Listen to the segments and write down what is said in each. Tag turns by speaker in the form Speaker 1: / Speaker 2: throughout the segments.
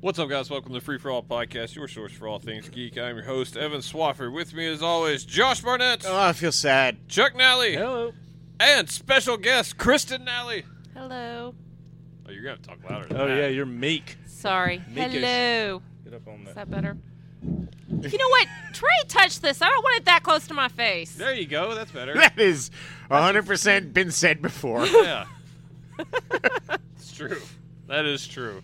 Speaker 1: What's up, guys? Welcome to Free For All Podcast, your source for all things geek. I'm your host, Evan Swafford. With me, as always, Josh Barnett,
Speaker 2: Oh, I feel sad.
Speaker 1: Chuck Nally,
Speaker 3: Hello.
Speaker 1: and special guest, Kristen Nally.
Speaker 4: Hello.
Speaker 1: Oh, you're going to talk louder than
Speaker 3: Oh
Speaker 1: that.
Speaker 3: yeah, you're meek.
Speaker 4: Sorry.
Speaker 3: Mika's-
Speaker 4: Hello.
Speaker 3: Get up on
Speaker 4: Is that better? You know what? Trey touched this. I don't want it that close to my face.
Speaker 1: There you go. That's better.
Speaker 2: That is 100% been said before.
Speaker 1: yeah. it's true. That is true.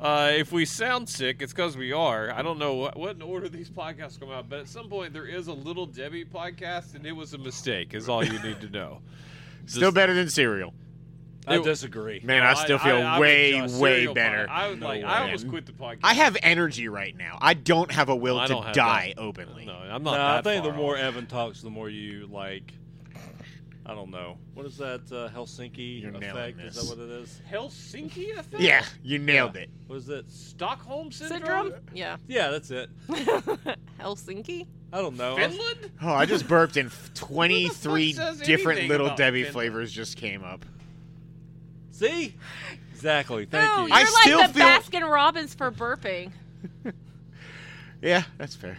Speaker 1: Uh, if we sound sick, it's because we are. I don't know what, what in order these podcasts come out, but at some point there is a Little Debbie podcast, and it was a mistake, is all you need to know.
Speaker 2: Still better than cereal.
Speaker 3: I
Speaker 1: It-
Speaker 3: disagree.
Speaker 2: Man, I still feel
Speaker 1: I- I would
Speaker 2: way,
Speaker 1: just-
Speaker 2: way
Speaker 1: cereal
Speaker 2: better.
Speaker 1: pod- I, would
Speaker 3: No
Speaker 1: like, I
Speaker 2: way.
Speaker 1: almost quit the podcast.
Speaker 2: I have energy right now. I don't have a will
Speaker 1: I don't
Speaker 2: to
Speaker 1: have
Speaker 2: die
Speaker 1: that.
Speaker 2: openly.
Speaker 1: No, I'm
Speaker 3: No,
Speaker 1: not.
Speaker 3: I
Speaker 1: that
Speaker 3: think the
Speaker 1: far
Speaker 3: more
Speaker 1: off.
Speaker 3: Evan talks, the more you like. I don't know. What is that uh, Helsinki
Speaker 2: You're nailing
Speaker 3: effect? Is
Speaker 2: this.
Speaker 3: that what it is?
Speaker 1: Helsinki, I think.
Speaker 2: Yeah, you nailed it.
Speaker 3: What is that?
Speaker 1: Stockholm syndrome.
Speaker 4: Syndrome? Yeah.
Speaker 3: Yeah, that's it.
Speaker 4: Helsinki?
Speaker 3: I don't know. I was-
Speaker 1: Finland.
Speaker 2: Oh, I just burped and f- 23
Speaker 1: says
Speaker 2: different
Speaker 1: anything
Speaker 2: Little
Speaker 1: about
Speaker 2: Debbie
Speaker 1: Finland?
Speaker 2: flavors just came up.
Speaker 3: See? Exactly. Thank
Speaker 4: oh,
Speaker 3: you.
Speaker 4: you're
Speaker 2: I
Speaker 4: like
Speaker 2: still
Speaker 4: the
Speaker 2: feel-
Speaker 4: Baskin Robbins for burping.
Speaker 2: Yeah, that's fair.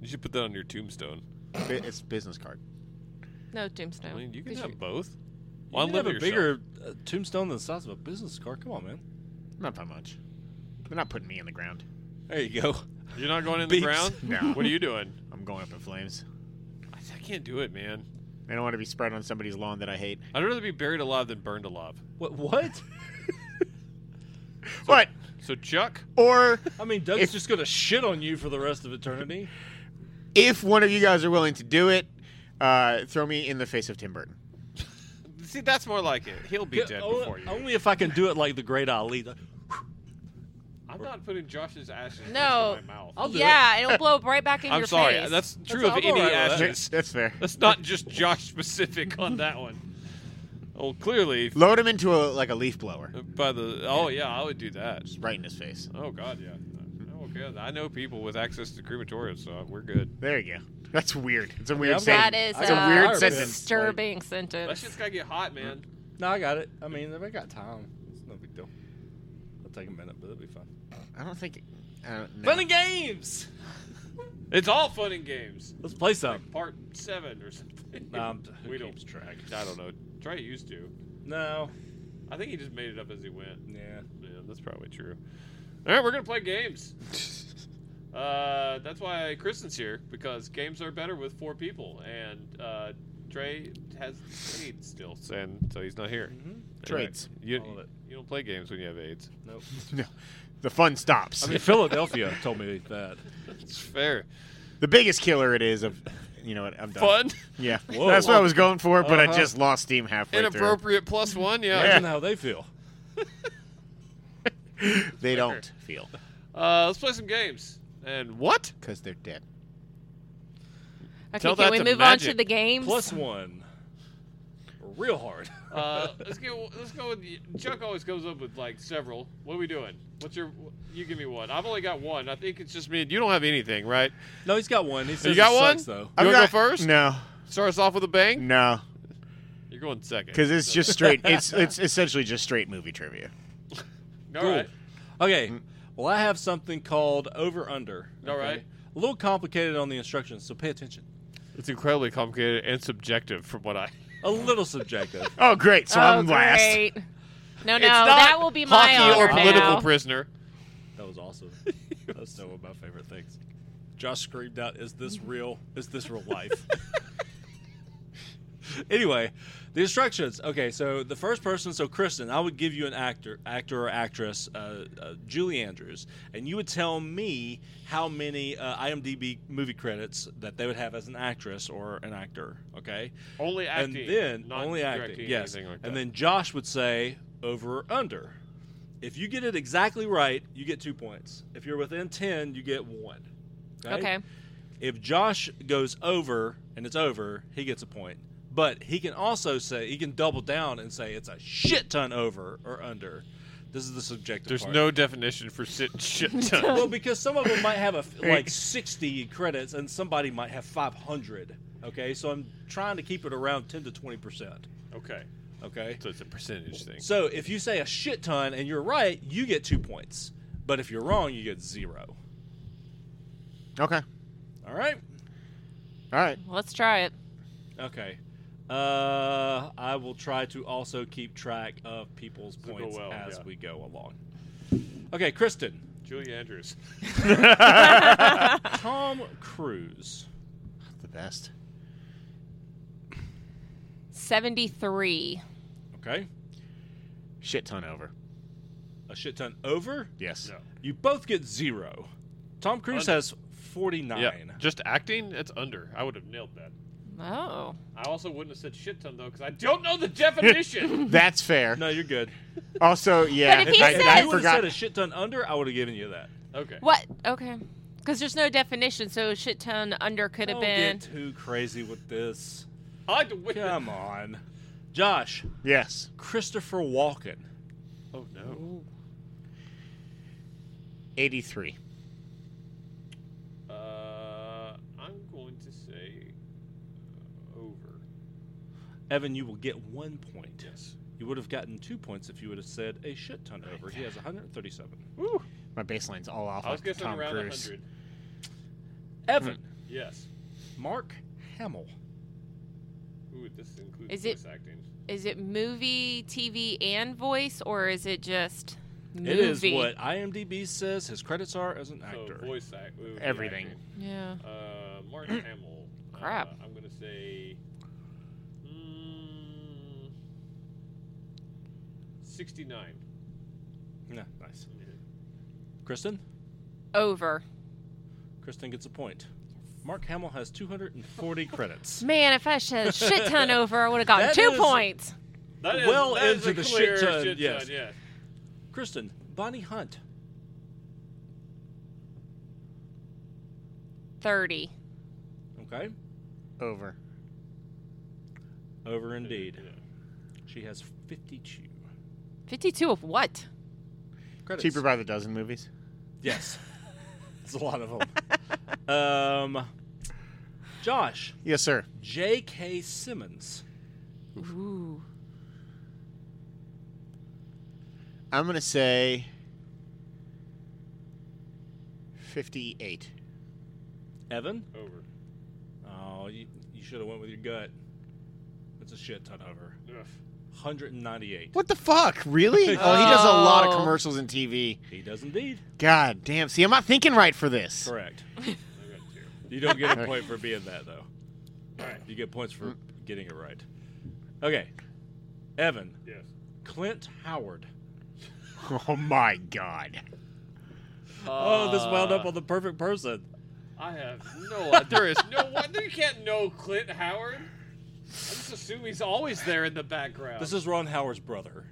Speaker 1: You should put that on your tombstone.
Speaker 2: Bu- It's business card.
Speaker 4: No
Speaker 1: I
Speaker 4: tombstone.
Speaker 1: mean, you can
Speaker 4: Did
Speaker 1: have both.
Speaker 3: You
Speaker 1: Why
Speaker 3: can have
Speaker 1: limit
Speaker 3: a
Speaker 1: yourself?
Speaker 3: bigger uh, tombstone than the size of a business card. Come on, man.
Speaker 2: Not by much. They're not putting me in the ground.
Speaker 3: There you go.
Speaker 1: You're not going in the
Speaker 3: Beeps.
Speaker 1: ground.
Speaker 2: No.
Speaker 1: What are you doing?
Speaker 2: I'm going up in flames.
Speaker 1: I, I can't do it, man.
Speaker 2: I don't want to be spread on somebody's lawn that I hate.
Speaker 1: I'd rather be buried alive than burned alive.
Speaker 3: What? What?
Speaker 2: But,
Speaker 1: So Chuck,
Speaker 2: or
Speaker 3: I mean, Doug's
Speaker 2: If-
Speaker 3: just gonna shit on you for the rest of eternity.
Speaker 2: if one of you guys are willing to do it, uh, throw me in the face of Tim Burton.
Speaker 1: see that's more like it. He'll be
Speaker 3: Yeah,
Speaker 1: dead
Speaker 3: only,
Speaker 1: before you.
Speaker 3: only if I can do it like the great Ali. Like,
Speaker 1: I'm not putting Josh's ashes
Speaker 4: No.
Speaker 1: next to my mouth.
Speaker 3: I'll do
Speaker 4: yeah, it'll blow right back in
Speaker 1: I'm
Speaker 4: your
Speaker 1: sorry.
Speaker 4: face.
Speaker 1: That's true
Speaker 3: That's-
Speaker 1: of
Speaker 3: I'm
Speaker 1: any
Speaker 3: alright with that.
Speaker 1: ashes.
Speaker 2: That's fair.
Speaker 1: That's not just Josh specific on that one. Oh, clearly
Speaker 2: Load him into a like a leaf blower,
Speaker 1: by the oh yeah, I would do that.
Speaker 2: just right in his face.
Speaker 1: Oh god, yeah. No, Okay, I know people with access to crematoriums, so we're good.
Speaker 2: There you go. That's weird. It's a weird
Speaker 3: I'm
Speaker 2: saying.
Speaker 3: not-
Speaker 4: that is
Speaker 3: That's
Speaker 2: a
Speaker 4: uh,
Speaker 2: weird
Speaker 4: that's a
Speaker 2: sentence.
Speaker 4: disturbing
Speaker 1: That
Speaker 4: sentence.
Speaker 1: shit's gotta get hot, man.
Speaker 3: No, I got it. I mean, I got time. It's no big deal. I'll take a minute, but it'll be fun.
Speaker 2: I don't think. I don't know.
Speaker 3: Fun and games.
Speaker 1: It's all fun and games.
Speaker 3: Let's play some.
Speaker 1: Part seven or something.
Speaker 3: Um, who
Speaker 1: we
Speaker 3: we
Speaker 1: don't.
Speaker 3: keeps track?
Speaker 1: I don't know. Trey used to.
Speaker 3: No.
Speaker 1: I think he just made it up as he went.
Speaker 3: Yeah.
Speaker 1: Yeah, that's probably true. All right, we're gonna play games. Uh, that's why Kristen's here because games are better with four people, and uh, Trey has AIDS still, and so he's not here.
Speaker 3: Mm-hmm.
Speaker 2: Trades.
Speaker 1: You,
Speaker 3: All of it.
Speaker 1: you don't play games when you have AIDS.
Speaker 3: Nope.
Speaker 2: No, the fun stops.
Speaker 3: I mean, Philadelphia told me that.
Speaker 1: It's fair.
Speaker 2: the biggest killer it is of, you know what? I'm done.
Speaker 1: Fun,
Speaker 2: Yeah,
Speaker 3: Whoa.
Speaker 2: that's what I was going for, but I
Speaker 3: Uh-huh.
Speaker 2: just lost steam halfway through.
Speaker 1: inappropriate plus one. Yeah.
Speaker 3: Imagine how they feel.
Speaker 2: They don't feel
Speaker 1: Uh, let's play some games. And what?
Speaker 2: because they're dead.
Speaker 4: okay,
Speaker 1: Tell
Speaker 4: can
Speaker 1: that
Speaker 4: we
Speaker 1: to
Speaker 4: move on
Speaker 1: Magic.
Speaker 4: to the games?
Speaker 3: Plus one. Real hard.
Speaker 1: Uh, let's go. Let's go with Chuck. Always comes up with like several. What are we doing? What's your? You give me one. I've only got one. I think it's just me. and You don't have anything, right?
Speaker 3: No, he's got one. He says
Speaker 1: you got
Speaker 3: it
Speaker 1: one?
Speaker 3: sucks, though.
Speaker 2: I've
Speaker 1: wanna go
Speaker 2: got-
Speaker 1: first?
Speaker 2: No,
Speaker 1: Start us off with a bang.
Speaker 2: no,
Speaker 1: You're going second.
Speaker 2: because it's just straight. It's it's essentially just straight movie trivia.
Speaker 1: all
Speaker 3: Cool.
Speaker 1: right.
Speaker 3: Okay. Well, I have something called over under.
Speaker 1: All right.
Speaker 3: A little complicated on the instructions, so pay attention.
Speaker 1: It's incredibly complicated and subjective, from what I.
Speaker 3: A little subjective.
Speaker 2: Oh, great! So
Speaker 4: oh,
Speaker 2: I'm last.
Speaker 4: great. No, no,
Speaker 1: it's not
Speaker 4: that will be my
Speaker 1: hockey or
Speaker 4: honor
Speaker 1: political
Speaker 4: now.
Speaker 1: prisoner.
Speaker 3: That was awesome. That's still one of my favorite things. Josh screamed out, "Is this real? Is this real life?" anyway, the instructions. Okay, so the first person, so Kristen, I would give you an actor, actor or actress, uh, uh, Julie Andrews, and you would tell me how many uh, IMDb movie credits that they would have as an actress or an actor. Okay,
Speaker 1: Only acting.
Speaker 3: and then
Speaker 1: not
Speaker 3: only acting,
Speaker 1: directing,
Speaker 3: yes.
Speaker 1: anything Like that.
Speaker 3: and then Josh would say over or under. If you get it exactly right, you get two points. If you're within ten, you get one.
Speaker 4: Okay.
Speaker 3: If Josh goes over and it's over, he gets a point. But he can also say he can double down and say it's a shit ton over or under. This is the subjective.
Speaker 1: there's
Speaker 3: part.
Speaker 1: no definition for sit shit ton.
Speaker 3: Well, because some of them might have a f like 60 credits and somebody might have 500. Okay, so I'm trying to keep it around 10 to 20 percent.
Speaker 1: okay,
Speaker 3: Okay.
Speaker 1: so it's a percentage thing.
Speaker 3: So if you say a shit ton and you're right, you get two points. But if you're wrong, you get zero.
Speaker 2: Okay. All
Speaker 3: All right.
Speaker 2: right.
Speaker 4: Let's try it.
Speaker 3: Okay. Uh, I will try to also keep track of people's
Speaker 1: will go
Speaker 3: points
Speaker 1: well,
Speaker 3: as
Speaker 1: yeah.
Speaker 3: we go along. Okay, Kristen.
Speaker 1: Julie Andrews.
Speaker 3: Tom Cruise.
Speaker 2: The best.
Speaker 4: 73.
Speaker 3: Okay.
Speaker 2: Shit ton over.
Speaker 3: A shit ton over.
Speaker 2: Yes.
Speaker 1: No.
Speaker 3: You both get zero. Tom Cruise
Speaker 1: Under.
Speaker 3: has 49.
Speaker 1: Yeah. Just acting, it's under. I would have nailed that.
Speaker 4: Oh.
Speaker 1: I also wouldn't have said shit ton though, because I don't know the definition.
Speaker 2: That's fair.
Speaker 3: No, you're good.
Speaker 2: Also, yeah,
Speaker 4: But if he
Speaker 2: I,
Speaker 3: you
Speaker 4: says-
Speaker 2: I
Speaker 3: would've
Speaker 2: forgot.
Speaker 3: said a shit ton under, I would have given you that.
Speaker 1: okay.
Speaker 4: What? Okay. Because there's no definition, so shit ton under could have
Speaker 3: Don't
Speaker 4: been.
Speaker 3: get too crazy with this.
Speaker 1: I like to win.
Speaker 3: Come on. Josh,
Speaker 2: yes.
Speaker 3: Christopher Walken.
Speaker 1: Oh no.
Speaker 4: Ooh.
Speaker 2: 83.
Speaker 1: Uh, I'm going to say uh, over.
Speaker 3: Evan, you will get one point.
Speaker 1: Yes.
Speaker 3: You would have gotten two points if you would have said a shit ton over. He has 137.
Speaker 2: My baseline's all off.
Speaker 1: I was
Speaker 2: like
Speaker 1: guessing
Speaker 2: Tom
Speaker 1: around
Speaker 2: Cruise.
Speaker 1: 100.
Speaker 3: Evan,
Speaker 1: Yes.
Speaker 3: Mark Hamill.
Speaker 1: Ooh, this includes
Speaker 4: Is it-
Speaker 1: voice acting.
Speaker 4: Is it movie, TV, and voice, or is it just movie?
Speaker 3: It is what IMDb says his credits are as an actor.
Speaker 1: So voice act. it would be
Speaker 2: Everything.
Speaker 1: acting.
Speaker 4: Yeah.
Speaker 1: Uh, Mark Hamill.
Speaker 4: Crap.
Speaker 1: Uh, I'm gonna say. Mm, Sixty-nine.
Speaker 3: yeah, nice. Kristen?
Speaker 4: Over.
Speaker 3: Kristen gets a point. Mark Hamill has 240 credits.
Speaker 4: Man, if I said shit ton over, I would have gotten
Speaker 3: That
Speaker 4: two
Speaker 3: is-
Speaker 4: points.
Speaker 1: That is,
Speaker 3: Well
Speaker 1: that is
Speaker 3: into
Speaker 1: a
Speaker 3: the
Speaker 1: clear
Speaker 3: shit ton,
Speaker 1: shit
Speaker 3: yes.
Speaker 1: ton, yes.
Speaker 3: Kristen, Bonnie Hunt.
Speaker 4: 30.
Speaker 3: Okay.
Speaker 2: Over.
Speaker 3: Over indeed.
Speaker 1: Yeah.
Speaker 3: She has 52
Speaker 4: 52 of what?
Speaker 3: credits.
Speaker 2: Cheaper by the dozen movies.
Speaker 3: Yes. It's a lot of them. um, Josh,
Speaker 2: Yes, sir.
Speaker 3: J.K. Simmons.
Speaker 4: Ooh.
Speaker 2: I'm going to say 58.
Speaker 3: Evan?
Speaker 1: Over.
Speaker 3: Oh, you, you should have went with your gut. That's a shit ton over.
Speaker 1: Ugh.
Speaker 3: 198.
Speaker 2: What the fuck? Really? oh, he does a lot of
Speaker 4: Oh.
Speaker 2: commercials and TV.
Speaker 3: He does indeed.
Speaker 2: God damn. See, I'm not thinking right for this.
Speaker 3: Correct.
Speaker 1: I got two.
Speaker 3: You don't get a
Speaker 2: Okay.
Speaker 3: point for being that, though.
Speaker 1: Alright.
Speaker 3: You get points for getting it right. Okay. Evan,
Speaker 1: Yes.
Speaker 3: Clint Howard.
Speaker 2: Oh, my God.
Speaker 3: oh,
Speaker 4: Uh,
Speaker 3: this wound up on the perfect person.
Speaker 1: I have no. There is no one. You can't know Clint Howard. I just assume he's always there in the background.
Speaker 3: This is Ron Howard's brother.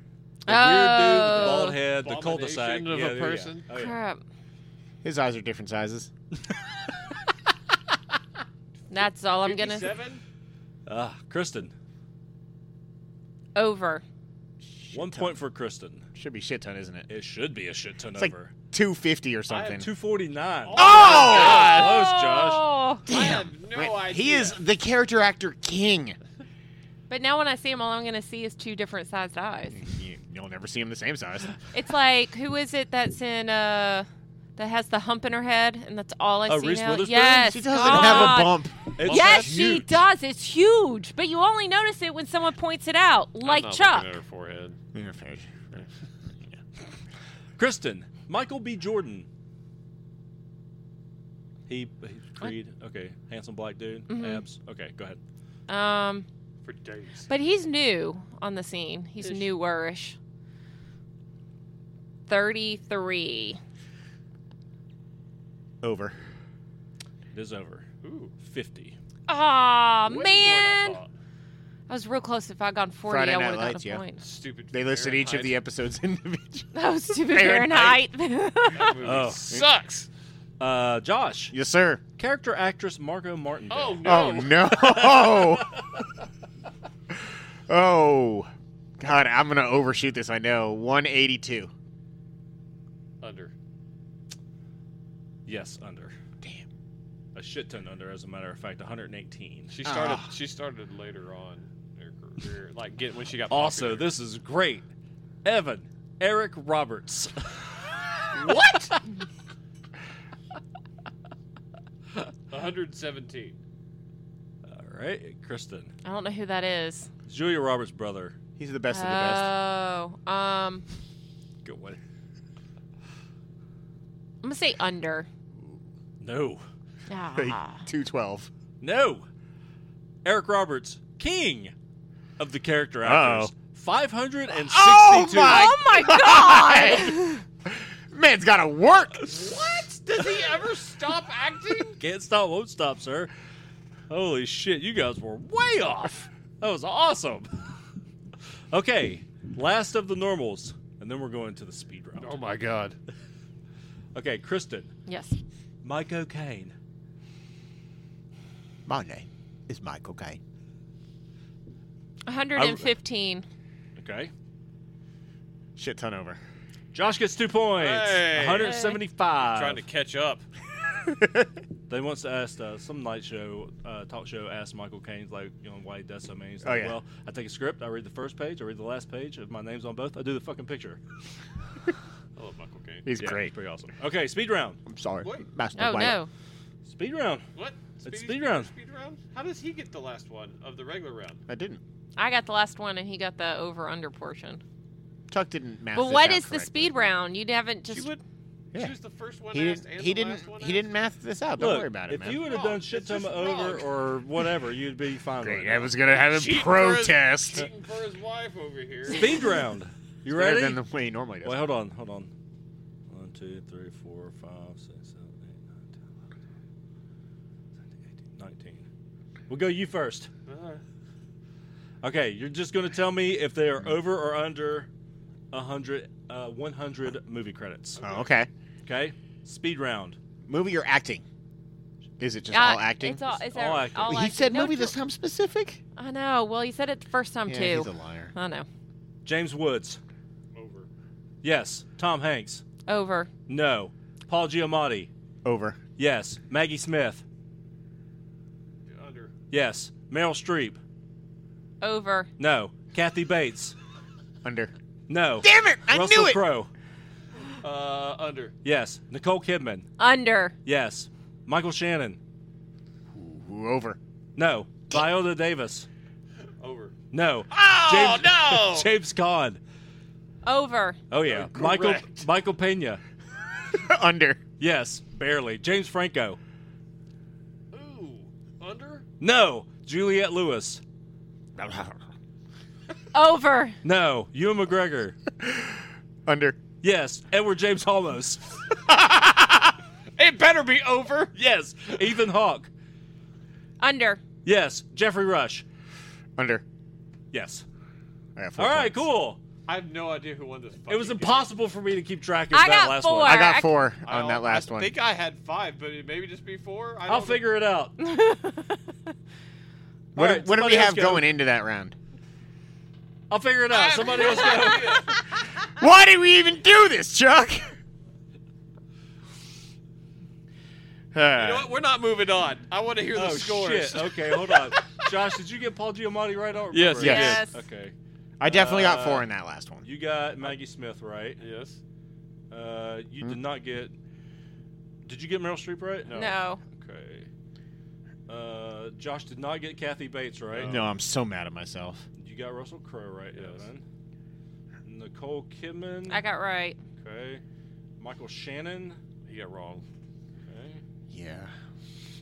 Speaker 3: The weird dude with the
Speaker 4: Oh.
Speaker 3: bald head, the cul-de-sac.
Speaker 1: Abomination Uh, of a
Speaker 3: Yeah, yeah, yeah.
Speaker 1: person.
Speaker 3: Oh, yeah.
Speaker 4: Crap.
Speaker 2: His eyes are different sizes.
Speaker 4: That's all Oh, I'm going to.
Speaker 1: Seven.
Speaker 3: Ah, Kristen.
Speaker 4: Over.
Speaker 3: One point for Kristen.
Speaker 2: Should be shit ton, isn't it?
Speaker 3: It should be a shit ton
Speaker 2: It's like
Speaker 3: over.
Speaker 2: 250 or something. oh!
Speaker 3: 249. Close, Josh.
Speaker 4: Oh.
Speaker 1: I have no
Speaker 2: Man,
Speaker 1: idea.
Speaker 2: He is the character actor king.
Speaker 4: But now when I see him, all I'm going to see is two different sized eyes.
Speaker 2: You, will never see him the same size.
Speaker 4: It's like who is it that's in uh that has the hump in her head, and that's all I
Speaker 3: Oh,
Speaker 4: see
Speaker 3: Reese
Speaker 4: now.
Speaker 3: Witherspoon?
Speaker 4: Yes,
Speaker 2: She doesn't
Speaker 4: God.
Speaker 2: have a bump.
Speaker 3: It's
Speaker 4: Yes, she
Speaker 3: huge.
Speaker 4: does. It's huge, but you only notice it when someone points it out, like Chuck.
Speaker 1: her forehead.
Speaker 3: Kristen, Michael B. Jordan. He, he Creed. Okay, handsome black dude, abs. Okay, go ahead.
Speaker 4: Um,
Speaker 1: For days.
Speaker 4: but he's new on the scene. He's
Speaker 1: Ish.
Speaker 4: newerish. Thirty-three.
Speaker 2: Over.
Speaker 3: It is over.
Speaker 1: Ooh.
Speaker 3: Fifty.
Speaker 4: Aw,
Speaker 1: Way more than I
Speaker 4: man,
Speaker 1: thought.
Speaker 4: I was real close. If I gone forty,
Speaker 2: Friday Night
Speaker 4: I would have gotten
Speaker 2: Lights,
Speaker 4: a
Speaker 2: yeah.
Speaker 4: point.
Speaker 1: Stupid.
Speaker 2: They listed each of the
Speaker 1: Fahrenheit.
Speaker 2: episodes individually.
Speaker 4: That was stupid
Speaker 2: Fahrenheit.
Speaker 4: Fahrenheit.
Speaker 1: That movie
Speaker 3: Oh.
Speaker 1: sucks.
Speaker 3: Uh, Josh,
Speaker 2: yes, sir.
Speaker 3: character actress Margot Martindale.
Speaker 1: Oh no.
Speaker 2: Oh no. oh. God, I'm gonna overshoot this. I know. 182.
Speaker 1: Under.
Speaker 3: Yes, under.
Speaker 2: Damn.
Speaker 3: A shit ton under, as a matter of fact, 118.
Speaker 1: She started.
Speaker 2: Ah.
Speaker 1: She started later on in her career, like get when she got.
Speaker 3: Also,
Speaker 1: popular.
Speaker 3: this is great. Evan, Eric Roberts.
Speaker 1: what? 117.
Speaker 3: All right, Kristen.
Speaker 4: I don't know who that is.
Speaker 3: It's Julia Roberts' brother.
Speaker 2: He's the best of the best.
Speaker 4: oh, um,
Speaker 3: Good one.
Speaker 4: I'm gonna say under.
Speaker 3: No.
Speaker 1: Uh-huh.
Speaker 4: Ah.
Speaker 2: Two twelve.
Speaker 3: No. Eric Roberts, king of the character
Speaker 2: Uh-oh.
Speaker 1: Oh
Speaker 3: actors. 562.
Speaker 2: Oh my-
Speaker 4: Oh my god!
Speaker 2: Man's gotta work.
Speaker 1: What? Does he ever stop acting?
Speaker 3: Can't stop, won't stop, sir. Holy shit, you guys were way off. That was awesome. okay, last of the normals, and then we're going to the speed round.
Speaker 1: Oh my god.
Speaker 3: Okay, Kristen,
Speaker 4: yes.
Speaker 3: Mike O'Kane.
Speaker 2: My name is Michael Caine.
Speaker 4: 115.
Speaker 3: Okay.
Speaker 2: Shit ton over.
Speaker 3: Josh gets two points.
Speaker 1: Hey.
Speaker 3: 175.
Speaker 1: Trying to
Speaker 2: Uh,
Speaker 1: catch up.
Speaker 3: They once asked uh, some night show, uh, talk show, asked Michael Caine like, you know, why he does so many. He's
Speaker 2: Oh,
Speaker 3: like,
Speaker 2: yeah.
Speaker 3: Well, I take a script, I read the first page, I read the last page. If my name's on both, I do the fucking picture.
Speaker 1: I love Michael Caine.
Speaker 2: He's
Speaker 3: Yeah,
Speaker 2: great.
Speaker 3: pretty awesome. Okay, speed round,
Speaker 2: I'm sorry,
Speaker 1: Wait.
Speaker 2: Master
Speaker 4: Oh
Speaker 2: White.
Speaker 4: no.
Speaker 3: speed round.
Speaker 1: What?
Speaker 3: It's
Speaker 1: Speedy
Speaker 3: speed round.
Speaker 1: Speed round? How does he get the last one of the regular round?
Speaker 2: I didn't.
Speaker 4: I got the last one and he got the over under portion.
Speaker 2: Chuck didn't math.
Speaker 4: But
Speaker 2: this
Speaker 4: what
Speaker 2: out
Speaker 4: is the
Speaker 2: correctly.
Speaker 4: speed round? You haven't just.
Speaker 1: she would
Speaker 2: Yeah.
Speaker 1: choose the first one
Speaker 2: He
Speaker 1: asked
Speaker 2: didn't.
Speaker 1: and
Speaker 2: He
Speaker 1: the
Speaker 2: didn't.
Speaker 1: last one
Speaker 2: He didn't
Speaker 1: asked?
Speaker 2: math this out. Don't
Speaker 3: Look,
Speaker 2: worry about it,
Speaker 3: if
Speaker 2: man.
Speaker 3: you would have
Speaker 1: Wrong.
Speaker 3: done shit
Speaker 1: It's
Speaker 3: ton
Speaker 1: just
Speaker 3: over
Speaker 1: wrong.
Speaker 3: or whatever, you'd be fine.
Speaker 2: Great.
Speaker 3: Right
Speaker 2: I was gonna have him
Speaker 1: Cheating For
Speaker 2: protest.
Speaker 1: his, cheating for his wife over here.
Speaker 3: now. speed round. You
Speaker 2: Better
Speaker 3: ready?
Speaker 2: Than the way he normally does.
Speaker 3: Wait, hold on, hold on. One, two, three, four, five, six, seven, eight, nine, ten, eleven, twelve, thirteen, eighteen, nineteen. We'll go you first.
Speaker 1: Uh,
Speaker 3: Okay, you're just going to tell me if they are over or under 100, uh, 100 movie credits.
Speaker 2: oh, okay.
Speaker 3: Okay? Speed round.
Speaker 2: Movie or acting? Is it just
Speaker 4: Uh,
Speaker 2: all acting?
Speaker 4: It's all, it's
Speaker 3: all
Speaker 4: all
Speaker 3: acting.
Speaker 4: all
Speaker 2: he
Speaker 4: acting.
Speaker 2: said
Speaker 4: No,
Speaker 2: movie
Speaker 4: it's
Speaker 2: this
Speaker 4: all-
Speaker 2: time specific.
Speaker 4: I know. Well, you said it the first time
Speaker 2: yeah,
Speaker 4: too.
Speaker 2: he's a liar.
Speaker 4: I know.
Speaker 3: James Woods.
Speaker 1: over.
Speaker 3: Yes. Tom Hanks.
Speaker 4: Over.
Speaker 3: No. Paul Giamatti.
Speaker 2: Over.
Speaker 3: Yes. Maggie Smith.
Speaker 1: Under.
Speaker 3: Yes. Meryl Streep.
Speaker 4: Over.
Speaker 3: No. Kathy Bates.
Speaker 2: Under.
Speaker 3: No.
Speaker 2: Damn it! I
Speaker 3: Russell
Speaker 2: knew it.
Speaker 3: Crowe.
Speaker 1: Uh, under.
Speaker 3: Yes. Nicole Kidman.
Speaker 4: Under.
Speaker 3: Yes. Michael Shannon.
Speaker 2: Ooh, over.
Speaker 3: No. Viola Davis.
Speaker 1: Over.
Speaker 3: No.
Speaker 1: Oh
Speaker 3: James-
Speaker 1: no!
Speaker 3: James Caan.
Speaker 4: Over.
Speaker 3: Oh yeah. Michael
Speaker 1: Correct.
Speaker 3: Michael Pena.
Speaker 2: Under.
Speaker 3: Yes, barely. James Franco.
Speaker 1: Ooh, under.
Speaker 3: No. Juliette Lewis.
Speaker 4: Over.
Speaker 3: No. Ewan McGregor.
Speaker 2: Under.
Speaker 3: Yes. Edward James Holmes.
Speaker 1: It better be over.
Speaker 3: Yes. Ethan Hawke.
Speaker 4: Under.
Speaker 3: Yes. Jeffrey Rush.
Speaker 2: Under.
Speaker 3: Yes.
Speaker 2: I got four
Speaker 3: All
Speaker 2: points.
Speaker 3: right, cool.
Speaker 1: I have no idea who won this.
Speaker 3: It was
Speaker 1: fucking
Speaker 3: impossible for me to keep track of that
Speaker 4: I got
Speaker 3: last
Speaker 4: four.
Speaker 3: one.
Speaker 2: I
Speaker 4: I
Speaker 2: got
Speaker 4: c-
Speaker 2: four
Speaker 1: game. I
Speaker 2: on that
Speaker 1: don't-
Speaker 2: last
Speaker 1: I
Speaker 2: one.
Speaker 1: think I had five, but it maybe just be four. I
Speaker 3: I'll
Speaker 1: don't
Speaker 3: figure it out.
Speaker 2: What, what do we
Speaker 3: Alright, somebody else
Speaker 2: have
Speaker 3: go.
Speaker 2: going into that round?
Speaker 3: I'll figure it
Speaker 1: Know. I
Speaker 3: out.
Speaker 1: have
Speaker 3: Somebody
Speaker 1: no
Speaker 3: else go.
Speaker 1: idea.
Speaker 2: Why did we even do this, Chuck?
Speaker 1: you know
Speaker 2: Uh,
Speaker 1: what? We're not moving on. I want to hear the
Speaker 3: Oh
Speaker 1: scores.
Speaker 3: shit. Okay, hold on. Josh, did you get Paul Giamatti right? I don't
Speaker 1: Yes,
Speaker 3: remember.
Speaker 2: yes.
Speaker 4: Yes.
Speaker 3: Okay.
Speaker 2: I definitely got
Speaker 3: Uh,
Speaker 2: four in that last one.
Speaker 3: You got Maggie Smith right.
Speaker 1: Yes.
Speaker 3: Uh, you did not get. Did you get Meryl Streep right?
Speaker 4: No.
Speaker 3: Okay. Uh, Josh did not get Kathy Bates right.
Speaker 2: No, I'm so mad at myself.
Speaker 3: You got Russell Crowe right.
Speaker 1: Yes.
Speaker 3: Evan. Nicole Kidman.
Speaker 4: I got right.
Speaker 3: Okay. Michael Shannon.
Speaker 1: He got wrong.
Speaker 3: Okay.
Speaker 2: Yeah.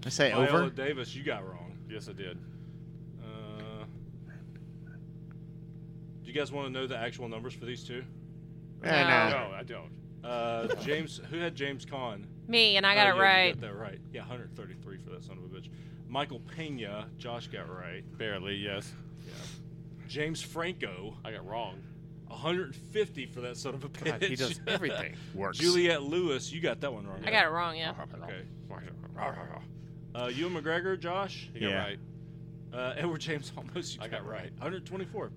Speaker 2: I say
Speaker 3: Viola
Speaker 2: over.
Speaker 3: Davis. You got wrong.
Speaker 1: Yes, I did.
Speaker 3: Uh, do you guys want to know the actual numbers for these two?
Speaker 2: Eh,
Speaker 4: No.
Speaker 2: nah.
Speaker 1: no, I don't.
Speaker 3: Uh, James, who had James Caan?
Speaker 4: Me and I got
Speaker 3: Oh,
Speaker 4: it
Speaker 3: yeah,
Speaker 4: right.
Speaker 3: You got that right. Yeah, 133 for that son of a bitch. Michael Pena, Josh got right.
Speaker 1: Barely. Yes.
Speaker 3: Yeah. James Franco,
Speaker 1: I got wrong.
Speaker 3: 150 for that son of a bitch.
Speaker 1: God, he does everything.
Speaker 2: Works.
Speaker 3: Juliette Lewis, you got that one wrong.
Speaker 4: I got it wrong. Yeah.
Speaker 2: Uh-huh.
Speaker 3: Okay. Uh, Ewan McGregor, Josh,
Speaker 1: He got
Speaker 2: Yeah.
Speaker 1: right.
Speaker 3: uh, Edward James almost. You
Speaker 1: I got right.
Speaker 3: 124.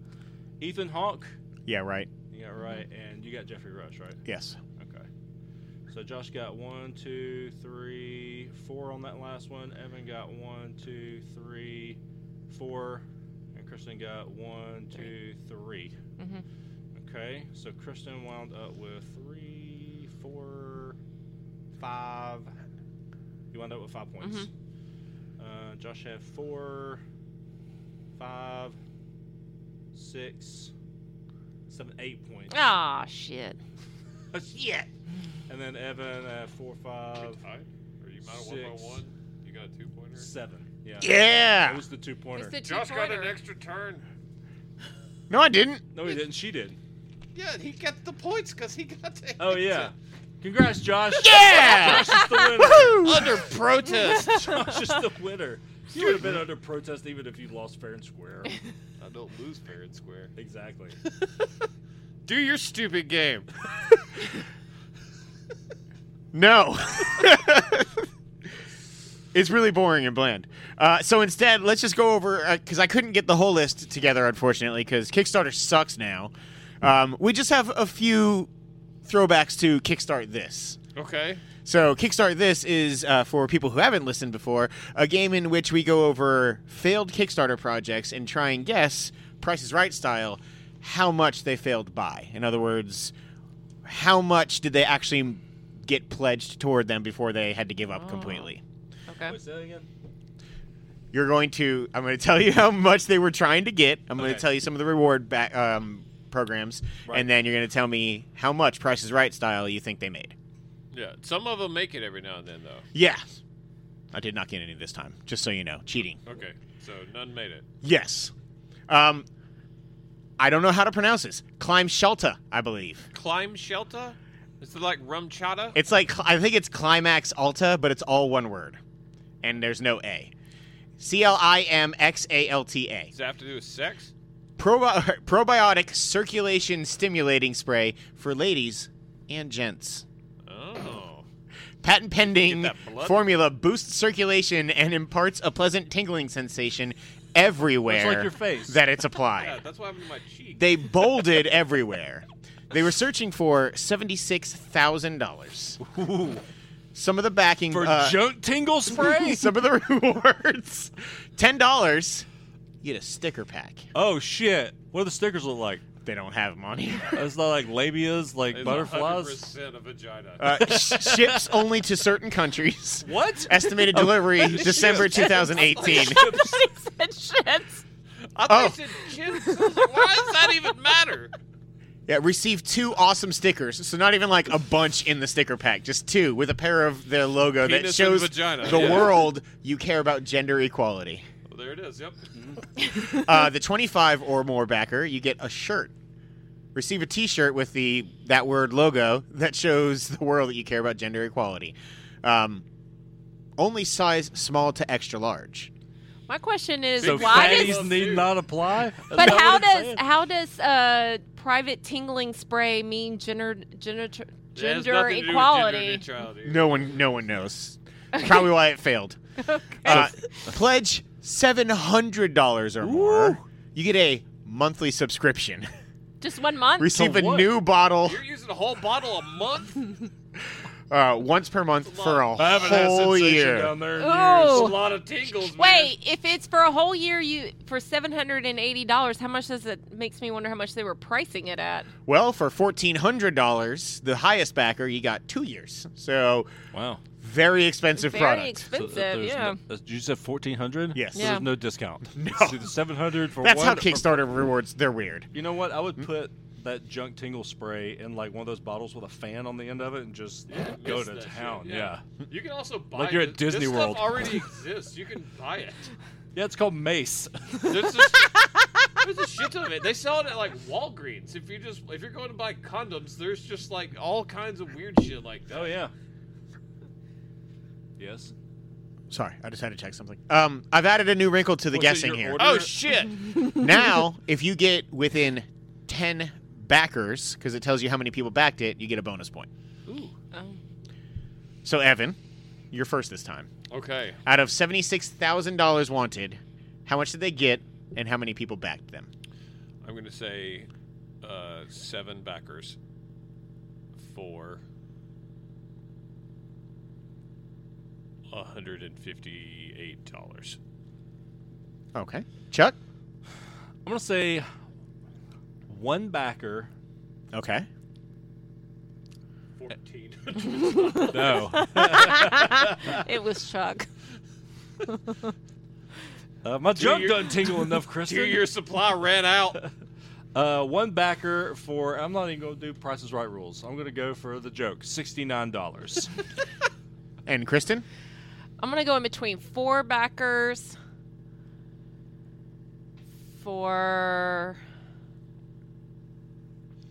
Speaker 3: Ethan Hawke,
Speaker 2: Yeah, right.
Speaker 3: you got right, and you got Jeffrey Rush, right?
Speaker 2: Yes.
Speaker 3: Okay. So Josh got one, two, three, four on that last one. Evan got one, two, three, four, and Kristen got one, two, three.
Speaker 4: Mhm.
Speaker 3: Okay. So Kristen wound up with three, four,
Speaker 2: Five.
Speaker 5: You wound up with five points. Uh, Josh had four, five, six, seven, eight points.
Speaker 4: Ah, shit.
Speaker 5: yeah. And then Evan had four, five,
Speaker 1: You tied? Or you might one by
Speaker 5: six.
Speaker 1: one? You got a two pointer?
Speaker 5: seven. Yeah.
Speaker 2: Yeah.
Speaker 5: It was the two pointer.
Speaker 4: the
Speaker 1: Josh got an
Speaker 4: two-pointer.
Speaker 1: extra turn.
Speaker 2: no, I didn't.
Speaker 5: no, he didn't. She did.
Speaker 1: Yeah, he got the points because he got to.
Speaker 5: Oh yeah. Congrats, Josh.
Speaker 2: Yeah.
Speaker 5: Josh is the winner.
Speaker 2: Woohoo!
Speaker 1: Under protest.
Speaker 5: Josh is the winner. You would have been under protest even if you lost fair and square.
Speaker 1: I don't lose fair and square.
Speaker 5: Exactly.
Speaker 1: Do your stupid game.
Speaker 2: No. it's really boring and bland. Uh, so instead, let's just go over because I couldn't get the whole list together, unfortunately, because Kickstarter sucks now. Um, we just have a few throwbacks to Kickstart This.
Speaker 1: Okay.
Speaker 2: So, Kickstart This is uh, for people who haven't listened before a game in which we go over failed Kickstarter projects and try and guess, Price is Right style, how much they failed by. In other words, how much did they actually get pledged toward them before they had to give up
Speaker 4: Oh.
Speaker 2: completely?
Speaker 4: Okay.
Speaker 5: Wait, say that again.
Speaker 2: You're going to, I'm going to tell you how much they were trying to get. I'm going
Speaker 5: Okay.
Speaker 2: to tell you some of the reward back, um, programs,
Speaker 5: Right.
Speaker 2: and then you're going to tell me how much Price is Right style you think they made.
Speaker 1: Yeah. Some of them make it every now and then, though.
Speaker 2: Yeah. I did not get any this time, just so you know. Cheating.
Speaker 1: Okay. So none made it.
Speaker 2: Yes. Um, I don't know how to pronounce this. Climb Shelter, I believe.
Speaker 1: Climb shelter? Is it like rum chata?
Speaker 2: It's like, I think it's Climax Alta, but it's all one word. And there's no A. C L I M X A L T A.
Speaker 1: Does it have to do with sex?
Speaker 2: Probi- Probiotic circulation stimulating spray for ladies and gents.
Speaker 1: Oh.
Speaker 2: Patent pending
Speaker 1: Get that blood.
Speaker 2: formula boosts circulation and imparts a pleasant tingling sensation everywhere
Speaker 5: Looks like your face.
Speaker 2: that it's applied.
Speaker 1: Yeah, that's what happened to my cheek.
Speaker 2: They bolded everywhere. They were searching for seventy-six thousand dollars. Some of the backing
Speaker 5: For
Speaker 2: uh,
Speaker 5: junk tingle spray?
Speaker 2: some of the rewards, ten dollars. You get a sticker pack.
Speaker 5: oh shit. What do the stickers look like?
Speaker 2: They don't have them on here.
Speaker 5: It's not like labias, like
Speaker 1: It's
Speaker 5: butterflies.
Speaker 1: 100% a vagina.
Speaker 2: Uh, sh- ships only to certain countries.
Speaker 5: What? Oh.
Speaker 2: Estimated delivery December 2018.
Speaker 4: Said shit.
Speaker 1: I
Speaker 2: oh.
Speaker 1: thought you said jizz. I was like, Why does that even matter?
Speaker 2: Yeah, received two awesome stickers. So not even like a bunch in the sticker pack, just two with a pair of their logo that
Speaker 1: Penis and
Speaker 2: shows
Speaker 1: vagina,
Speaker 2: the
Speaker 1: yeah.
Speaker 2: world you care about gender equality.
Speaker 1: Well, there it is. Yep.
Speaker 2: uh, the 25 or more backer, you get a shirt. Receive a T-shirt with the that word logo that shows the world that you care about gender equality. Um, only size small to extra large.
Speaker 4: My question is
Speaker 5: So
Speaker 4: why
Speaker 5: fatties
Speaker 4: does
Speaker 1: is-
Speaker 5: need not apply? Is
Speaker 4: but
Speaker 5: that what
Speaker 4: how
Speaker 5: it's
Speaker 4: does
Speaker 5: saying?
Speaker 4: how does uh private tingling spray mean gender gender
Speaker 1: It has
Speaker 4: gender
Speaker 1: nothing to do with
Speaker 4: equality?
Speaker 1: Gender neutrality.
Speaker 2: No one, no one knows. Probably why it failed. Uh, pledge seven hundred dollars or more.
Speaker 5: Ooh.
Speaker 2: You get a monthly subscription.
Speaker 4: Just one month.
Speaker 2: Receive
Speaker 5: To
Speaker 2: a
Speaker 5: what?
Speaker 2: new bottle
Speaker 1: You're using a whole bottle a month?
Speaker 2: uh, once per month for a
Speaker 5: I haven't had
Speaker 2: whole
Speaker 5: sensation
Speaker 2: year.
Speaker 5: down there in
Speaker 4: Ooh.
Speaker 5: years.
Speaker 1: That's a lot of tingles, man.
Speaker 4: Wait, if it's for a whole year, you for seven hundred and eighty dollars, how much does it? Makes me wonder how much they were pricing it at.
Speaker 2: Well, for fourteen hundred dollars, the highest backer, you got two years. So
Speaker 5: Wow. uh,
Speaker 2: very expensive
Speaker 4: Very
Speaker 2: product.
Speaker 4: expensive,
Speaker 5: there's
Speaker 4: yeah.
Speaker 5: No, uh, you said fourteen hundred.
Speaker 2: Yes.
Speaker 5: So
Speaker 4: Yeah.
Speaker 5: There's no discount.
Speaker 2: No.
Speaker 5: It's either seven hundred for
Speaker 2: That's
Speaker 5: one.
Speaker 2: how
Speaker 5: or-
Speaker 2: Kickstarter rewards. They're weird.
Speaker 5: You know what? I would put that junk tingle spray in like one of those bottles with a fan on the end of it and just go
Speaker 1: Miss
Speaker 5: to
Speaker 1: that shit,
Speaker 5: town. yeah.
Speaker 1: You can also buy
Speaker 5: Like you're at
Speaker 1: it.
Speaker 5: Disney
Speaker 1: this
Speaker 5: World.
Speaker 1: Stuff already exists. You can buy it.
Speaker 5: Yeah, it's called Mace.
Speaker 1: There's, just, there's a shit ton of it. They sell it at like Walgreens. If you just if you're going to buy condoms, there's just like all kinds of weird shit like that.
Speaker 5: oh yeah. Yes.
Speaker 2: Sorry, I just had to check something. Um, I've added a new wrinkle to the
Speaker 5: What's
Speaker 2: guessing
Speaker 5: it, your
Speaker 2: here.
Speaker 5: order?
Speaker 1: Oh shit.
Speaker 2: now, if you get within ten backers, because it tells you how many people backed it, you get a bonus point.
Speaker 1: Ooh.
Speaker 4: Oh.
Speaker 2: So, Evan, you're first this time.
Speaker 1: Okay.
Speaker 2: Out of seventy-six thousand dollars wanted, how much did they get, and how many people backed them?
Speaker 1: I'm gonna say uh, seven backers. Four. 158 dollars.
Speaker 2: Okay, Chuck.
Speaker 5: I'm gonna say one backer
Speaker 2: Okay.
Speaker 1: Fourteen.
Speaker 5: No.
Speaker 4: it was Chuck.
Speaker 5: Uh, my jump
Speaker 1: year-
Speaker 5: doesn't tingle enough,
Speaker 1: Two
Speaker 5: Kristen.
Speaker 1: year supply ran out.
Speaker 5: Uh, one backer for I'm not even going to do Price is Right rules. I'm going to go for the joke. Sixty nine dollars.
Speaker 2: And Kristen?
Speaker 4: I'm gonna go in between four backers for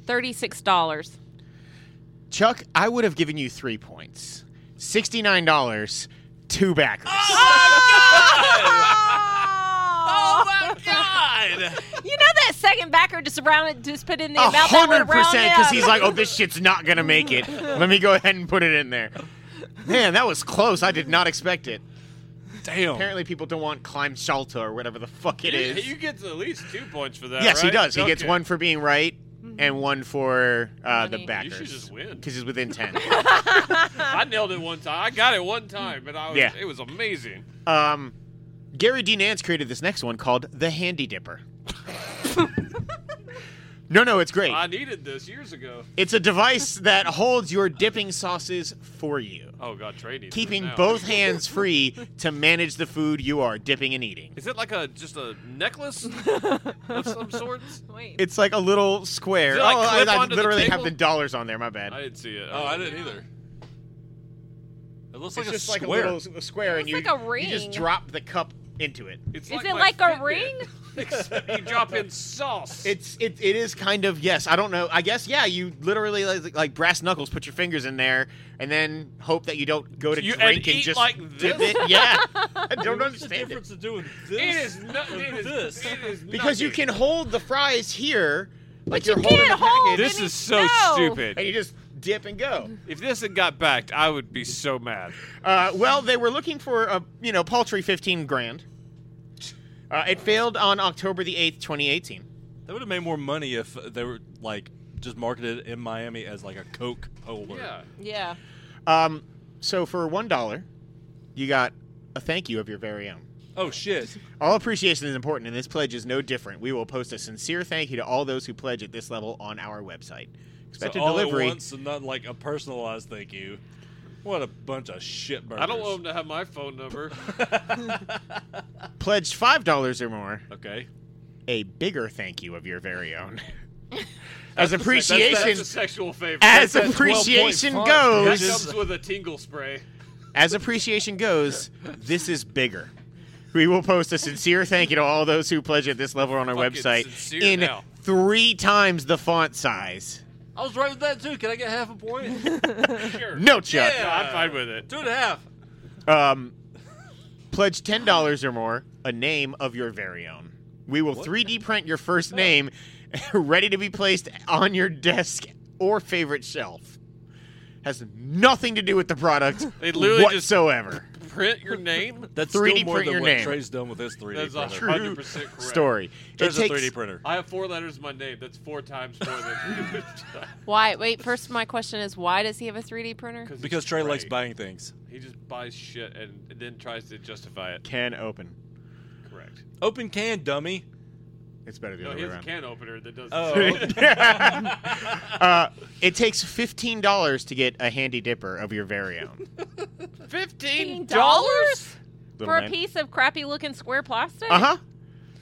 Speaker 4: thirty-six dollars.
Speaker 2: Chuck, I would have given you three points. $69, two backers. Oh
Speaker 5: God.
Speaker 4: You know that second backer just rounded, just put in the
Speaker 2: A
Speaker 4: amount that would
Speaker 2: hundred
Speaker 4: round
Speaker 2: percent, because
Speaker 4: up.
Speaker 2: he's like, "Oh, this shit's not gonna make it. Let me go ahead and put it in there." Man, that was close. I did not expect it.
Speaker 5: Damn.
Speaker 2: Apparently, people don't want climb Shalta or whatever the fuck it
Speaker 1: You-
Speaker 2: is.
Speaker 1: You get at least two points for that.
Speaker 2: yes, he
Speaker 1: right?
Speaker 2: does. He gets
Speaker 1: Okay.
Speaker 2: one for being right and one for uh, the
Speaker 4: Money.
Speaker 1: You should
Speaker 2: backers
Speaker 1: just win.
Speaker 2: because he's within ten.
Speaker 1: I nailed it one time. I got it one time, but I was,
Speaker 2: Yeah.
Speaker 1: it was amazing.
Speaker 2: um, Gary D. Nance created this next one called the Handy Dipper. no, no, it's great.
Speaker 1: I needed this years ago.
Speaker 2: It's a device that holds your dipping sauces for you.
Speaker 1: Oh god, Trey needs
Speaker 2: keeping
Speaker 1: this now.
Speaker 2: both hands free to manage the food you are dipping and eating.
Speaker 1: Is it like a just a necklace of some sorts?
Speaker 4: Wait,
Speaker 2: It's like a little square.
Speaker 1: Does it, like,
Speaker 2: oh,
Speaker 1: clip
Speaker 2: I, I
Speaker 1: onto the
Speaker 2: literally have
Speaker 1: table?
Speaker 2: the dollars on there. My bad.
Speaker 1: I didn't see it.
Speaker 5: Oh, I didn't either. It looks
Speaker 2: it's
Speaker 5: like a
Speaker 2: just
Speaker 5: square.
Speaker 2: like a little s- square, and you,
Speaker 4: looks like a
Speaker 2: you just
Speaker 4: ring.
Speaker 2: drop the cup into it.
Speaker 1: It's
Speaker 4: is
Speaker 1: like
Speaker 4: it
Speaker 1: my
Speaker 4: like a
Speaker 1: Fitbit,
Speaker 4: ring?
Speaker 1: except you drop in sauce.
Speaker 2: It's it, it is kind of yes. I don't know. I guess yeah. You literally like, like brass knuckles, put your fingers in there, and then hope that you don't go to
Speaker 1: You- and
Speaker 2: drink and,
Speaker 1: eat
Speaker 2: just
Speaker 1: like
Speaker 2: dip
Speaker 1: this?
Speaker 2: it. Yeah, I don't
Speaker 5: What's the
Speaker 2: understand it.
Speaker 5: difference of doing this?
Speaker 1: it is not it is
Speaker 5: this.
Speaker 1: It is
Speaker 2: Because you can hold the fries here, like
Speaker 4: you
Speaker 2: you're holding
Speaker 4: can't
Speaker 2: the package,
Speaker 4: hold
Speaker 1: This
Speaker 4: Didn't
Speaker 1: is so
Speaker 4: know.
Speaker 2: and
Speaker 1: stupid.
Speaker 2: you just dip and go.
Speaker 1: If this had got backed, I would be so mad.
Speaker 2: Uh, well, they were looking for a you know paltry fifteen grand. Uh, it failed on October the eighth, twenty eighteen.
Speaker 5: They would have made more money if they were like just marketed in Miami as like a Coke holder.
Speaker 1: Yeah.
Speaker 4: Yeah.
Speaker 2: Um, so for one dollar, you got a thank you of your very own.
Speaker 5: Oh shit.
Speaker 2: All appreciation is important, and this pledge is no different. We will post a sincere thank you to all those who pledge at this level on our website.
Speaker 5: So
Speaker 2: Expected
Speaker 5: all
Speaker 2: delivery.
Speaker 5: at once and not like a personalized thank you. What a bunch of shit burgers.
Speaker 1: I don't want them to have my phone number.
Speaker 2: Pledged five dollars or more,
Speaker 5: Okay.
Speaker 2: a bigger thank you of your very own. As
Speaker 1: That's,
Speaker 2: appreciation,
Speaker 1: that's a sexual favor.
Speaker 2: as
Speaker 1: that,
Speaker 2: appreciation
Speaker 5: 12.5.
Speaker 1: that
Speaker 2: goes,
Speaker 5: That's-
Speaker 1: comes with a tingle spray.
Speaker 2: As appreciation goes, this is bigger. We will post a sincere thank you to all those who pledge at this level on our
Speaker 1: Fucking
Speaker 2: website
Speaker 1: sincere
Speaker 2: in
Speaker 1: now.
Speaker 2: three times the font size.
Speaker 5: I was right with that too. Can I get half a point?
Speaker 1: Sure.
Speaker 2: No, Chuck.
Speaker 1: No, I'm fine with it.
Speaker 5: Two and a half.
Speaker 2: Um, pledge ten dollars or more, a name of your very own. We will 3D print your first name, ready to be placed on your desk or favorite shelf. Has nothing to do with the product
Speaker 1: They literally just-
Speaker 2: whatsoever.
Speaker 1: Print your name.
Speaker 5: That's
Speaker 2: 3D
Speaker 5: still more
Speaker 2: print
Speaker 5: than
Speaker 2: your
Speaker 5: what
Speaker 2: name.
Speaker 5: Trey's done with his 3D
Speaker 1: That's a
Speaker 5: printer.
Speaker 1: hundred percent correct.
Speaker 2: Story. It
Speaker 5: There's
Speaker 2: takes-
Speaker 5: a 3D printer.
Speaker 1: I have four letters in my name. That's four times more than
Speaker 4: Why? Wait. First, my question is, why does he have a 3D printer?
Speaker 1: he's
Speaker 5: Because Trey likes
Speaker 1: great.
Speaker 5: buying things.
Speaker 1: He just buys shit and then tries to justify it.
Speaker 2: Can open.
Speaker 1: Correct.
Speaker 5: Open can, dummy.
Speaker 2: It's better the
Speaker 1: No,
Speaker 2: other
Speaker 1: he
Speaker 2: way
Speaker 1: has a
Speaker 2: around.
Speaker 1: can opener that does.
Speaker 5: Oh.
Speaker 2: uh, it takes fifteen dollars to get a handy dipper of your very own.
Speaker 1: Fifteen
Speaker 4: dollars
Speaker 2: Little
Speaker 4: for a
Speaker 2: man.
Speaker 4: piece of crappy-looking square plastic?
Speaker 2: Uh huh.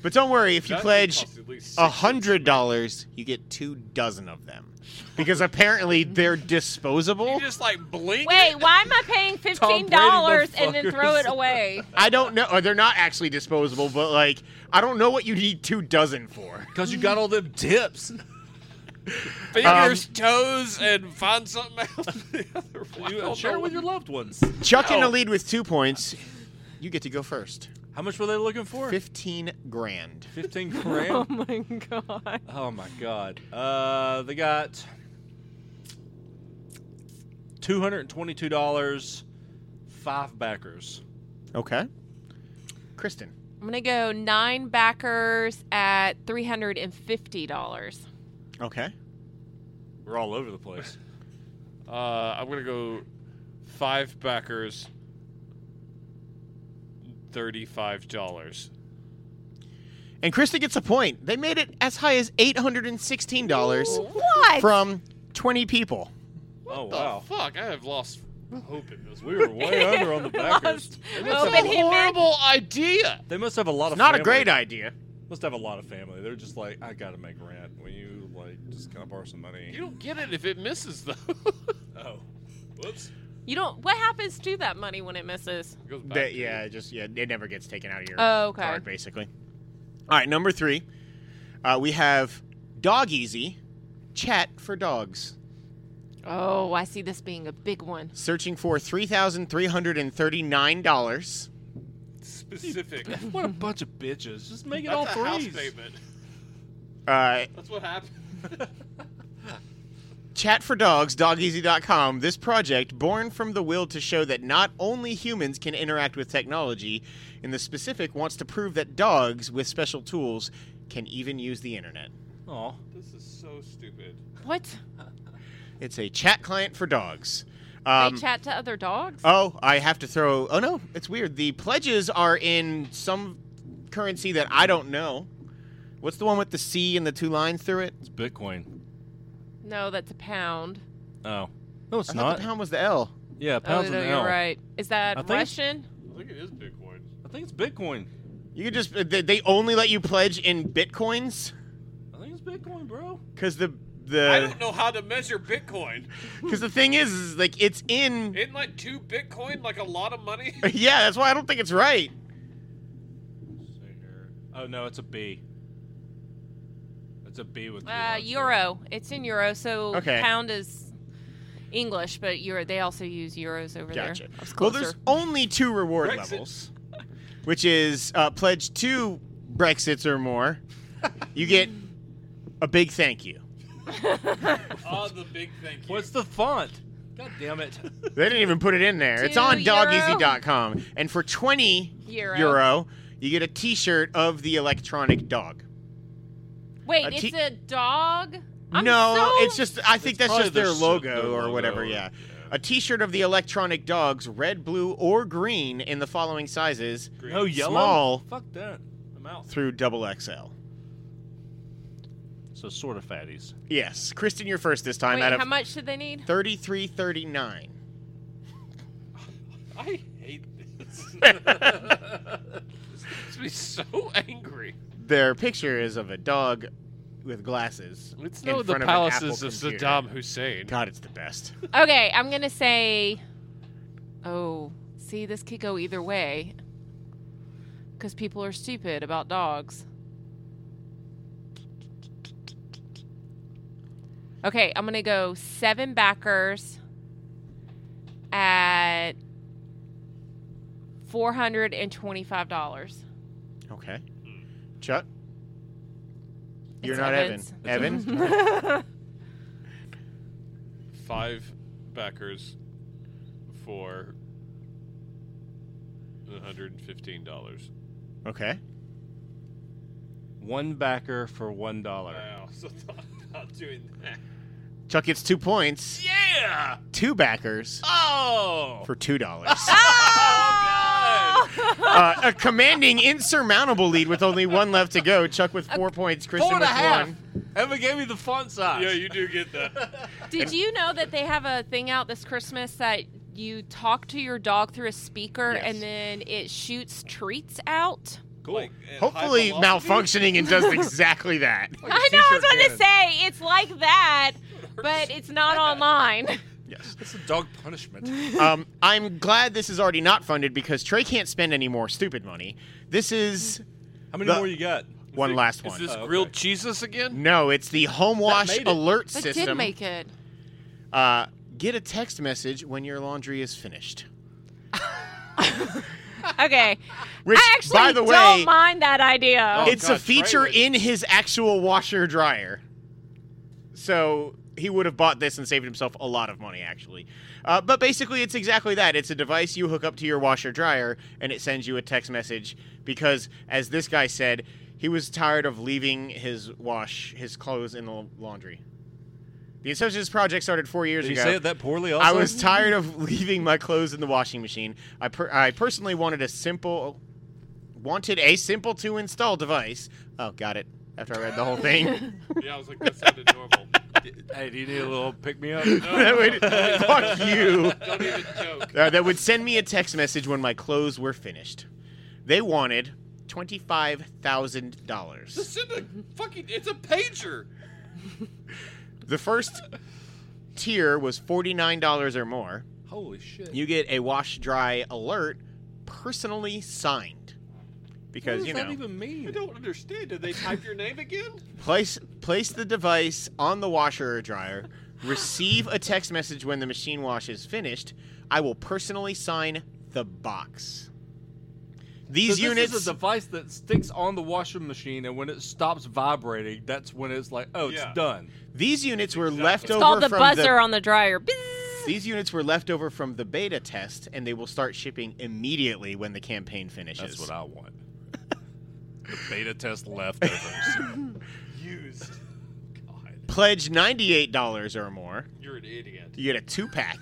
Speaker 2: But don't worry, if you
Speaker 1: That
Speaker 2: pledge
Speaker 1: costs at least
Speaker 2: a
Speaker 1: six
Speaker 2: hundred dollars, you get two dozen of them, because apparently they're
Speaker 1: You
Speaker 2: disposable.
Speaker 1: just like blink.
Speaker 4: Wait, why am I paying
Speaker 5: Tom Brady,
Speaker 4: fifteen dollars and then
Speaker 5: motherfuckers.
Speaker 4: throw it away?
Speaker 2: I don't know. Or they're not actually disposable, but like I don't know what you need two dozen for.
Speaker 5: Because you got all them tips.
Speaker 1: Fingers, toes, and find something else. The other
Speaker 5: You,
Speaker 1: one.
Speaker 5: share with your loved ones.
Speaker 2: Chuck in the
Speaker 1: No.
Speaker 2: lead with two points. You get to go first.
Speaker 5: How much were they looking for?
Speaker 2: Fifteen grand.
Speaker 5: 15 grand.
Speaker 4: Oh my god!
Speaker 5: oh my god. Uh, they got $222, five backers.
Speaker 2: Okay. Kristen.
Speaker 4: I'm gonna go nine backers at three hundred and fifty dollars.
Speaker 2: Okay.
Speaker 5: We're all over the place.
Speaker 1: Uh, I'm gonna go five backers, thirty-five dollars.
Speaker 2: And Krista gets a point. They made it as high as $816
Speaker 4: What?
Speaker 2: from 20 people.
Speaker 1: What
Speaker 5: Oh,
Speaker 1: the
Speaker 5: wow.
Speaker 1: fuck? I have lost hope in this.
Speaker 5: We were way under on the backers.
Speaker 4: Lost. Oh,
Speaker 1: It
Speaker 5: They
Speaker 1: was
Speaker 5: must,
Speaker 1: a
Speaker 4: Hope in
Speaker 5: have a,
Speaker 4: him.
Speaker 1: horrible idea.
Speaker 5: they must have a lot of.
Speaker 2: Not a
Speaker 5: family.
Speaker 2: great idea.
Speaker 5: Must have a lot of family. They're just like, I gotta make rent. Will you like just kind of borrow some money?
Speaker 1: You don't get it if it misses though.
Speaker 5: Oh, whoops.
Speaker 4: You don't. What happens to that money when it misses?
Speaker 1: It goes back
Speaker 2: That,
Speaker 1: to-
Speaker 2: yeah, it just yeah, it never gets taken out of your
Speaker 4: Oh, okay.
Speaker 2: card, basically. All right, number three, uh, we have Dog Easy, chat for dogs.
Speaker 4: Oh, I see this being a big one.
Speaker 2: Searching for three thousand three hundred and thirty-nine dollars.
Speaker 1: Specific.
Speaker 5: What a bunch of bitches. Just make it
Speaker 1: That's a
Speaker 5: all
Speaker 1: house
Speaker 5: threes.
Speaker 1: payment.
Speaker 2: Uh,
Speaker 1: That's what happened.
Speaker 2: Chat for Dogs, dogeasy.com. This project, born from the will to show that not only humans can interact with technology, in the specific, wants to prove that dogs with special tools can even use the internet.
Speaker 5: Aw.
Speaker 1: this is so stupid.
Speaker 4: What?
Speaker 2: It's a chat client for dogs.
Speaker 4: they
Speaker 2: Um,
Speaker 4: chat to other dogs?
Speaker 5: uh,
Speaker 2: oh, I have to throw. Oh, no, it's weird. The pledges are in some currency that I don't know. What's the one with the C and the two lines through it?
Speaker 5: It's Bitcoin.
Speaker 4: no, that's a pound.
Speaker 5: Oh. No, it's
Speaker 2: I thought
Speaker 5: not.
Speaker 2: the pound was the L.
Speaker 5: yeah, pounds
Speaker 4: oh,
Speaker 5: an
Speaker 4: no,
Speaker 5: L.
Speaker 4: you're right. Is
Speaker 5: I
Speaker 4: that
Speaker 5: think it's-
Speaker 4: Russian?
Speaker 1: I think it is Bitcoin.
Speaker 5: I think it's Bitcoin.
Speaker 2: You could just. They they only let you pledge in bitcoins?
Speaker 5: I think it's Bitcoin, bro.
Speaker 2: Because the
Speaker 1: I
Speaker 2: the
Speaker 1: don't know how to measure Bitcoin.
Speaker 2: because the thing is, is like it's in.
Speaker 1: Isn't like two Bitcoin like a lot of money?
Speaker 2: Yeah, that's why I don't think it's right.
Speaker 5: Oh no, it's a B. It's a B with. two
Speaker 4: Uh,
Speaker 5: lines.
Speaker 4: Euro. It's in Euro, so
Speaker 2: Okay.
Speaker 4: pound is English, but Euro. They also use euros over
Speaker 2: Gotcha.
Speaker 4: there. I was
Speaker 2: Well,
Speaker 4: closer.
Speaker 2: there's only two reward
Speaker 1: Brexit.
Speaker 2: levels, which is uh, pledge two Brexits or more, you get a big thank you.
Speaker 1: oh, the big thank you.
Speaker 5: What's the font? God damn it!
Speaker 2: They didn't even put it in there. It's
Speaker 4: Two
Speaker 2: on
Speaker 4: euro.
Speaker 2: dogeasy.com, and for twenty
Speaker 4: Euro.
Speaker 2: euro, you get a T-shirt of the electronic dog.
Speaker 4: Wait,
Speaker 2: a
Speaker 4: it's
Speaker 2: te-
Speaker 4: a dog? I'm
Speaker 2: no,
Speaker 4: so-
Speaker 2: it's just I think
Speaker 5: It's
Speaker 2: that's
Speaker 5: probably
Speaker 2: just
Speaker 5: the
Speaker 2: their
Speaker 5: sh-
Speaker 2: logo,
Speaker 5: the
Speaker 2: or
Speaker 5: logo
Speaker 2: whatever.
Speaker 5: or-
Speaker 2: yeah.
Speaker 5: yeah.
Speaker 2: a T-shirt of the electronic dogs, red, blue, or green, in the following sizes
Speaker 1: Green.
Speaker 5: No yellow.
Speaker 2: Small.
Speaker 5: Fuck that. I'm out.
Speaker 2: through double XL.
Speaker 5: So sort of fatties.
Speaker 2: Yes, Kristen, you're first this time
Speaker 4: Wait,
Speaker 2: out
Speaker 4: how
Speaker 2: of
Speaker 4: much do they need?
Speaker 2: thirty-three, thirty-nine.
Speaker 1: I hate this. this makes me so angry.
Speaker 2: Their picture is of a dog with glasses.
Speaker 1: It's
Speaker 2: in
Speaker 1: not the
Speaker 2: front of an
Speaker 1: palaces
Speaker 2: Apple
Speaker 1: of
Speaker 2: computer.
Speaker 1: Saddam Hussein.
Speaker 2: God, it's the best.
Speaker 4: Okay, I'm gonna say. Oh, see, this could go either way. Because people are stupid about dogs. Okay, I'm gonna go seven backers at four hundred and twenty-five dollars.
Speaker 2: Okay, Chuck, you're
Speaker 4: It's
Speaker 2: not
Speaker 4: Evans.
Speaker 2: Evan. Evan,
Speaker 1: Five backers for $115.
Speaker 2: okay.
Speaker 5: One backer for one dollar.
Speaker 1: Wow, so thought about doing that.
Speaker 2: Chuck gets two points,
Speaker 1: Yeah!
Speaker 2: two backers
Speaker 1: Oh!
Speaker 2: for two dollars.
Speaker 1: Oh,
Speaker 2: uh, a commanding insurmountable lead with only one left to go. Chuck with four points, Kristen
Speaker 5: Four and a
Speaker 2: with
Speaker 5: half.
Speaker 2: one.
Speaker 5: Evan gave me the font size.
Speaker 1: Yeah, you do get that.
Speaker 4: Did you know that they have a thing out this Christmas that you talk to your dog through a speaker
Speaker 2: Yes.
Speaker 4: and then it shoots treats out?
Speaker 5: cool.
Speaker 1: Like, at
Speaker 2: Hopefully
Speaker 1: high velocity?
Speaker 2: malfunctioning and does exactly that.
Speaker 5: Like a
Speaker 4: I know, I was
Speaker 5: t-shirt
Speaker 4: going to
Speaker 5: cannon.
Speaker 4: say it's like that, but it's not online.
Speaker 2: Yes.
Speaker 5: That's a dog punishment.
Speaker 2: Um, I'm glad this is already not funded because Trey can't spend any more stupid money. This is
Speaker 5: How many
Speaker 2: The-
Speaker 5: more you got?
Speaker 2: one
Speaker 1: Is
Speaker 2: last
Speaker 1: this-
Speaker 2: one.
Speaker 1: Is this
Speaker 5: Oh, okay.
Speaker 1: grilled Jesus again?
Speaker 2: no, it's the home wash
Speaker 5: made it.
Speaker 2: alert
Speaker 4: They
Speaker 2: system.
Speaker 4: did make it.
Speaker 2: Uh, get a text message when your laundry is finished.
Speaker 4: Okay.
Speaker 2: Which,
Speaker 4: I actually
Speaker 2: by the
Speaker 4: don't
Speaker 2: way,
Speaker 4: mind that idea.
Speaker 5: Oh,
Speaker 2: it's
Speaker 5: God,
Speaker 2: a
Speaker 5: Trey
Speaker 2: feature
Speaker 5: would-
Speaker 2: in his actual washer dryer. So he would have bought this and saved himself a lot of money, actually. Uh, but basically, it's exactly that. It's a device you hook up to your washer dryer, and it sends you a text message because, as this guy said, he was tired of leaving his wash his clothes in the laundry. The Associates Project started four years
Speaker 5: Did you
Speaker 2: ago.
Speaker 5: say it that poorly? Also,
Speaker 2: I was tired of leaving my clothes in the washing machine. I per- I personally wanted a simple wanted a simple to install device. Oh, got it. After I read the whole thing.
Speaker 1: Yeah, I was like, that sounded normal.
Speaker 5: hey, do you need a little pick me up?
Speaker 2: That would- fuck you.
Speaker 1: Don't even joke.
Speaker 2: Uh, that would send me a text message when my clothes were finished. They wanted twenty-five thousand dollars.
Speaker 1: Just send a fucking. It's a pager.
Speaker 2: The first tier was forty-nine dollars or more.
Speaker 5: Holy shit!
Speaker 2: You get a wash dry alert, personally signed,
Speaker 5: what
Speaker 2: because
Speaker 5: does
Speaker 2: you
Speaker 5: that
Speaker 2: know
Speaker 5: even
Speaker 1: I
Speaker 5: mean?
Speaker 1: don't understand. Did they type your name again?
Speaker 2: place place the device on the washer or dryer. Receive a text message when the machine wash is finished. I will personally sign the box. These
Speaker 5: So
Speaker 2: units
Speaker 5: This is a device that sticks on the washing machine, and when it stops vibrating, that's when it's like, oh, it's
Speaker 1: Yeah.
Speaker 5: done.
Speaker 2: These units were
Speaker 1: Exactly.
Speaker 2: left
Speaker 1: It's
Speaker 4: It's
Speaker 2: over
Speaker 4: called the
Speaker 2: from
Speaker 4: buzzer
Speaker 2: the
Speaker 4: on the dryer. Bzzz.
Speaker 2: these units were left over from the beta test, and they will start shipping immediately when the campaign finishes.
Speaker 5: That's what I want. the beta test leftovers.
Speaker 1: Used. God,
Speaker 2: Pledge ninety-eight dollars or more.
Speaker 1: you're an idiot.
Speaker 2: You get a two-pack.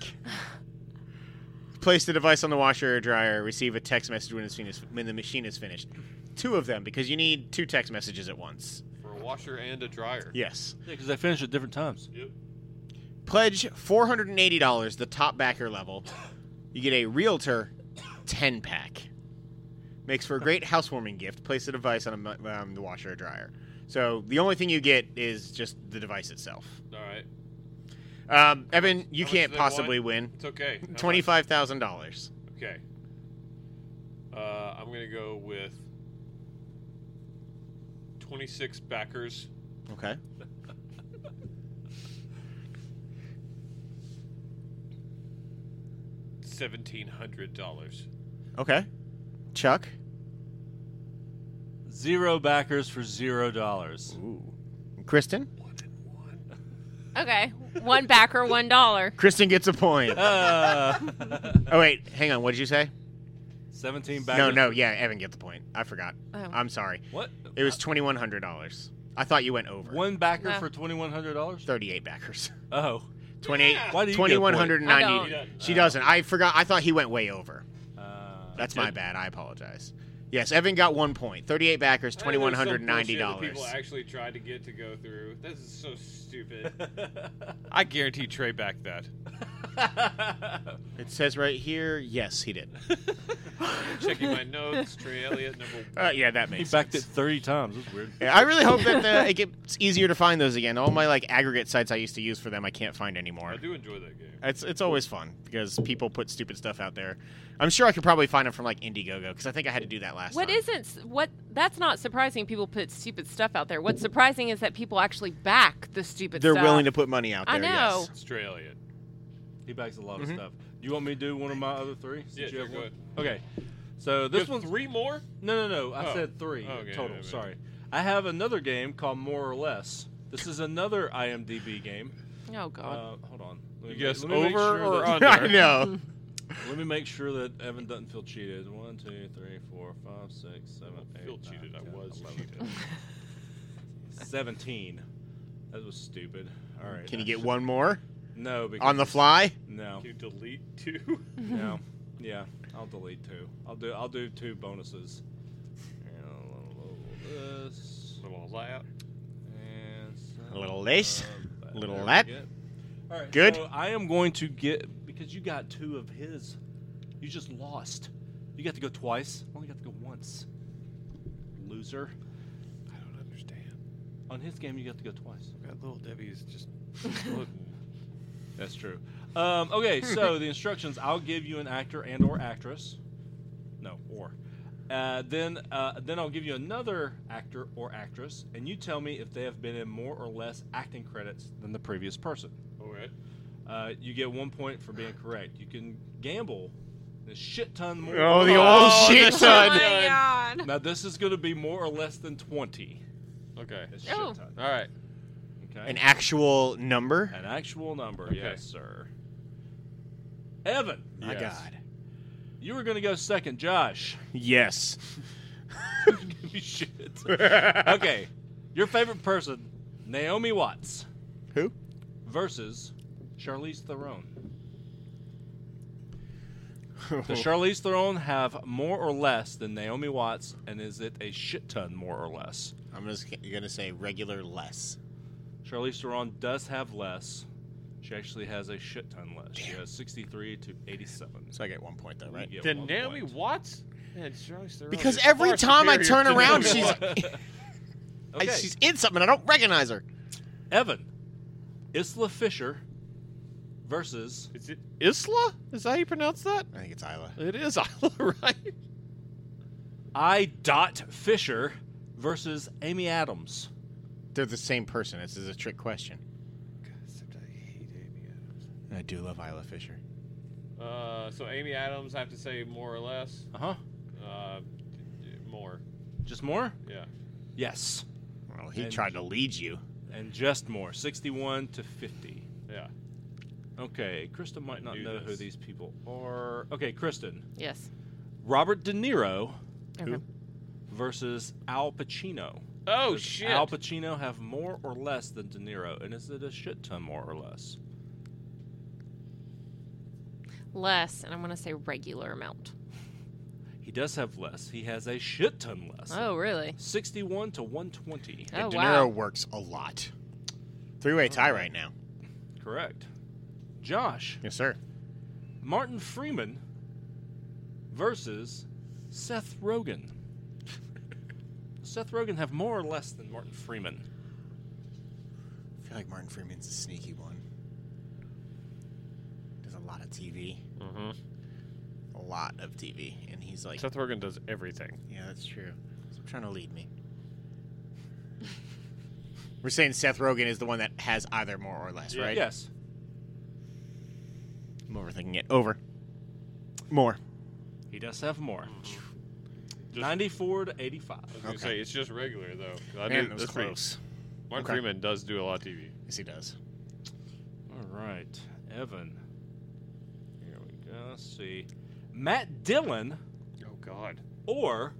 Speaker 2: Place the device on the washer or dryer. Receive a text message when, it's finished, when the machine is finished. Two of them, because you need two text messages at once.
Speaker 1: For a washer and a dryer.
Speaker 2: Yes.
Speaker 5: Yeah, because they finish at different times.
Speaker 1: Yep.
Speaker 2: Pledge four hundred and eighty dollars, the top backer level. You get a realtor ten pack. Makes for a great housewarming gift. Place the device on a, mu- um, the washer or dryer. So the only thing you get is just the device itself.
Speaker 1: All right.
Speaker 2: Um, Evan, you
Speaker 1: How much
Speaker 2: can't
Speaker 1: do they want?
Speaker 2: possibly win.
Speaker 1: It's okay. How much?
Speaker 2: Twenty-five thousand dollars.
Speaker 1: Okay. Uh, I'm gonna go with 26 backers.
Speaker 2: Okay.
Speaker 1: Seventeen hundred dollars.
Speaker 2: Okay. Chuck.
Speaker 5: Zero backers for zero dollars.
Speaker 2: Ooh. Kristen.
Speaker 1: One and one.
Speaker 4: Okay, one backer, one dollar.
Speaker 2: Kristen gets a point.
Speaker 5: Uh,
Speaker 2: Oh wait, hang on. What did you say?
Speaker 5: 17 backers.
Speaker 2: No, no. Yeah, Evan gets the point. I forgot.
Speaker 4: Oh.
Speaker 2: I'm sorry.
Speaker 5: What?
Speaker 2: It was twenty-one hundred dollars. I thought you went over.
Speaker 5: One backer
Speaker 4: Nah.
Speaker 5: for $2,100?
Speaker 2: Thirty-eight backers.
Speaker 5: Oh.
Speaker 2: Twenty-eight.
Speaker 5: Why do you get a point?
Speaker 2: 2190.
Speaker 4: I don't.
Speaker 2: She doesn't. I forgot. I thought he went way over.
Speaker 5: Uh,
Speaker 2: That's my bad. I apologize. Yes, Evan got one point. Thirty-eight
Speaker 1: I know there's
Speaker 2: backers, twenty-one
Speaker 1: some
Speaker 2: hundred ninety
Speaker 1: bullshit that
Speaker 2: dollars.
Speaker 1: People actually tried to get to go through. This is so stupid. I guarantee Trey backed that.
Speaker 2: It says right here. Yes, he did.
Speaker 1: Checking my notes. Trey Elliott number one.
Speaker 2: Uh, yeah, that
Speaker 5: he
Speaker 2: makes
Speaker 5: backed it
Speaker 2: sense.
Speaker 5: 30 times. That's weird.
Speaker 2: Yeah, I really hope that the, it gets easier to find those again. All my like aggregate sites I used to use for them, I can't find
Speaker 1: I
Speaker 2: anymore.
Speaker 1: do enjoy that game.
Speaker 2: It's it's always fun because people put stupid stuff out there. I'm sure I could probably find them from like Indiegogo because I think I had to do that last.
Speaker 4: What
Speaker 2: time.
Speaker 4: isn't s- what? That's not surprising. People put stupid stuff out there. What's surprising is that people actually back the stupid.
Speaker 2: They're
Speaker 4: stuff.
Speaker 2: willing to put money out there.
Speaker 4: I know.
Speaker 2: Yes.
Speaker 1: It's Trey Elliott.
Speaker 5: He backs a lot
Speaker 2: Mhm.
Speaker 5: of stuff. You want me to do one of my other three?
Speaker 1: Yeah,
Speaker 5: Since you
Speaker 1: sure,
Speaker 5: have
Speaker 1: go
Speaker 5: one?
Speaker 1: ahead.
Speaker 5: Okay. So this
Speaker 1: Just
Speaker 5: one's
Speaker 1: three more.
Speaker 5: No, no, no. I
Speaker 1: Oh.
Speaker 5: said three
Speaker 1: Okay,
Speaker 5: total.
Speaker 1: yeah, yeah.
Speaker 5: Sorry. I have another game called More or Less. This is another IMDb game.
Speaker 4: Oh God.
Speaker 5: Uh, hold on. Let
Speaker 1: You
Speaker 5: me-
Speaker 1: guess
Speaker 5: let me make
Speaker 1: over
Speaker 5: sure
Speaker 1: or
Speaker 5: that-
Speaker 1: under?
Speaker 2: I know.
Speaker 5: Let me make sure that Evan doesn't feel cheated. One, two, three, four, five, six, seven,
Speaker 1: I
Speaker 5: eight.
Speaker 1: feel
Speaker 5: nine,
Speaker 1: cheated. I
Speaker 5: 10,
Speaker 1: was
Speaker 5: 11.
Speaker 1: cheated.
Speaker 5: Seventeen. That was stupid. All right.
Speaker 2: Can you
Speaker 5: I
Speaker 2: get
Speaker 5: should-
Speaker 2: one more
Speaker 5: No. Because
Speaker 2: on the fly?
Speaker 5: No.
Speaker 1: You delete two.
Speaker 5: No. Yeah, I'll delete two. I'll do. I'll do two bonuses. And a little of this,
Speaker 1: Little layout.
Speaker 5: and some
Speaker 2: A little this,
Speaker 5: of
Speaker 2: a little
Speaker 5: There we
Speaker 2: that.
Speaker 5: go. All right.
Speaker 2: Good.
Speaker 5: So I am going to get because you got two of his. You just lost. You got to go twice. I only got to go once. Loser.
Speaker 1: I don't understand.
Speaker 5: On his game, you got to go twice.
Speaker 1: That little Debbie's just.
Speaker 5: That's true. Um, okay, so the instructions: I'll give you an actor and/or actress. No, or. Uh, then, uh, then I'll give you another actor or actress, and you tell me if they have been in more or less acting credits than the previous person.
Speaker 1: All right.
Speaker 5: Uh, you get one point for being correct. You can gamble a shit ton more.
Speaker 2: Oh, the
Speaker 1: Oh,
Speaker 2: old shit
Speaker 1: the-
Speaker 4: oh
Speaker 2: ton.
Speaker 4: my God.
Speaker 5: Now this is going to be more or less than twenty.
Speaker 1: Okay.
Speaker 5: That's
Speaker 4: Oh.
Speaker 5: shit ton.
Speaker 1: All right.
Speaker 5: Okay.
Speaker 2: An actual number?
Speaker 5: An actual number,
Speaker 1: Okay.
Speaker 5: yes, sir. Evan,
Speaker 2: My
Speaker 1: Yes.
Speaker 2: God.
Speaker 5: you were going to go second, Josh.
Speaker 2: Yes.
Speaker 5: Shit. okay, your favorite person, Naomi Watts,
Speaker 2: Who?
Speaker 5: versus Charlize Theron. Does Charlize Theron have more or less than Naomi Watts, and is it a shit ton more or less?
Speaker 2: I'm just g- gonna say regular less.
Speaker 5: Charlize Theron does have less. She actually has a shit ton less. She has 63 to 87.
Speaker 2: So I get one point though, right?
Speaker 5: You get
Speaker 1: Then
Speaker 5: one
Speaker 1: Naomi
Speaker 5: point.
Speaker 1: Watts? Man, Charlize Theron
Speaker 2: Because
Speaker 1: is
Speaker 2: every
Speaker 1: far
Speaker 2: time I
Speaker 1: superior
Speaker 2: turn
Speaker 1: to
Speaker 2: around,
Speaker 1: Naomi
Speaker 2: she's
Speaker 1: Watts.
Speaker 5: Okay.
Speaker 2: I, she's in something. I don't recognize her.
Speaker 5: Evan, Isla Fisher versus
Speaker 1: Is it Isla? Is that how you pronounce that?
Speaker 2: I think it's Isla.
Speaker 1: It is Isla, right?
Speaker 5: I. Dot Fisher versus Amy Adams.
Speaker 2: They're the same person. This is a trick question.
Speaker 1: I hate Amy Adams.
Speaker 2: I do love Isla Fisher.
Speaker 1: Uh, so Amy Adams, I have to say more or less.
Speaker 5: Uh huh.
Speaker 1: Uh, more,
Speaker 5: Just more?
Speaker 1: yeah.
Speaker 5: Yes.
Speaker 2: Well, he
Speaker 5: And-
Speaker 2: tried to lead you.
Speaker 5: And just more. 61 to 50.
Speaker 1: Yeah.
Speaker 5: Okay, Kristen might not
Speaker 1: knew
Speaker 5: know who
Speaker 1: this.
Speaker 5: these people are. Okay, Kristen.
Speaker 4: Yes.
Speaker 5: Robert De Niro
Speaker 4: Okay.
Speaker 5: versus Al Pacino.
Speaker 1: Oh
Speaker 5: Does
Speaker 1: shit!
Speaker 5: Al Pacino have more or less than De Niro, and is it a shit ton more or less?
Speaker 4: Less, and I'm gonna say regular amount.
Speaker 5: He does have less. He has a shit ton less.
Speaker 4: Oh, really?
Speaker 5: 61 to 120.
Speaker 4: Oh,
Speaker 2: De
Speaker 4: wow.
Speaker 2: Niro works a lot. Three way tie right now.
Speaker 5: Correct. Josh,
Speaker 2: Yes, sir.
Speaker 5: Martin Freeman versus Seth Rogen. Does Seth Rogen have more or less than Martin Freeman.
Speaker 2: I feel like Martin Freeman's a sneaky one. Does a lot of TV.
Speaker 1: hmm
Speaker 2: A lot of TV. And he's like,
Speaker 1: Seth Rogen does everything.
Speaker 2: yeah, that's true. Stop trying to lead me. We're saying Seth Rogen is the one that has either more or less, right?
Speaker 5: Yes.
Speaker 2: I'm overthinking it. Over. More.
Speaker 5: He does have more. 94 to 85.
Speaker 1: I was gonna
Speaker 2: Okay.
Speaker 1: say it's just regular though. 'cause I
Speaker 2: Man,
Speaker 1: knew
Speaker 2: that was
Speaker 1: this one-
Speaker 2: close.
Speaker 1: Mark
Speaker 2: Okay.
Speaker 1: Freeman does do a lot of TV.
Speaker 2: Yes, he does.
Speaker 5: All right, Evan. Here we go. Let's see. Matt Dillon
Speaker 1: Oh god.
Speaker 5: or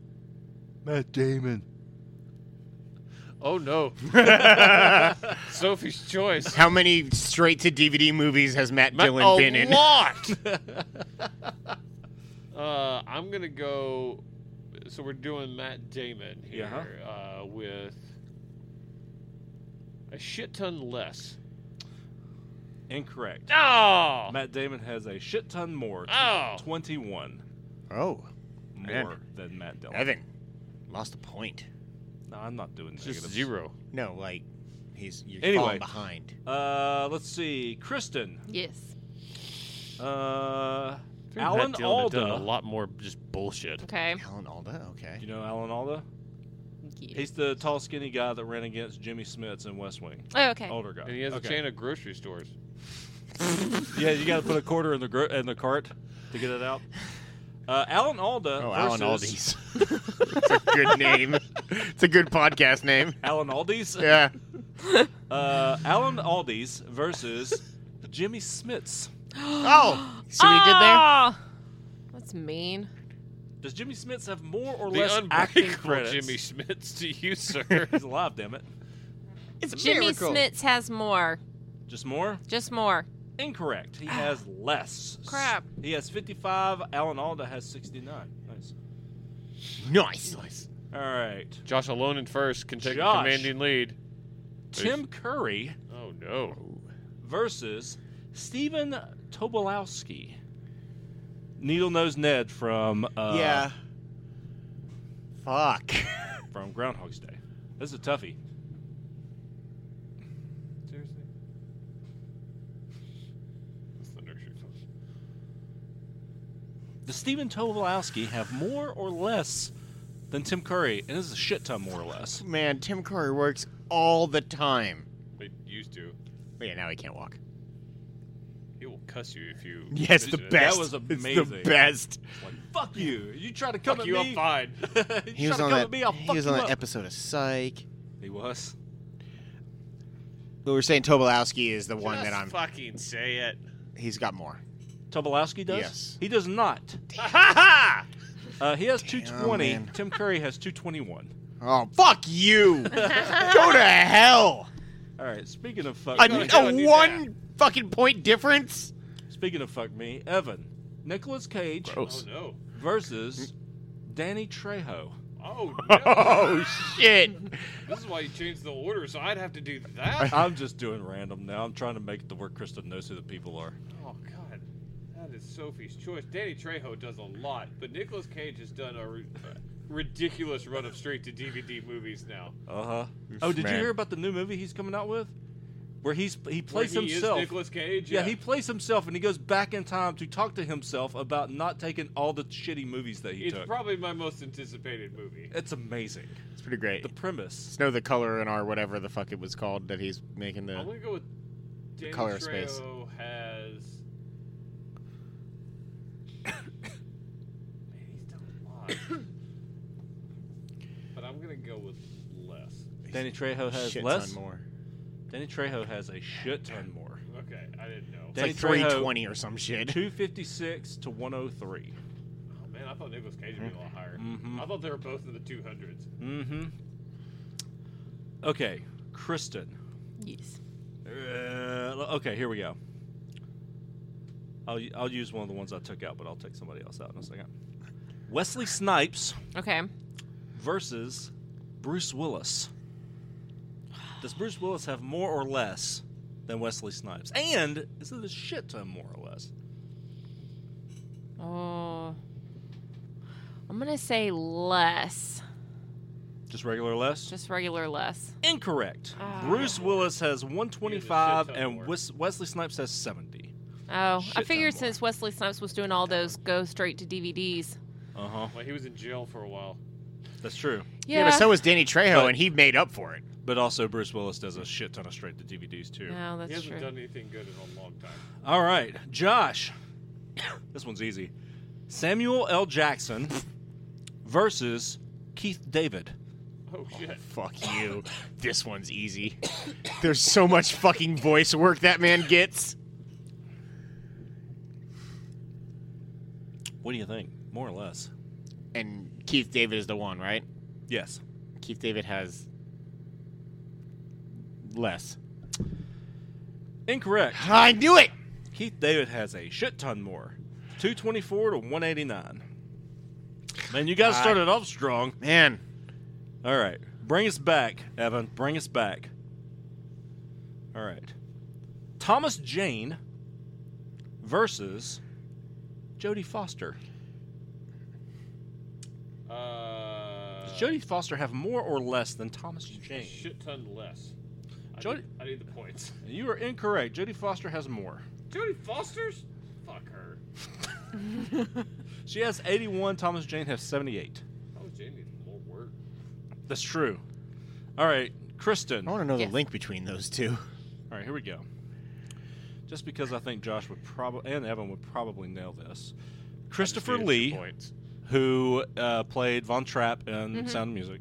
Speaker 6: Matt Damon.
Speaker 1: Oh no. Sophie's choice.
Speaker 2: How many straight to DVD movies has Matt
Speaker 1: Ma-
Speaker 5: oh,
Speaker 2: Dillon
Speaker 1: a
Speaker 2: been in?
Speaker 1: lot. uh, I'm gonna go. So we're doing Matt Damon here uh, with a shit ton less.
Speaker 5: incorrect.
Speaker 1: Oh,
Speaker 5: Matt Damon has a shit ton more. tw-
Speaker 1: Oh.
Speaker 5: 21
Speaker 2: Oh,
Speaker 5: more
Speaker 2: Man.
Speaker 5: than Matt Dillon.
Speaker 2: Evan lost a point.
Speaker 5: No, I'm not doing
Speaker 1: it's just
Speaker 5: negatives.
Speaker 1: zero.
Speaker 2: No, like he's you're
Speaker 5: Anyway.
Speaker 2: falling behind.
Speaker 5: Uh, let's see. Kristen.
Speaker 4: Yes.
Speaker 5: Uh,
Speaker 1: Matt
Speaker 5: Alan
Speaker 1: Dillon had done a
Speaker 5: Alda.
Speaker 1: lot more just bullshit.
Speaker 4: Okay.
Speaker 2: Alan Alda, okay.
Speaker 5: You know Alan Alda?
Speaker 4: Yeah.
Speaker 5: He's the tall, skinny guy that ran against Jimmy Smits in West Wing.
Speaker 4: Oh, okay.
Speaker 5: Older guy.
Speaker 1: And he has
Speaker 5: Okay.
Speaker 1: a chain of grocery stores.
Speaker 5: Yeah, you got to put a quarter in the gro- in the cart to get it out. Uh, Alan Alda
Speaker 2: Oh,
Speaker 5: versus
Speaker 2: Alan Aldi's. it's a good name. It's a good podcast name.
Speaker 5: Alan Aldi's.
Speaker 2: Yeah.
Speaker 5: Uh, Alan Aldi's versus Jimmy Smits.
Speaker 2: Oh, see what he did there?
Speaker 4: Ah! That's mean.
Speaker 5: Does Jimmy Smits have more or
Speaker 1: The
Speaker 5: less acting
Speaker 1: unbreakable
Speaker 5: credits?
Speaker 1: Jimmy Smits to you, sir.
Speaker 5: He's alive, damn it.
Speaker 2: It's a
Speaker 4: Jimmy
Speaker 2: miracle.
Speaker 4: Smits has more.
Speaker 5: Just more
Speaker 4: Just more.
Speaker 5: incorrect. He has less.
Speaker 4: Crap.
Speaker 5: He has 55. Alan Alda has 69. Nice.
Speaker 2: Nice. nice.
Speaker 5: All right.
Speaker 1: Josh alone in first can take
Speaker 5: Josh.
Speaker 1: a commanding lead.
Speaker 5: Tim Curry
Speaker 1: Oh no.
Speaker 5: versus Stephen Tobolowski. Needle Nose Ned from uh,
Speaker 2: yeah. Fuck.
Speaker 5: from Groundhog's Day. This is a toughie.
Speaker 1: Seriously. That's the nursery song.
Speaker 5: Does Stephen Tobolowski have more or less than Tim Curry? And this is a shit ton more or less.
Speaker 2: Man, Tim Curry works all the time.
Speaker 1: They used to.
Speaker 2: But yeah, now he can't walk.
Speaker 1: He will cuss you if you.
Speaker 2: Yeah, it's the
Speaker 1: mention it.
Speaker 2: best.
Speaker 5: was
Speaker 2: It's the
Speaker 5: amazing.
Speaker 2: best.
Speaker 5: Like, fuck you. You try to come
Speaker 1: Fuck
Speaker 5: at
Speaker 1: you, I'm
Speaker 5: me.
Speaker 1: fine.
Speaker 5: you
Speaker 2: He
Speaker 5: try
Speaker 2: was
Speaker 5: to
Speaker 2: on
Speaker 5: come
Speaker 2: that.
Speaker 5: at me, I'll
Speaker 2: he
Speaker 5: fuck
Speaker 2: was
Speaker 5: you
Speaker 2: on that
Speaker 5: up.
Speaker 2: episode of Psych.
Speaker 5: he was.
Speaker 2: But we're saying Tobolowski is the one
Speaker 1: Just
Speaker 2: that I'm.
Speaker 1: fucking say it.
Speaker 2: He's got more.
Speaker 5: Tobolowski does?
Speaker 2: Yes.
Speaker 5: He does not.
Speaker 1: Ha ha
Speaker 5: Uh, he has
Speaker 2: Damn,
Speaker 5: 220.
Speaker 2: man.
Speaker 5: Tim Curry has 221.
Speaker 2: Oh, fuck you! Go to hell!
Speaker 5: All right, speaking of fuck
Speaker 2: A,
Speaker 5: me.
Speaker 1: no.
Speaker 2: a
Speaker 1: do
Speaker 2: one fucking point difference?
Speaker 5: Speaking of fuck me, Evan. Nicolas Cage
Speaker 1: ha! Oh no.
Speaker 5: versus Danny Trejo.
Speaker 1: Oh, no.
Speaker 2: Oh shit!
Speaker 1: this is why you changed the order, so I'd have to do that.
Speaker 5: I'm just doing random now. I'm trying to make the work Krista knows who the people are.
Speaker 1: Oh God, that is Sophie's choice. Danny Trejo does a lot, but Nicolas Cage has done a ri- ridiculous run of straight to DVD movies now.
Speaker 5: Uh huh. Oh, did you
Speaker 2: Man.
Speaker 5: hear about the new movie he's coming out with? Where he's he plays
Speaker 1: Where he
Speaker 5: himself.
Speaker 1: Is Nicolas Cage.
Speaker 5: yeah, he plays himself and he goes back in time to talk to himself about not taking all the shitty movies that he
Speaker 1: It's
Speaker 5: took.
Speaker 1: probably my most anticipated movie.
Speaker 5: it's amazing.
Speaker 2: It's pretty great.
Speaker 5: The premise.
Speaker 2: Snow the color and our whatever the fuck it was called that he's making
Speaker 1: I'm
Speaker 2: the.
Speaker 1: gonna go with Danny Color
Speaker 2: color of space.
Speaker 1: Trejo has. Man, he's done a lot. but I'm gonna go with less.
Speaker 5: Danny Trejo has
Speaker 2: shit
Speaker 5: less.
Speaker 2: ton more.
Speaker 5: Danny Trejo has a shit ton more.
Speaker 1: Okay, I didn't know.
Speaker 2: It's like
Speaker 5: Danny Trejo-
Speaker 2: 320 or some shit.
Speaker 5: 256 to 103.
Speaker 1: Oh man, I thought Nicolas Cage would be a lot higher.
Speaker 2: Mm-hmm.
Speaker 5: Mhm.
Speaker 1: I thought they were both in the 200s.
Speaker 5: Mm-hmm. Okay, Kristen.
Speaker 4: Yes.
Speaker 5: Uh, okay, here we go. I'll I'll use one of the ones I took out, but I'll take somebody else out in a second. Wesley Snipes
Speaker 4: Okay.
Speaker 5: versus Bruce Willis. Does Bruce Willis have more or less than Wesley Snipes? And is it a shit ton more or less?
Speaker 4: Oh. I'm gonna say less.
Speaker 5: Just regular less?
Speaker 4: Just regular less.
Speaker 5: Incorrect.
Speaker 4: Ah.
Speaker 5: Bruce Willis has 125
Speaker 1: ton
Speaker 5: and
Speaker 1: more.
Speaker 5: Wes- Wesley Snipes has 70.
Speaker 4: Oh,
Speaker 5: Shit
Speaker 4: I
Speaker 5: ton
Speaker 4: figured
Speaker 5: more.
Speaker 4: since Wesley Snipes was doing all those go straight to DVDs.
Speaker 5: Uh huh.
Speaker 1: Well, he was in jail for a while.
Speaker 5: That's true.
Speaker 4: Yeah.
Speaker 2: but so was Danny Trejo,
Speaker 5: But-
Speaker 2: and he made up for it.
Speaker 5: But also, Bruce Willis does a shit ton of straight to DVDs too.
Speaker 4: no,
Speaker 1: he
Speaker 4: that's
Speaker 1: hasn't
Speaker 4: true.
Speaker 1: done anything good in a long time.
Speaker 5: All right, Josh. this one's easy. Samuel L. Jackson versus Keith David.
Speaker 1: Oh shit.
Speaker 2: Fuck you. this one's easy. There's so much fucking voice work that man gets.
Speaker 5: What do you think? More or less?
Speaker 2: And Keith David is the one, right?
Speaker 5: Yes.
Speaker 2: Keith David has less.
Speaker 5: Incorrect.
Speaker 2: I knew it.
Speaker 5: Keith David has a shit ton more. 224 to 189. Man, you guys
Speaker 2: God.
Speaker 5: started off strong.
Speaker 2: Man,
Speaker 5: All right. Bring us back, Evan. Bring us back. All right. Thomas Jane versus Jodie Foster.
Speaker 1: Uh,
Speaker 5: Does Jodie Foster have more or less than Thomas
Speaker 1: a
Speaker 5: Jane?
Speaker 1: shit ton less. I,
Speaker 5: Jody-
Speaker 1: need, I need the points.
Speaker 5: You are incorrect. Jodie Foster has more.
Speaker 1: Jodie Foster's? Fuck her.
Speaker 5: She has 81. Thomas Jane has 78.
Speaker 1: Oh, Jane needs more work.
Speaker 5: That's true. All right, Kristen.
Speaker 2: I
Speaker 5: All
Speaker 2: want to know
Speaker 4: Yes.
Speaker 2: the link between those two.
Speaker 5: right, here we go. Just because I think Josh would probably and Evan would probably nail this. Christopher Lee, who uh, played Von Trapp in Sound of Music.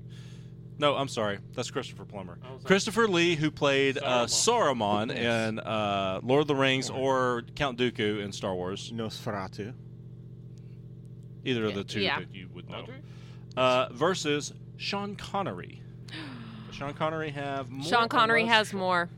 Speaker 5: No, I'm sorry. That's Christopher Plummer.
Speaker 1: Oh, sorry.
Speaker 5: Christopher Lee, who played uh, Saruman in uh, Lord of the Rings or Count Dooku in Star Wars.
Speaker 2: Nosferatu.
Speaker 5: Either of
Speaker 4: Yeah,
Speaker 5: the two
Speaker 4: yeah.
Speaker 5: that you would know.
Speaker 1: Andre?
Speaker 5: Uh, versus Sean Connery. Does Sean Connery have more
Speaker 4: Sean
Speaker 5: or
Speaker 4: Connery
Speaker 5: less?
Speaker 4: has more.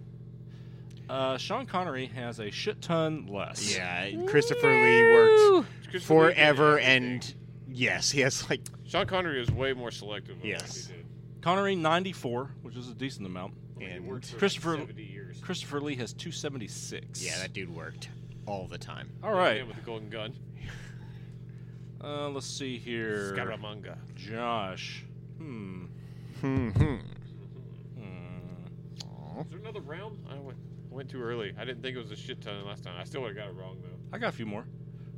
Speaker 5: Uh, Sean Connery has a shit ton less.
Speaker 2: Yeah, Christopher Lee worked
Speaker 4: Woo!
Speaker 1: Christopher Lee did
Speaker 2: forever,
Speaker 1: everything.
Speaker 2: and yes, he has like
Speaker 1: Sean Connery is way more selective. Than
Speaker 2: Yes.
Speaker 1: What he did.
Speaker 5: Connery 94, which is a decent amount.
Speaker 1: I mean, he
Speaker 2: And
Speaker 1: worked for
Speaker 5: Christopher-
Speaker 1: 70 years.
Speaker 5: Christopher Lee has 276.
Speaker 2: yeah, that dude worked all the time.
Speaker 5: All right.
Speaker 1: Man with the golden gun.
Speaker 5: Uh, let's see here.
Speaker 1: Scaramanga.
Speaker 5: Josh. Hmm.
Speaker 2: Mm-hmm.
Speaker 5: Hmm.
Speaker 1: Is there another round? I went, went too early. I didn't think it was a shit ton last time. I still would have got it wrong though.
Speaker 5: I got a few more.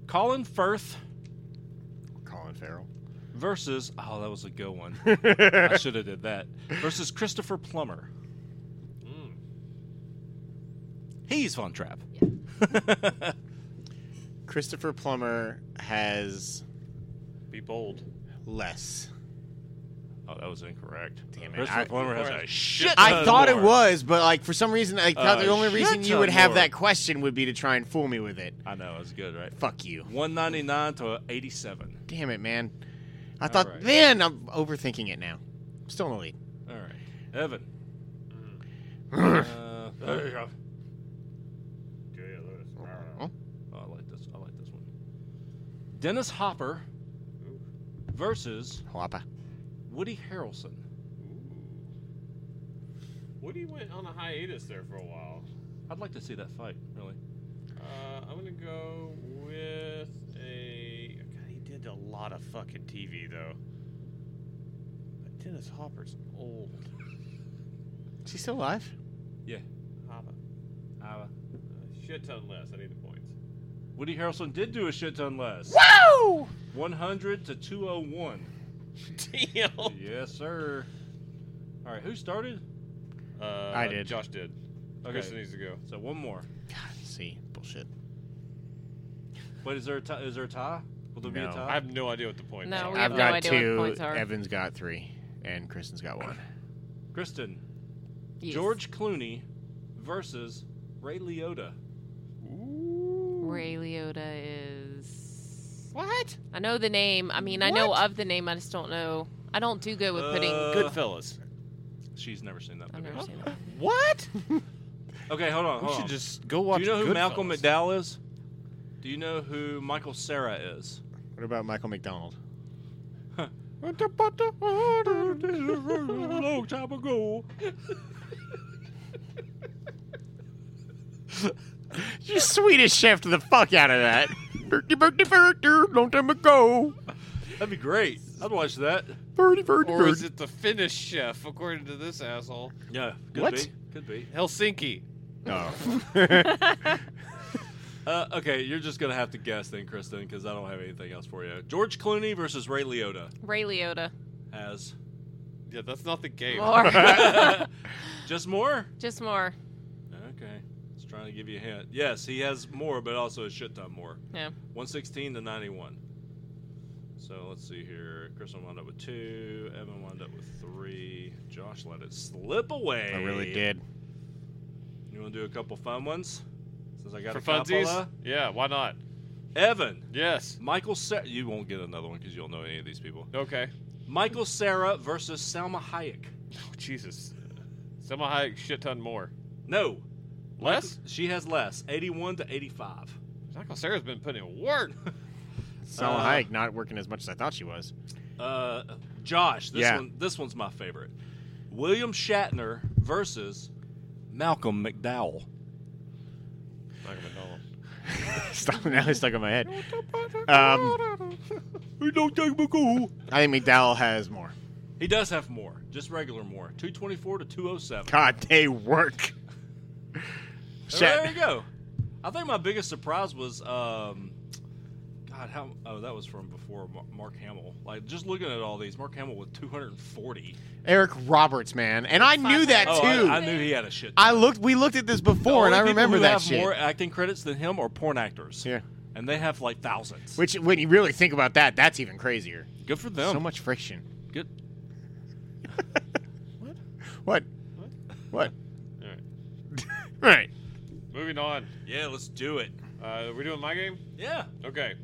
Speaker 5: Colin Firth
Speaker 2: Colin Farrell.
Speaker 5: versus. Oh, that was a good one.
Speaker 2: I
Speaker 5: I should have did that. Versus Christopher Plummer. Hmm.
Speaker 1: Mm.
Speaker 5: He's Von Trapp.
Speaker 2: Christopher Plummer has
Speaker 1: Be bold.
Speaker 2: less.
Speaker 5: oh, that was incorrect.
Speaker 2: Damn it.
Speaker 5: Christopher
Speaker 2: I-
Speaker 5: Plummer has
Speaker 1: Alright.
Speaker 5: a shit.
Speaker 2: I
Speaker 5: ton
Speaker 2: thought it
Speaker 5: more.
Speaker 2: was, but like for some reason, I thought
Speaker 5: Uh,
Speaker 2: the only
Speaker 5: shit
Speaker 2: reason you
Speaker 5: ton
Speaker 2: would have
Speaker 5: more.
Speaker 2: that question would be to try and fool me with it.
Speaker 5: I know it's good, right?
Speaker 2: Fuck you.
Speaker 5: 199 to 87.
Speaker 2: Damn it, man. I thought
Speaker 5: Alright.
Speaker 2: man, I'm overthinking it now. I'm still in the lead.
Speaker 5: All right, Evan.
Speaker 1: Mm.
Speaker 5: uh, there you go.
Speaker 1: Julia Lewis.
Speaker 2: Uh-huh.
Speaker 5: Oh, I like this. I like this one. Dennis Hopper versus
Speaker 2: Whoppa.
Speaker 5: Woody Harrelson.
Speaker 1: Woody went on a hiatus there for a while.
Speaker 5: I'd like to see that fight, really.
Speaker 1: Uh, I'm gonna go with a. God, he did a lot of fucking TV though. But Dennis Hopper's old.
Speaker 2: Is he still alive?
Speaker 1: Hopper. Uh, shit ton less. I need the points.
Speaker 5: Woody Harrelson did do a shit ton less.
Speaker 2: Whoa!
Speaker 5: 100 to 201.
Speaker 1: Damn.
Speaker 5: yes, sir. All right, who started?
Speaker 1: Uh,
Speaker 2: I did.
Speaker 1: Josh did.
Speaker 5: Okay.
Speaker 1: Kristen needs to go.
Speaker 5: So one more.
Speaker 2: God, see, bullshit.
Speaker 5: But is there a tie? Is there a tie? Will there be
Speaker 2: No.
Speaker 5: a
Speaker 1: I
Speaker 5: tie?
Speaker 1: have no idea what the point.
Speaker 4: No,
Speaker 1: is.
Speaker 4: we have
Speaker 2: I've
Speaker 4: no
Speaker 2: got
Speaker 4: idea what
Speaker 2: two.
Speaker 4: points are.
Speaker 2: Evan's got three, and Kristen's got one.
Speaker 5: Kristen,
Speaker 4: Yes.
Speaker 5: George Clooney versus Ray Liotta.
Speaker 4: Ray Liotta is.
Speaker 2: What?
Speaker 4: I know the name. I mean, I know
Speaker 2: What?
Speaker 4: of the name. I just don't know. I don't do good with putting.
Speaker 5: Uh,
Speaker 1: Goodfellas.
Speaker 5: She's never seen that
Speaker 4: I've
Speaker 5: movie.
Speaker 4: never seen that.
Speaker 2: What?
Speaker 5: Okay, hold on.
Speaker 1: We
Speaker 5: Hold
Speaker 1: should
Speaker 5: on.
Speaker 1: just go
Speaker 5: Do
Speaker 1: watch.
Speaker 5: you know who Malcolm
Speaker 1: Goodfellas.
Speaker 5: McDowell is? Do you know who Michael Sarah is?
Speaker 2: What about Michael McDonald?
Speaker 5: long time ago.
Speaker 2: You Swedish chef to the fuck out of that. Birdie, birdie, birdie, long time ago.
Speaker 5: That'd be great. I'd watch that.
Speaker 2: Birdie, birdie,
Speaker 1: Or is
Speaker 2: birdie.
Speaker 1: it the Finnish chef, according to this asshole?
Speaker 5: Yeah, could
Speaker 2: What?
Speaker 5: be. Could be.
Speaker 1: Helsinki.
Speaker 2: No.
Speaker 5: Uh, okay, you're just gonna have to guess then, Kristen, because I don't have anything else for you. George Clooney versus Ray Liotta
Speaker 4: Ray Liotta.
Speaker 5: as
Speaker 1: Yeah, that's not the game.
Speaker 4: More.
Speaker 5: just more.
Speaker 4: just more.
Speaker 5: Okay, just trying to give you a hint. Yes, he has more, but also a shit ton more.
Speaker 4: Yeah.
Speaker 5: 116 to 91. So let's see here. Kristen wound up with two. Evan wound up with three. Josh let it slip away.
Speaker 2: I really did.
Speaker 5: You want to do a couple fun ones? Since I got
Speaker 1: For
Speaker 5: a
Speaker 1: funsies?
Speaker 5: couple,
Speaker 1: Yeah, why not?
Speaker 5: uh, Evan,
Speaker 1: Yes.
Speaker 5: Michael, Sa- you won't get another one because you don't know any of these people.
Speaker 1: Okay.
Speaker 5: Michael Sarah versus Salma Hayek.
Speaker 1: Oh, Jesus. Selma Hayek, shit ton more.
Speaker 5: No,
Speaker 1: Less?
Speaker 5: she has less. 81 to 85.
Speaker 1: Michael Sarah's been putting in work.
Speaker 2: Salma
Speaker 5: Uh,
Speaker 2: Hayek not working as much as I thought she was.
Speaker 5: Uh, Josh, this
Speaker 2: Yeah.
Speaker 5: one, this one's my favorite. William Shatner versus Malcolm McDowell.
Speaker 1: Michael McDonald.
Speaker 2: Stop, now it's stuck in my head. Um,
Speaker 5: We don't take McCool.
Speaker 2: I think McDowell has more.
Speaker 5: He does have more, just regular more. 224 to 207.
Speaker 2: God, they work.
Speaker 5: So
Speaker 2: Shat-
Speaker 5: There you go. I think my biggest surprise was, um, God, how? Oh, that was from before Mar- Mark Hamill. Like just looking at all these, Mark Hamill with 240.
Speaker 2: Eric Roberts, man, and I knew that
Speaker 5: Oh,
Speaker 2: too.
Speaker 5: I, I
Speaker 2: I,
Speaker 5: knew he had a shit.
Speaker 2: looked. We looked at this
Speaker 5: The
Speaker 2: before, and
Speaker 5: only
Speaker 2: I
Speaker 5: people
Speaker 2: remember
Speaker 5: who
Speaker 2: that
Speaker 5: have
Speaker 2: shit.
Speaker 5: More acting credits than him are porn actors.
Speaker 2: Yeah.
Speaker 5: and they have like thousands.
Speaker 2: Which, when you really think about that, that's even crazier.
Speaker 5: good for them.
Speaker 2: So much friction.
Speaker 5: Good.
Speaker 2: What? What?
Speaker 1: All right.
Speaker 2: Right.
Speaker 1: Moving on.
Speaker 5: Yeah, let's do it.
Speaker 1: Uh, we're doing my game?
Speaker 5: Yeah.
Speaker 1: Okay.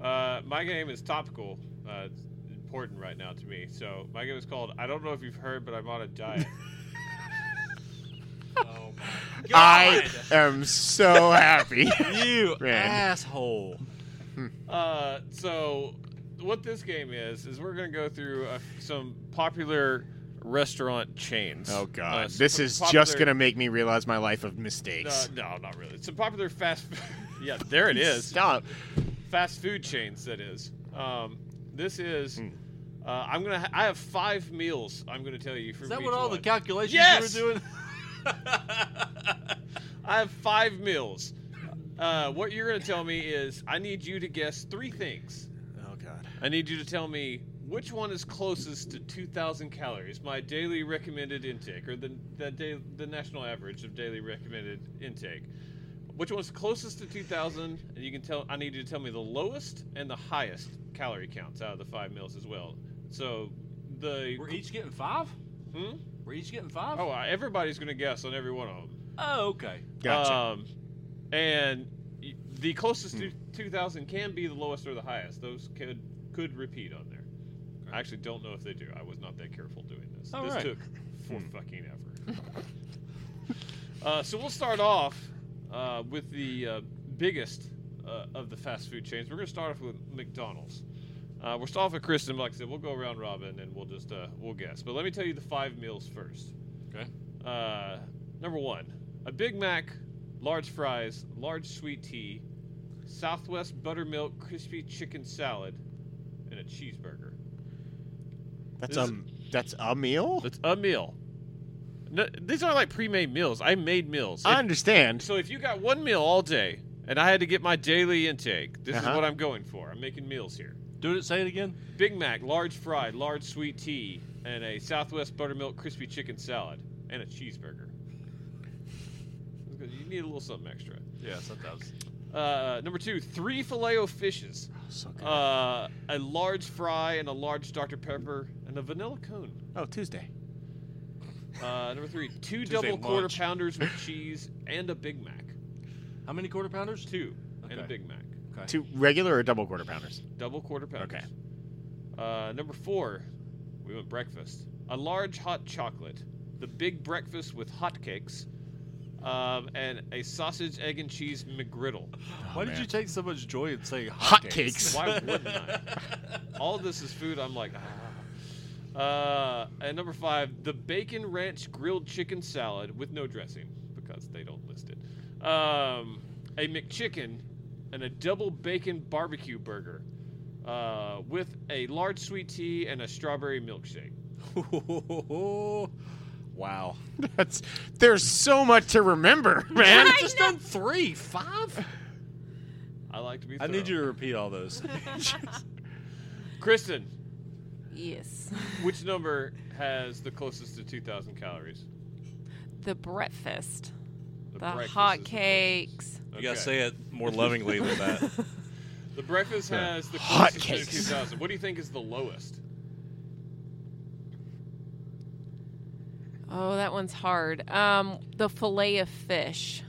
Speaker 1: Uh, my game is topical. Uh, it's important right now to me. So, my game is called I Don't Know If You've Heard, but I'm on a diet.
Speaker 5: Oh my
Speaker 2: I am so happy.
Speaker 5: you
Speaker 2: Red.
Speaker 5: asshole.
Speaker 1: Uh, so what this game is is we're gonna go through uh, some popular restaurant chains.
Speaker 2: oh
Speaker 1: Uh,
Speaker 2: God,
Speaker 1: some
Speaker 2: this
Speaker 1: po-
Speaker 2: is
Speaker 1: popular- uh,
Speaker 2: just gonna make me realize my life of mistakes.
Speaker 1: No, no, not really. Some popular fast. yeah, there it is.
Speaker 2: Stop.
Speaker 1: Fast food chains. That is. Um, this is. Uh, I'm gonna. Ha- I have five meals. I'm gonna tell you from
Speaker 5: Is that
Speaker 1: each
Speaker 5: what all
Speaker 1: one.
Speaker 5: the calculations
Speaker 1: Yes!
Speaker 5: you were doing?
Speaker 1: I have five meals. Uh, what you're gonna tell me is I need you to guess three things.
Speaker 2: Oh God.
Speaker 1: I need you to tell me which one is closest to 2,000 calories, my daily recommended intake, or the the, day, the national average of daily recommended intake. Which one's closest to 2,000? And you can tell. I need you to tell me the lowest and the highest calorie counts out of the five meals as well. So the
Speaker 5: we're each getting five.
Speaker 1: Hmm?
Speaker 5: We're each getting five.
Speaker 1: oh, I- everybody's gonna guess on every one of them.
Speaker 5: Oh, okay.
Speaker 2: Gotcha.
Speaker 1: Um, and y- the closest to 2,000 can be the lowest or the highest. Those could could repeat on there. I actually don't know if they do. I was not that careful doing this.
Speaker 5: All
Speaker 1: this
Speaker 5: right.
Speaker 1: took for fucking ever. uh, so we'll start off uh, with the uh, biggest uh, of the fast food chains. We're going to start off with McDonald's. Uh, we're starting with Kristen. but Like I said, we'll go around robin and we'll just uh, we'll guess. But let me tell you the five meals first.
Speaker 5: Okay.
Speaker 1: Uh, number one, a Big Mac, large fries, large sweet tea, Southwest buttermilk crispy chicken salad, and a cheeseburger.
Speaker 2: That's
Speaker 1: This-
Speaker 2: um, that's a meal.
Speaker 1: That's a meal. No, these are like pre-made meals. I made meals.
Speaker 2: I
Speaker 1: If-
Speaker 2: understand.
Speaker 1: so if you got one meal all day, and I had to get my daily intake, this
Speaker 2: Uh-huh.
Speaker 1: is what I'm going for. I'm making meals here.
Speaker 5: Do it. Say it again.
Speaker 1: Big Mac, large fry, large sweet tea, and a Southwest buttermilk crispy chicken salad, and a cheeseburger. You need a little something extra.
Speaker 5: Yeah, sometimes.
Speaker 1: Uh, number two, three filet o fishes,
Speaker 2: Oh,
Speaker 1: uh, a large fry, and a large Dr Pepper, and a vanilla cone.
Speaker 2: oh, Tuesday.
Speaker 1: Uh, number three, two
Speaker 5: Tuesday
Speaker 1: double quarter
Speaker 5: lunch.
Speaker 1: pounders with cheese and a Big Mac.
Speaker 5: How many quarter pounders?
Speaker 1: Two and a
Speaker 5: Okay.
Speaker 1: Big Mac.
Speaker 5: Okay.
Speaker 2: Two regular or double quarter pounders?
Speaker 1: Double quarter pounders. Okay. Uh, number four, we went breakfast. A large hot chocolate, the big breakfast with hotcakes, um, and a sausage, egg, and cheese McGriddle.
Speaker 5: Why
Speaker 2: man.
Speaker 5: did you take so much joy in saying
Speaker 2: Hot
Speaker 5: hot
Speaker 2: cakes.
Speaker 1: Why wouldn't I? All this is food. I'm like, ah. Uh, and number five, the bacon ranch grilled chicken salad with no dressing because they don't list it. Um, a McChicken and a double bacon barbecue burger uh, with a large sweet tea and a strawberry milkshake.
Speaker 5: wow.
Speaker 2: That's there's so much to remember, man.
Speaker 5: I've just done three, five.
Speaker 1: I like to be.
Speaker 5: I
Speaker 1: Thorough.
Speaker 5: need you to repeat all those.
Speaker 1: Kristen.
Speaker 4: Yes.
Speaker 1: Which number has the closest to 2,000 calories?
Speaker 4: The breakfast. The,
Speaker 1: breakfast is
Speaker 4: hot
Speaker 1: closest.
Speaker 4: cakes.
Speaker 5: You gotta
Speaker 1: Okay.
Speaker 5: say it more lovingly than that.
Speaker 1: The breakfast has the
Speaker 2: Hot
Speaker 1: closest to
Speaker 2: cakes.
Speaker 1: 2,000. What do you think is the lowest?
Speaker 4: Oh, that one's hard. Um, the fillet of fish.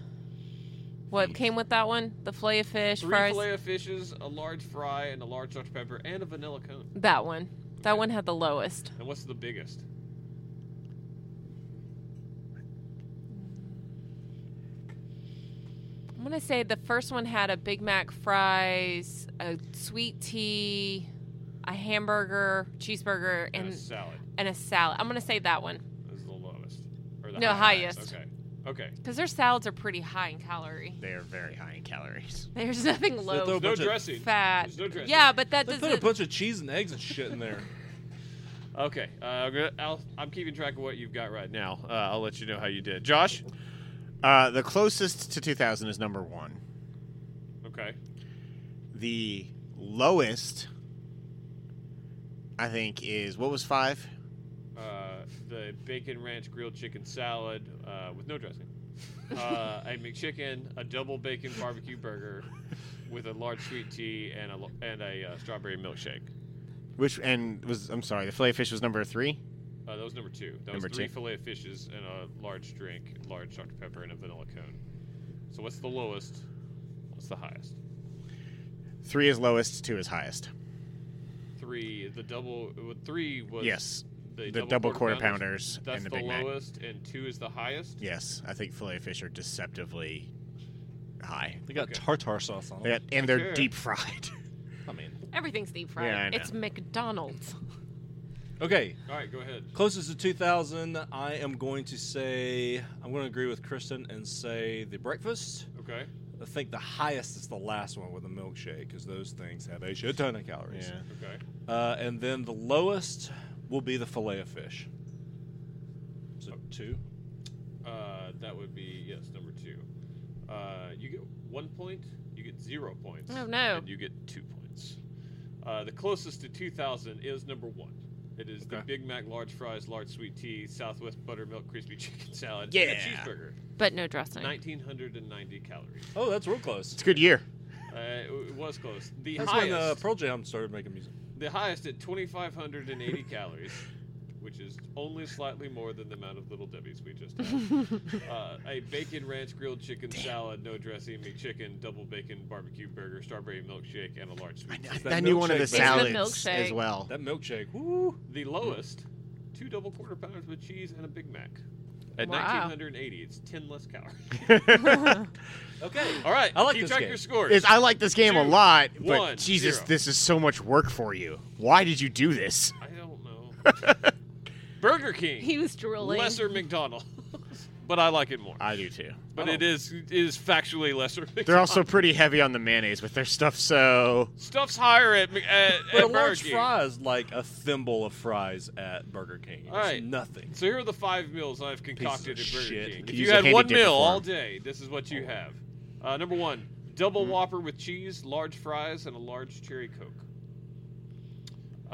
Speaker 4: What came with that one? The fillet of fish,
Speaker 1: Three
Speaker 4: fries.
Speaker 1: filet of fishes, a large fry, and a large Dr. Pepper, and a vanilla cone.
Speaker 4: That one. That
Speaker 1: Okay.
Speaker 4: one had the lowest.
Speaker 1: And what's the biggest?
Speaker 4: I'm gonna say the first one had a Big Mac, fries, a sweet tea, a hamburger, cheeseburger,
Speaker 1: And,
Speaker 4: and
Speaker 1: a salad
Speaker 4: and a salad. I'm gonna say that one
Speaker 1: is the lowest. Or the
Speaker 4: No, highest.
Speaker 1: Okay. Okay.
Speaker 4: because their salads are pretty high in calorie.
Speaker 2: They are very high in calories.
Speaker 4: There's nothing
Speaker 5: throw
Speaker 4: low
Speaker 5: a
Speaker 1: No
Speaker 5: bunch of
Speaker 1: dressing.
Speaker 4: fat.
Speaker 1: There's no dressing.
Speaker 4: Yeah, but that
Speaker 5: They put a
Speaker 4: doesn't.
Speaker 5: bunch of cheese and eggs and shit in there.
Speaker 1: Okay. Uh, I'm, gonna, I'll, I'm keeping track of what you've got right now. Uh, I'll let you know how you did. Josh?
Speaker 2: Uh, the closest to 2000 is number one.
Speaker 1: Okay.
Speaker 2: The lowest, I think, is what was five?
Speaker 1: Uh, the bacon ranch grilled chicken salad uh, with no dressing. Uh, a McChicken, a double bacon barbecue burger with a large sweet tea and a, lo- and a uh, strawberry milkshake.
Speaker 2: Which and was I'm sorry, the fillet fish was number three.
Speaker 1: Uh, that was number two. That
Speaker 2: Number
Speaker 1: was three
Speaker 2: two.
Speaker 1: fillet of fishes and a large drink, large Dr. Pepper, and a vanilla cone. So what's the lowest? What's the highest?
Speaker 2: Three is lowest, two is highest.
Speaker 1: Three. The double. uh, Three was
Speaker 2: yes,
Speaker 1: The,
Speaker 2: the double quarter pounders,
Speaker 1: That's
Speaker 2: and the,
Speaker 1: the,
Speaker 2: Big Mac.
Speaker 1: lowest, and two is the highest.
Speaker 2: Yes, I think fillet fish are deceptively high.
Speaker 5: They got
Speaker 1: Okay.
Speaker 5: tartar sauce on
Speaker 2: They
Speaker 5: them.
Speaker 2: got, and they're
Speaker 1: Sure.
Speaker 2: deep fried.
Speaker 5: I mean,
Speaker 4: Everything's deep fried.
Speaker 2: Yeah, I know.
Speaker 4: It's McDonald's.
Speaker 5: okay.
Speaker 1: All right, go ahead.
Speaker 5: Closest to 2000, I am going to say I'm going to agree with Kristen and say the breakfast.
Speaker 1: Okay.
Speaker 5: I think the highest is the last one with a milkshake because those things have a shit ton of calories.
Speaker 1: Okay.
Speaker 5: Uh, and then the lowest will be the fillet of fish. So two.
Speaker 1: Uh, that would be yes, number two. Uh, you get one point. You get zero points.
Speaker 4: Oh, no.
Speaker 1: And you get two points. Uh, the closest to 2,000 is number one. It is the
Speaker 5: Okay.
Speaker 1: Big Mac, large fries, large sweet tea, Southwest buttermilk crispy chicken salad, and
Speaker 2: Yeah.
Speaker 1: a cheeseburger.
Speaker 4: But no dressing.
Speaker 1: 1,990 calories.
Speaker 5: Oh, that's real close.
Speaker 2: It's a good year.
Speaker 1: Uh, it w- it was close. The
Speaker 5: That's
Speaker 1: highest,
Speaker 5: when uh, Pearl Jam started making music.
Speaker 1: the highest at 2,580 calories, which is only slightly more than the amount of Little Debbie's we just had. uh, a bacon ranch grilled chicken salad, no dressing, McChicken, double bacon barbecue burger, strawberry milkshake, and a large
Speaker 2: I,
Speaker 1: sweet.
Speaker 2: kn-
Speaker 1: tea.
Speaker 2: I
Speaker 5: that
Speaker 2: knew one of the
Speaker 5: milkshake thing.
Speaker 2: salads
Speaker 4: It's the
Speaker 2: as
Speaker 4: milkshake.
Speaker 2: well.
Speaker 5: That milkshake, woo!
Speaker 1: The lowest, two double quarter pounders with cheese and a Big Mac. At
Speaker 4: Wow.
Speaker 1: 1980, it's 10 less calories.
Speaker 5: Okay.
Speaker 1: All right.
Speaker 5: I like
Speaker 1: keep
Speaker 5: this
Speaker 1: track
Speaker 5: game.
Speaker 1: of your scores.
Speaker 2: Is I like this game a
Speaker 1: Two,
Speaker 2: lot, but
Speaker 1: one,
Speaker 2: Jesus,
Speaker 1: zero.
Speaker 2: this is so much work for you. Why did you do this?
Speaker 1: I don't know. Burger King.
Speaker 4: he was drooling.
Speaker 1: lesser McDonald's. but I like it more.
Speaker 2: I do too.
Speaker 1: But it is it is factually lesser McDonald's.
Speaker 2: They're also pretty heavy on the mayonnaise with their stuff, so
Speaker 1: Stuff's higher at, Mc- at,
Speaker 5: But a
Speaker 1: at Burger
Speaker 5: large
Speaker 1: King.
Speaker 5: fry is like a thimble of fries at Burger King. It's
Speaker 1: All right.
Speaker 5: nothing.
Speaker 1: So here are the five meals I've concocted at
Speaker 5: Pieces of
Speaker 1: Burger
Speaker 5: shit.
Speaker 1: King.
Speaker 5: Could
Speaker 1: If
Speaker 2: use
Speaker 1: you
Speaker 2: a
Speaker 1: had
Speaker 2: handy
Speaker 1: one
Speaker 2: dip
Speaker 1: meal
Speaker 2: before.
Speaker 1: all day, this is what you have. Uh, number one, double Whopper with cheese, large fries, and a large cherry Coke.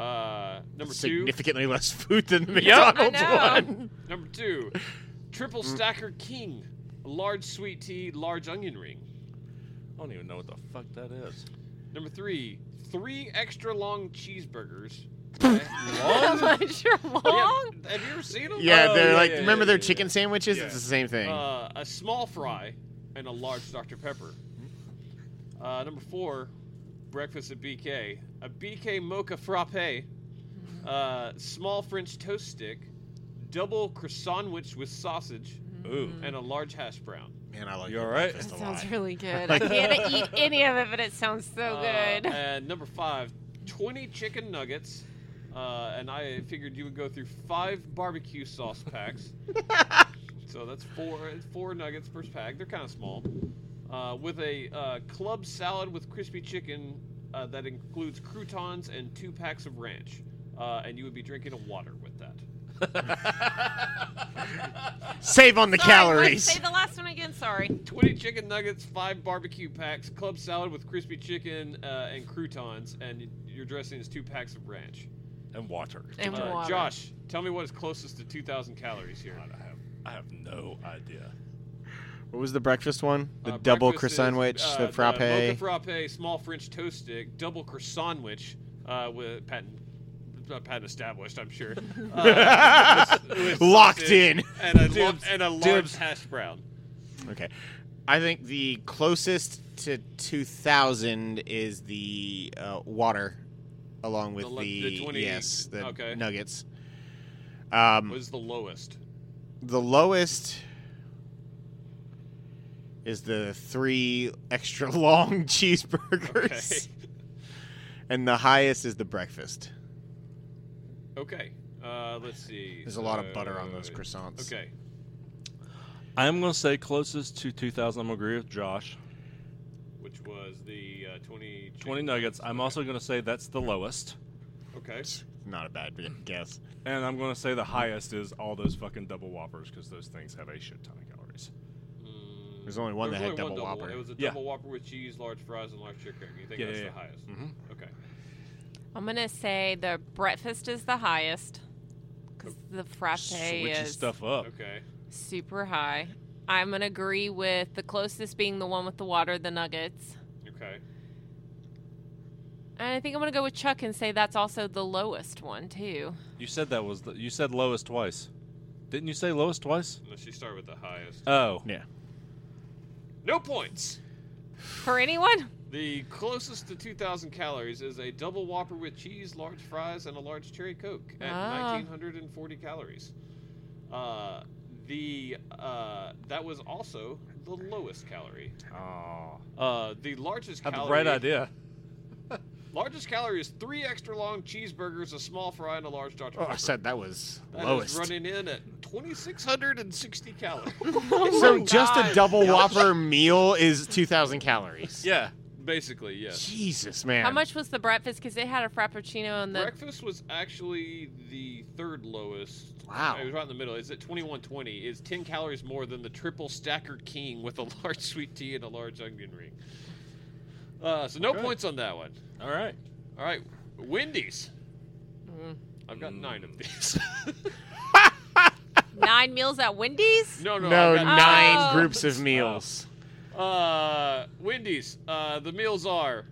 Speaker 1: Uh, number two,
Speaker 2: significantly less food than the
Speaker 1: Yup.
Speaker 2: McDonald's
Speaker 4: I know.
Speaker 2: one.
Speaker 1: number two, triple stacker king, a large sweet tea, large onion ring.
Speaker 5: I don't even know what the fuck that is.
Speaker 1: Number three, three extra long cheeseburgers.
Speaker 4: You're long.
Speaker 1: Yeah, have you ever seen them?
Speaker 2: Yeah,
Speaker 5: Oh,
Speaker 2: they're
Speaker 5: yeah,
Speaker 2: like
Speaker 5: yeah,
Speaker 2: remember
Speaker 5: yeah,
Speaker 2: their
Speaker 5: yeah,
Speaker 2: chicken sandwiches?
Speaker 5: Yeah.
Speaker 2: It's the same thing.
Speaker 1: Uh, a small fry and a large Dr. Pepper. Uh, number four, breakfast at BK. A BK mocha frappe, uh, small French toast stick, double croissant sandwich with sausage,
Speaker 5: Ooh.
Speaker 1: and a large hash brown.
Speaker 2: Man, I like
Speaker 5: You all right?
Speaker 2: breakfast
Speaker 4: That
Speaker 2: a lot.
Speaker 4: sounds really good. I can't eat any of it, but it sounds so
Speaker 1: Uh,
Speaker 4: good.
Speaker 1: and number five, 20 chicken nuggets. Uh, and I figured you would go through five barbecue sauce packs. so that's four four nuggets per pack. They're kind of small. Uh, with a uh, club salad with crispy chicken uh, that includes croutons and two packs of ranch. Uh, and you would be drinking a water with that.
Speaker 2: Save on the
Speaker 4: Sorry, wait,
Speaker 2: calories.
Speaker 4: Say the last one again. Sorry.
Speaker 1: 20 chicken nuggets, five barbecue packs, club salad with crispy chicken uh, and croutons, and your dressing is two packs of ranch.
Speaker 5: And water.
Speaker 4: And
Speaker 1: Uh,
Speaker 4: water.
Speaker 1: Josh, tell me what is closest to 2,000 calories here.
Speaker 5: God, I have, I have no idea.
Speaker 2: What was the breakfast one? The
Speaker 1: Uh,
Speaker 2: double
Speaker 1: breakfast
Speaker 2: croissant
Speaker 1: is,
Speaker 2: sandwich,
Speaker 1: uh,
Speaker 2: the frappe.
Speaker 1: mocha frappe, small French toast stick, double croissant sandwich uh, with patent. uh, patent established, I'm sure. Uh, with- with
Speaker 2: Locked
Speaker 1: sausage
Speaker 2: in.
Speaker 1: and a, lo-
Speaker 5: Dibs.
Speaker 1: and a large
Speaker 5: Dibs.
Speaker 1: hash brown.
Speaker 2: Okay. I think the closest to 2000 is the uh, water, along with
Speaker 1: The
Speaker 2: the,
Speaker 1: le- the 20
Speaker 2: yes the
Speaker 1: okay.
Speaker 2: nuggets. Um,
Speaker 1: Was the lowest.
Speaker 2: the lowest is the three extra long
Speaker 1: Okay.
Speaker 2: cheeseburgers, and the highest is the breakfast.
Speaker 1: okay. Uh, let's see. Uh,
Speaker 2: There's a lot of butter on those croissants.
Speaker 1: Okay.
Speaker 5: I'm going to say closest to 2000. I'm going to agree with Josh.
Speaker 1: Which was the uh, 20.
Speaker 5: 20 nuggets. I'm also going to say that's the lowest.
Speaker 1: Okay. Mm,
Speaker 2: Not a bad guess.
Speaker 5: And I'm going to say the highest is all those fucking double whoppers because those things have a shit ton of calories.
Speaker 1: Mm,
Speaker 2: There's only one
Speaker 1: there
Speaker 2: that
Speaker 1: was
Speaker 2: had
Speaker 1: only
Speaker 2: double
Speaker 1: one
Speaker 2: whopper.
Speaker 1: It was a
Speaker 5: Yeah.
Speaker 1: double whopper with cheese, large fries, and large chicken. You think
Speaker 5: Yeah,
Speaker 1: that's
Speaker 5: yeah,
Speaker 1: the
Speaker 5: yeah.
Speaker 1: highest?
Speaker 5: Mhm.
Speaker 2: Mm-hmm.
Speaker 1: Okay.
Speaker 4: I'm gonna say the breakfast is the highest because the frappe
Speaker 5: Switching
Speaker 4: is
Speaker 5: stuff
Speaker 2: Oh.
Speaker 5: up.
Speaker 1: Okay.
Speaker 4: super high. I'm gonna agree with the closest being the one with the water, the nuggets.
Speaker 1: Okay.
Speaker 4: And I think I'm gonna go with Chuck and say that's also the lowest one too.
Speaker 5: You said that was the, you said lowest twice. Didn't you say lowest twice?
Speaker 1: Unless you start with the highest.
Speaker 5: Oh.
Speaker 2: Yeah.
Speaker 1: No points.
Speaker 4: For anyone?
Speaker 1: The closest to 2,000 calories is a double Whopper with cheese, large fries, and a large cherry Coke at
Speaker 4: Ah.
Speaker 1: 1,940 calories. Uh, the uh, that was also the lowest calorie.
Speaker 5: Oh.
Speaker 1: Uh, the largest
Speaker 5: I
Speaker 1: calorie.
Speaker 5: have a bright idea.
Speaker 1: Largest calorie is three extra long cheeseburgers, a small fry, and a large Dr.
Speaker 2: Oh, I
Speaker 1: Pepper.
Speaker 2: said that was
Speaker 1: That is
Speaker 2: lowest.
Speaker 1: running in at 2,660 calories. Oh
Speaker 2: so just a double whopper meal is 2,000 calories.
Speaker 5: Yeah.
Speaker 1: Basically, yes.
Speaker 2: Jesus, man.
Speaker 4: How much was the breakfast? Because they had a frappuccino and the
Speaker 1: Breakfast was actually the third lowest.
Speaker 2: Wow.
Speaker 1: It was right in the middle. It's at 2120. Is 10 calories more than the triple stacker king with a large sweet tea and a large onion ring. Uh, so no
Speaker 5: Okay.
Speaker 1: points on that one.
Speaker 5: All right.
Speaker 1: All right, Wendy's.
Speaker 4: Mm.
Speaker 1: I've got nine
Speaker 2: Mm.
Speaker 1: of these.
Speaker 4: nine meals at Wendy's.
Speaker 1: no, no,
Speaker 2: No,
Speaker 1: I've
Speaker 2: nine
Speaker 1: got
Speaker 4: Oh.
Speaker 2: groups of meals.
Speaker 1: Uh, Wendy's. Uh, the meals are uh,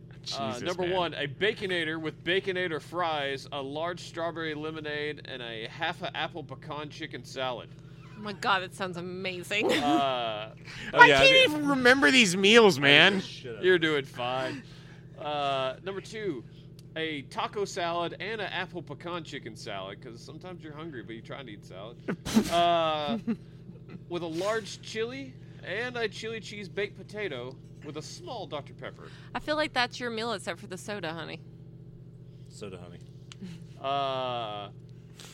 Speaker 2: Jesus,
Speaker 1: number
Speaker 2: man.
Speaker 1: one, a baconator with baconator fries, a large strawberry lemonade, and a half a apple pecan chicken salad.
Speaker 4: Oh my god, that sounds amazing.
Speaker 1: Uh,
Speaker 5: Oh,
Speaker 2: I can't even remember these meals, man.
Speaker 1: you're doing fine. Uh, number two, a taco salad and an apple pecan chicken salad because sometimes you're hungry but you try and eat salad. uh, with a large chili and a chili cheese baked potato with a small Dr. Pepper.
Speaker 4: I feel like that's your meal except for the soda, honey.
Speaker 5: Soda honey.
Speaker 1: Uh,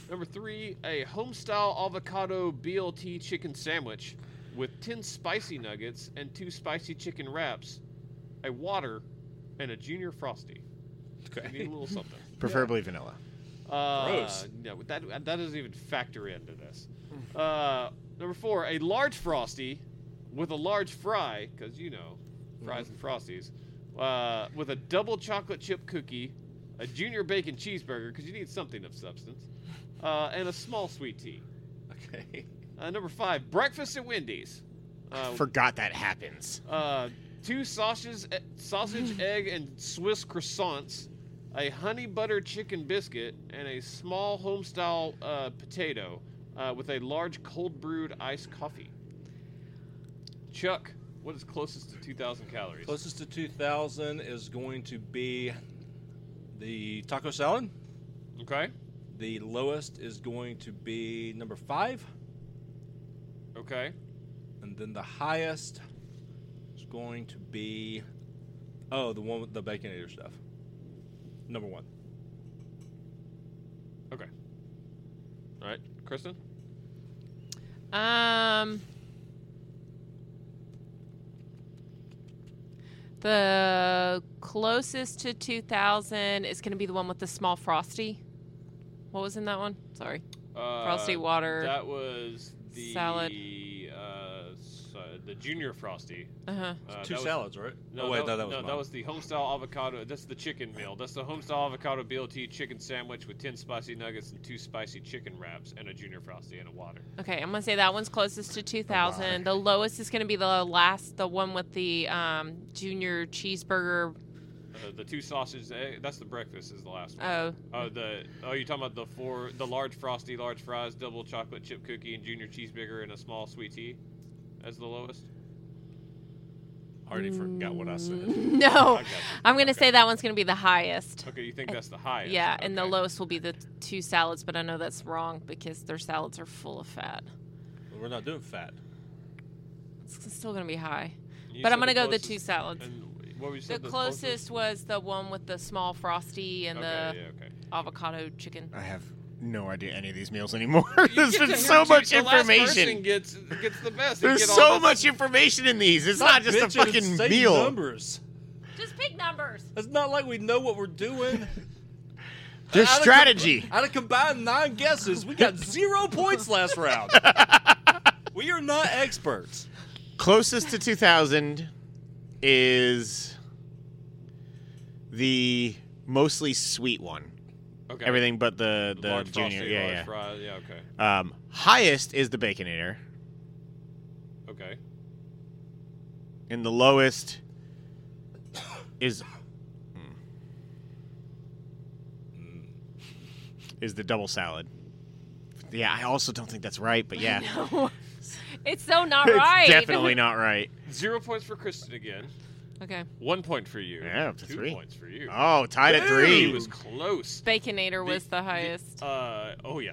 Speaker 1: number three, a homestyle avocado BLT chicken sandwich with 10 spicy nuggets and two spicy chicken wraps, a water, and a junior frosty. You need a little something.
Speaker 2: preferably vanilla.
Speaker 1: Uh,
Speaker 5: Gross.
Speaker 1: No, that, that doesn't even factor into this. Uh, number four, a large frosty with a large fry, because you know, fries and frosties, uh, with a double chocolate chip cookie, a junior bacon cheeseburger, because you need something of substance, uh, and a small sweet tea.
Speaker 5: Okay.
Speaker 1: Uh, number five, breakfast at Wendy's. Uh,
Speaker 2: Forgot that happens.
Speaker 1: uh, two sausages, e- sausage, egg, and Swiss croissants, a honey butter chicken biscuit, and a small homestyle uh, potato uh, with a large cold brewed iced coffee. Chuck, what is closest to 2,000 calories?
Speaker 5: Closest to 2000 is going to be the taco salad.
Speaker 1: Okay.
Speaker 5: The lowest is going to be number five.
Speaker 1: Okay.
Speaker 5: And then the highest is going to be oh, the one with the baconator stuff. Number one.
Speaker 1: Okay. All right, Kristen.
Speaker 4: Um. The closest to 2000 is going to be the one with the small frosty. What was in that one? Sorry.
Speaker 1: Uh,
Speaker 4: Frosty water.
Speaker 1: That was the
Speaker 4: salad.
Speaker 1: Uh, s- uh, the junior frosty.
Speaker 4: Uh huh.
Speaker 1: Uh,
Speaker 5: Two
Speaker 1: that was-
Speaker 5: salads, right?
Speaker 1: No,
Speaker 5: oh wait,
Speaker 1: that,
Speaker 5: no, that was
Speaker 1: no,
Speaker 5: mine.
Speaker 1: that was the homestyle avocado. That's the chicken meal. That's the homestyle avocado BLT chicken sandwich with ten spicy nuggets and two spicy chicken wraps and a junior frosty and a water.
Speaker 4: Okay, I'm gonna say that one's closest to 2,000. The lowest is gonna be the last, the one with the um, junior cheeseburger.
Speaker 1: Uh, the two sausages. eh, That's the breakfast. Is the last one.
Speaker 4: Oh,
Speaker 1: Oh, the oh, you talking about the four, the large frosty, large fries, double chocolate chip cookie, and junior cheeseburger and a small sweet tea, as the lowest.
Speaker 5: already forgot what I said.
Speaker 1: I
Speaker 4: no,
Speaker 1: got you.
Speaker 4: I'm gonna
Speaker 1: Okay.
Speaker 4: say that one's gonna be the highest.
Speaker 1: Okay, you think that's the highest?
Speaker 4: Eh, Yeah, and the
Speaker 1: Okay.
Speaker 4: lowest will be the two salads, but I know that's wrong because their salads are full of fat.
Speaker 5: We're not doing fat.
Speaker 4: It's still gonna be high,
Speaker 1: You
Speaker 4: but I'm
Speaker 1: said
Speaker 4: gonna go with the
Speaker 1: closest-
Speaker 4: two salads.
Speaker 1: And what were you
Speaker 4: The
Speaker 1: said
Speaker 4: closest was the one with the small frosty and
Speaker 1: Okay,
Speaker 4: the
Speaker 1: yeah, okay.
Speaker 4: avocado chicken.
Speaker 2: I have no idea any of these meals anymore.
Speaker 1: You
Speaker 2: There's
Speaker 1: get
Speaker 2: been
Speaker 1: to
Speaker 2: so
Speaker 1: hear-
Speaker 2: much
Speaker 1: the last person
Speaker 2: information.
Speaker 1: Gets gets the best. They
Speaker 2: There's
Speaker 1: get all
Speaker 2: so
Speaker 1: this-
Speaker 2: much information in these. It's not just a
Speaker 5: Bitching and
Speaker 2: fucking
Speaker 5: saying
Speaker 2: meal.
Speaker 5: Numbers.
Speaker 4: Just pick numbers.
Speaker 5: It's not like we know what we're doing.
Speaker 2: There's
Speaker 5: Out of
Speaker 2: strategy.
Speaker 5: Com- out of combined nine guesses, we got zero points last round. we are not experts.
Speaker 2: Closest to 2000 is the mostly sweet one.
Speaker 1: Okay.
Speaker 2: Everything but the the
Speaker 1: large
Speaker 2: junior.
Speaker 1: frosty,
Speaker 2: yeah,
Speaker 1: large
Speaker 2: yeah.
Speaker 1: fry, yeah, okay,
Speaker 2: Um, highest is the Baconator,
Speaker 1: okay.
Speaker 2: and the lowest is mm, is the double salad. Yeah, I also don't think that's right, but yeah,
Speaker 4: It's so not
Speaker 2: it's
Speaker 4: right.
Speaker 2: definitely not right.
Speaker 1: Zero points for Kristen again.
Speaker 4: Okay.
Speaker 1: One point for you.
Speaker 2: Yeah, up to
Speaker 1: Two
Speaker 2: three.
Speaker 1: points for you.
Speaker 2: Oh, tied at
Speaker 1: He
Speaker 2: three.
Speaker 1: was close.
Speaker 4: Baconator was the,
Speaker 1: the-
Speaker 4: highest.
Speaker 1: Uh, oh yeah.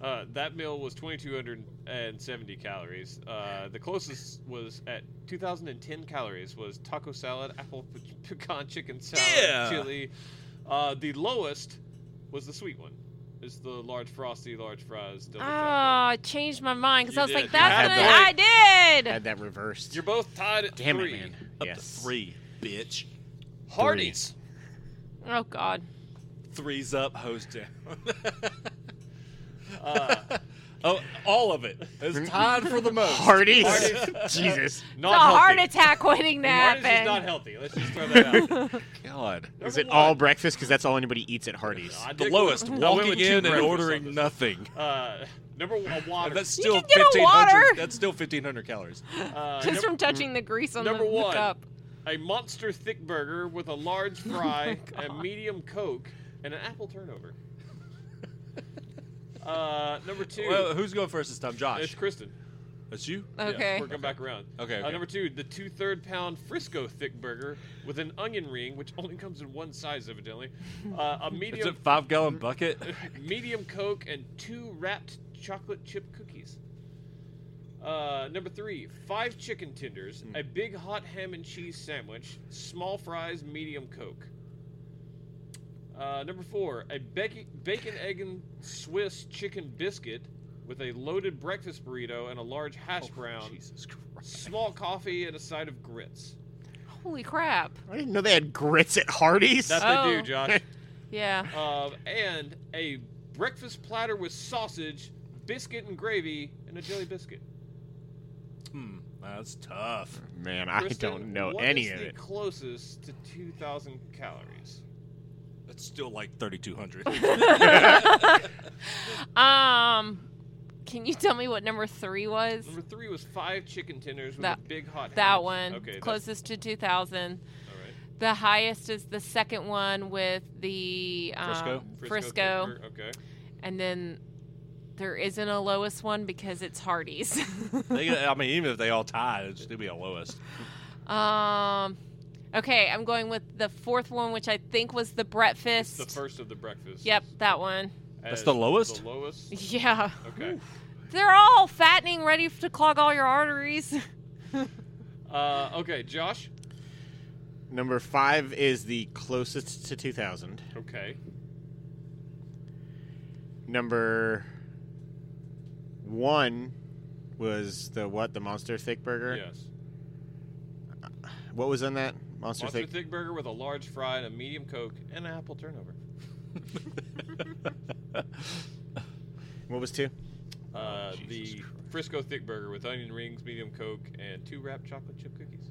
Speaker 1: Uh, that meal was 2,270 calories. Uh, the closest was at 2,010 calories was taco salad, apple pe- pecan chicken salad,
Speaker 5: Yeah.
Speaker 1: chili. Uh, the lowest was the sweet one. It's the large frosty, large fries. double
Speaker 4: oh,
Speaker 1: chocolate.
Speaker 4: I changed my mind because
Speaker 1: You
Speaker 4: I was
Speaker 1: did.
Speaker 4: like,
Speaker 1: You
Speaker 4: that's what I
Speaker 2: had
Speaker 4: did.
Speaker 2: Had that reversed.
Speaker 1: You're both tied at
Speaker 2: Damn
Speaker 1: three.
Speaker 2: it, man.
Speaker 5: Up
Speaker 2: yes,
Speaker 5: to three, bitch.
Speaker 1: Hardee's.
Speaker 4: Oh, God.
Speaker 5: Three's up, host down.
Speaker 1: Uh,
Speaker 5: oh, all of it. It's tied for the most.
Speaker 2: Hardee's. Jesus,
Speaker 1: not
Speaker 4: It's a
Speaker 1: healthy.
Speaker 4: heart attack waiting to
Speaker 1: Hardee's is not
Speaker 4: happen.
Speaker 1: healthy. Let's just throw that out.
Speaker 5: God.
Speaker 2: is it all breakfast? Because that's all anybody eats at Hardee's.
Speaker 1: I
Speaker 5: The
Speaker 1: did-
Speaker 5: lowest.
Speaker 1: I went with
Speaker 5: Walking
Speaker 1: two
Speaker 5: in and
Speaker 1: breakfasts on
Speaker 5: ordering
Speaker 1: this.
Speaker 5: nothing.
Speaker 1: Uh, number one, a water.
Speaker 5: That's
Speaker 4: You
Speaker 5: still
Speaker 4: can get a
Speaker 5: 1500
Speaker 4: water.
Speaker 5: That's still 1500 calories.
Speaker 1: uh,
Speaker 4: Just
Speaker 1: num-
Speaker 4: from touching the grease on
Speaker 1: number
Speaker 4: the,
Speaker 1: one.
Speaker 4: the cup.
Speaker 1: a monster thick burger with a large
Speaker 5: Oh
Speaker 1: fry, a medium Coke, and an apple turnover. uh, number two,
Speaker 5: Well, who's going first this time?
Speaker 1: it's
Speaker 5: Josh.
Speaker 1: Kristen.
Speaker 5: That's you?
Speaker 4: Okay.
Speaker 1: We're going back around.
Speaker 5: Okay,
Speaker 1: Uh,
Speaker 5: okay.
Speaker 1: number two, the two third pound Frisco thick burger with an onion ring, which only comes in one size, evidently. Uh, a
Speaker 5: Is
Speaker 1: medium
Speaker 5: it five gallon bucket?
Speaker 1: medium Coke and two wrapped chocolate chip cookies. Uh, Uh, number three, five chicken tenders, a big hot ham and cheese sandwich, small fries, medium Coke. Uh, number four, a bacon, bacon, egg, and Swiss chicken biscuit with a loaded breakfast burrito and a large hash brown,
Speaker 5: Jesus Christ.
Speaker 1: small coffee, and a side of grits.
Speaker 4: Holy crap.
Speaker 2: I didn't know they had grits at Hardee's.
Speaker 1: That's they do,
Speaker 4: Oh.
Speaker 1: Josh.
Speaker 4: Yeah.
Speaker 1: Um, and a breakfast platter with sausage, biscuit and gravy, and a jelly biscuit.
Speaker 5: Hmm, that's tough.
Speaker 2: Man, I
Speaker 1: Kristen,
Speaker 2: don't know
Speaker 1: what
Speaker 2: any
Speaker 1: is
Speaker 2: of
Speaker 1: the
Speaker 2: it.
Speaker 1: Closest to 2,000 calories.
Speaker 5: That's still like 3,200.
Speaker 4: um, can you tell me what number three was?
Speaker 1: Number three was five chicken tenders with a
Speaker 4: That-
Speaker 1: big hot.
Speaker 4: That
Speaker 1: ham.
Speaker 4: one.
Speaker 1: Okay. that's-
Speaker 4: Closest to 2,000.
Speaker 1: All right.
Speaker 4: The highest is the second one with the um,
Speaker 5: Frisco?
Speaker 4: Frisco.
Speaker 1: Denver, Okay.
Speaker 4: And then there isn't a lowest one because it's Hardee's.
Speaker 5: they, I mean, even if they all tied, it'd still be a lowest.
Speaker 4: um, okay, I'm going with the fourth one, which I think was the breakfast.
Speaker 1: It's the first of the breakfast.
Speaker 4: Yep, that one.
Speaker 1: As
Speaker 5: the lowest?
Speaker 1: The lowest.
Speaker 4: Yeah.
Speaker 1: Okay.
Speaker 4: They're all fattening, ready f- to clog all your arteries.
Speaker 1: Uh, okay, Josh.
Speaker 2: Number five is the closest to 2,000.
Speaker 1: Okay.
Speaker 2: Number one was the what? The monster thick burger.
Speaker 1: Yes.
Speaker 2: What was on that monster,
Speaker 1: Monster
Speaker 2: thick?
Speaker 1: thick. burger with a large fry and a medium coke and an apple turnover.
Speaker 2: What was two?
Speaker 1: Uh,
Speaker 5: Oh, Jesus
Speaker 1: the
Speaker 5: Christ.
Speaker 1: Frisco thick burger with onion rings, medium coke, and two wrapped chocolate chip cookies.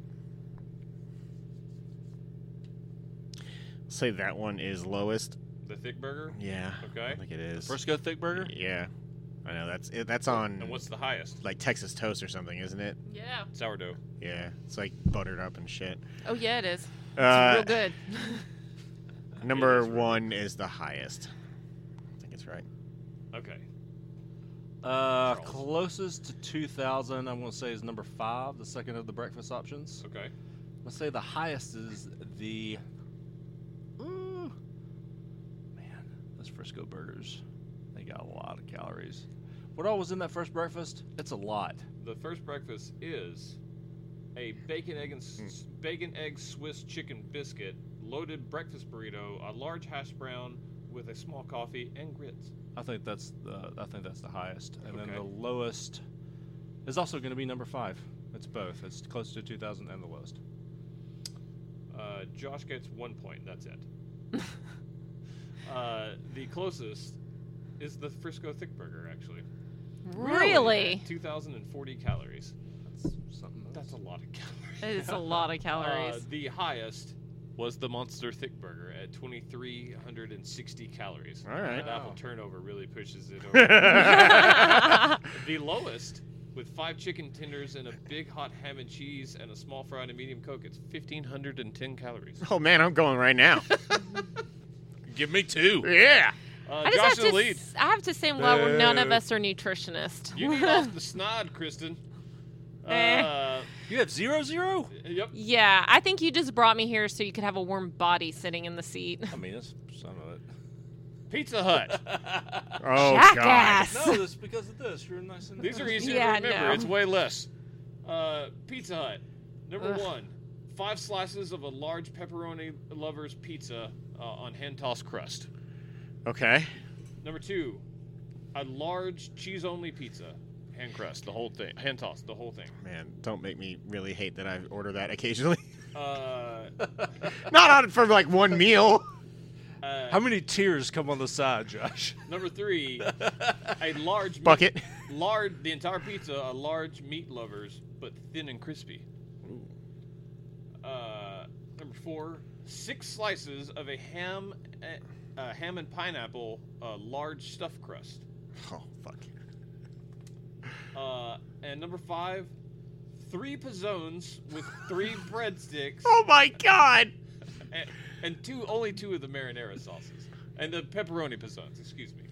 Speaker 2: Say that one is lowest.
Speaker 1: The thick burger.
Speaker 5: Mm.
Speaker 2: Yeah.
Speaker 1: Okay.
Speaker 2: I think it is.
Speaker 5: Frisco thick burger?
Speaker 2: Yeah. I know that's it, that's on
Speaker 1: And what's the highest?
Speaker 2: like Texas toast or something, isn't it?
Speaker 4: yeah.
Speaker 1: Sourdough.
Speaker 2: Yeah. It's like buttered up and shit.
Speaker 4: Oh, yeah, it is. It's
Speaker 2: Uh,
Speaker 4: real good.
Speaker 2: Number
Speaker 1: It is really
Speaker 2: one is the highest. I think it's right.
Speaker 1: Okay.
Speaker 5: Uh,
Speaker 1: Charles.
Speaker 5: closest to 2,000, I'm going to say, is number five, the second of the breakfast options.
Speaker 1: Okay.
Speaker 5: I'm going to say the highest is the. Mm, man, those Frisco burgers. They got a lot of calories. What all was in that first breakfast? It's a lot.
Speaker 1: The first breakfast is a bacon egg and s-
Speaker 5: Hmm.
Speaker 1: bacon egg Swiss chicken biscuit, loaded breakfast burrito, a large hash brown with a small coffee and grits.
Speaker 5: I think that's the I think that's the highest, and then
Speaker 1: Okay.
Speaker 5: the lowest is also going to be number five. It's both. It's close to two thousand and the lowest.
Speaker 1: Uh, Josh gets one point. That's it. uh, the closest is the Frisco Thick Burger, actually.
Speaker 4: really?
Speaker 1: Two thousand and forty calories.
Speaker 5: That's something.
Speaker 1: That's a lot of calories.
Speaker 4: It is a lot of
Speaker 1: Uh,
Speaker 4: calories.
Speaker 1: the highest was the Monster Thick Burger at twenty three hundred and sixty calories.
Speaker 2: All right.
Speaker 1: That
Speaker 5: Wow.
Speaker 1: apple turnover really pushes it over. the lowest with five chicken tenders and a big hot ham and cheese and a small fry and a medium coke. It's fifteen hundred and ten calories.
Speaker 2: Oh man, I'm going right now.
Speaker 5: Give me two.
Speaker 2: yeah.
Speaker 1: Uh,
Speaker 4: I just
Speaker 1: Josh
Speaker 4: have
Speaker 1: in the
Speaker 4: to.
Speaker 1: lead. Uh,
Speaker 4: s- I have to say, well, we're none of
Speaker 5: Boo.
Speaker 4: us are nutritionists.
Speaker 1: You need off the snod, Kristen.
Speaker 4: Eh.
Speaker 1: Uh,
Speaker 5: You have zero zero.
Speaker 1: yep.
Speaker 4: yeah, I think you just brought me here so you could have a warm body sitting in the seat.
Speaker 5: I mean, that's some of it.
Speaker 1: Pizza Hut.
Speaker 2: Oh
Speaker 4: Jackass.
Speaker 5: No, that's because of this. You're nice and
Speaker 1: These are
Speaker 5: nice.
Speaker 1: easy
Speaker 4: Yeah,
Speaker 1: to remember.
Speaker 4: no.
Speaker 1: It's way less. Uh, Pizza Hut. Number
Speaker 4: Ugh.
Speaker 1: one, five slices of a large pepperoni lover's pizza uh, on hand tossed crust.
Speaker 2: God. Okay.
Speaker 1: Number two, a large cheese only pizza, hand crust, the whole thing, hand tossed, the whole thing.
Speaker 2: Man, don't make me really hate that I order that occasionally.
Speaker 1: Uh,
Speaker 2: Not on for like one meal.
Speaker 1: uh,
Speaker 5: How many tears come on the side, Josh?
Speaker 1: number three, a large meat-
Speaker 2: Bucket.
Speaker 1: large the entire pizza, a large meat lovers, but thin and crispy. Uh, number four, six slices of a ham, uh, a, a ham and pineapple, a large stuffed crust.
Speaker 2: Oh fuck.
Speaker 1: Uh, and number five, three pizzones with three breadsticks.
Speaker 2: Oh my god.
Speaker 1: and, and two only two of the marinara sauces and the pepperoni pizzones. Excuse me,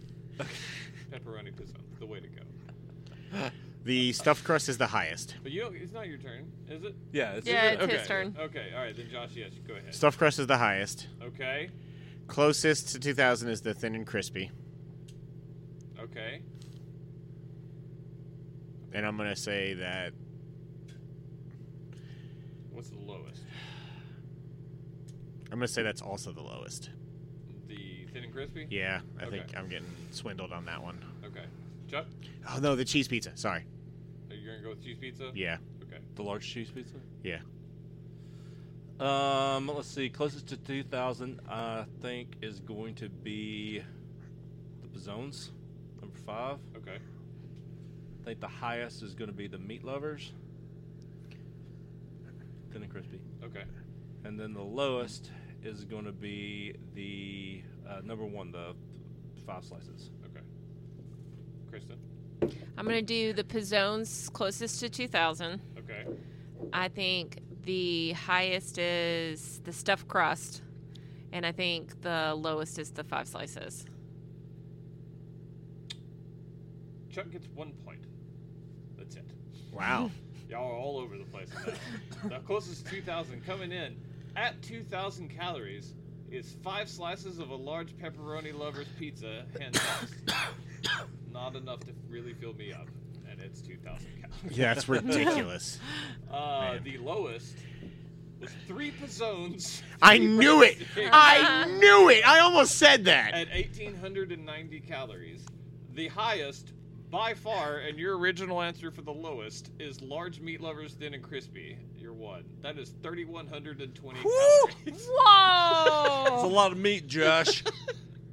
Speaker 1: pepperoni pizzones. The way to go.
Speaker 2: The stuffed crust is the highest.
Speaker 1: But you, don't, it's not your turn, is it?
Speaker 5: Yeah. It's
Speaker 4: Yeah, it's
Speaker 1: okay.
Speaker 4: his turn.
Speaker 1: Okay, all right then, Josh. Yes, you go ahead.
Speaker 2: Stuffed crust is the highest.
Speaker 1: Okay,
Speaker 2: Closest to 2000 is the thin and crispy.
Speaker 1: okay.
Speaker 2: I and I'm gonna say that
Speaker 1: What's the lowest?
Speaker 2: I'm gonna say that's also the lowest.
Speaker 1: The thin and crispy.
Speaker 2: Yeah, I
Speaker 1: Okay.
Speaker 2: think I'm getting swindled on that one.
Speaker 1: Okay. Chuck,
Speaker 2: Oh no, the cheese pizza. Sorry.
Speaker 1: are you gonna go with cheese pizza?
Speaker 2: Yeah.
Speaker 1: Okay.
Speaker 5: The large cheese pizza?
Speaker 2: Yeah.
Speaker 5: Um, let's see. Closest to 2,000, I think, is going to be the Bazones, number five.
Speaker 1: Okay.
Speaker 5: I think the highest is going to be the Meat Lovers, Thin and Crispy.
Speaker 1: Okay.
Speaker 5: And then the lowest is going to be the uh, number one, the five slices.
Speaker 1: Okay. Kristen.
Speaker 4: I'm gonna do the Pizzones closest to 2,000.
Speaker 1: Okay.
Speaker 4: I think the highest is the stuffed crust, and I think the lowest is the five slices.
Speaker 1: Chuck gets one point. That's it.
Speaker 2: Wow.
Speaker 1: Y'all are all over the place. on that. the closest 2,000 coming in at 2,000 calories is five slices of a large pepperoni lover's pizza hand tossed. Not enough to really fill me up, and it's 2,000 calories.
Speaker 2: that's ridiculous.
Speaker 1: Uh,
Speaker 2: Oh, Man.
Speaker 1: the lowest was three pizzones.
Speaker 2: I
Speaker 1: three
Speaker 2: knew it.
Speaker 1: breadsticks,
Speaker 2: I knew it. I almost said that.
Speaker 1: at 1,890 calories. The highest, by far, and your original answer for the lowest is large meat lovers, thin and crispy. You're one. That is 3,120 calories.
Speaker 5: It's a
Speaker 4: Whoa!
Speaker 5: lot of meat, Josh.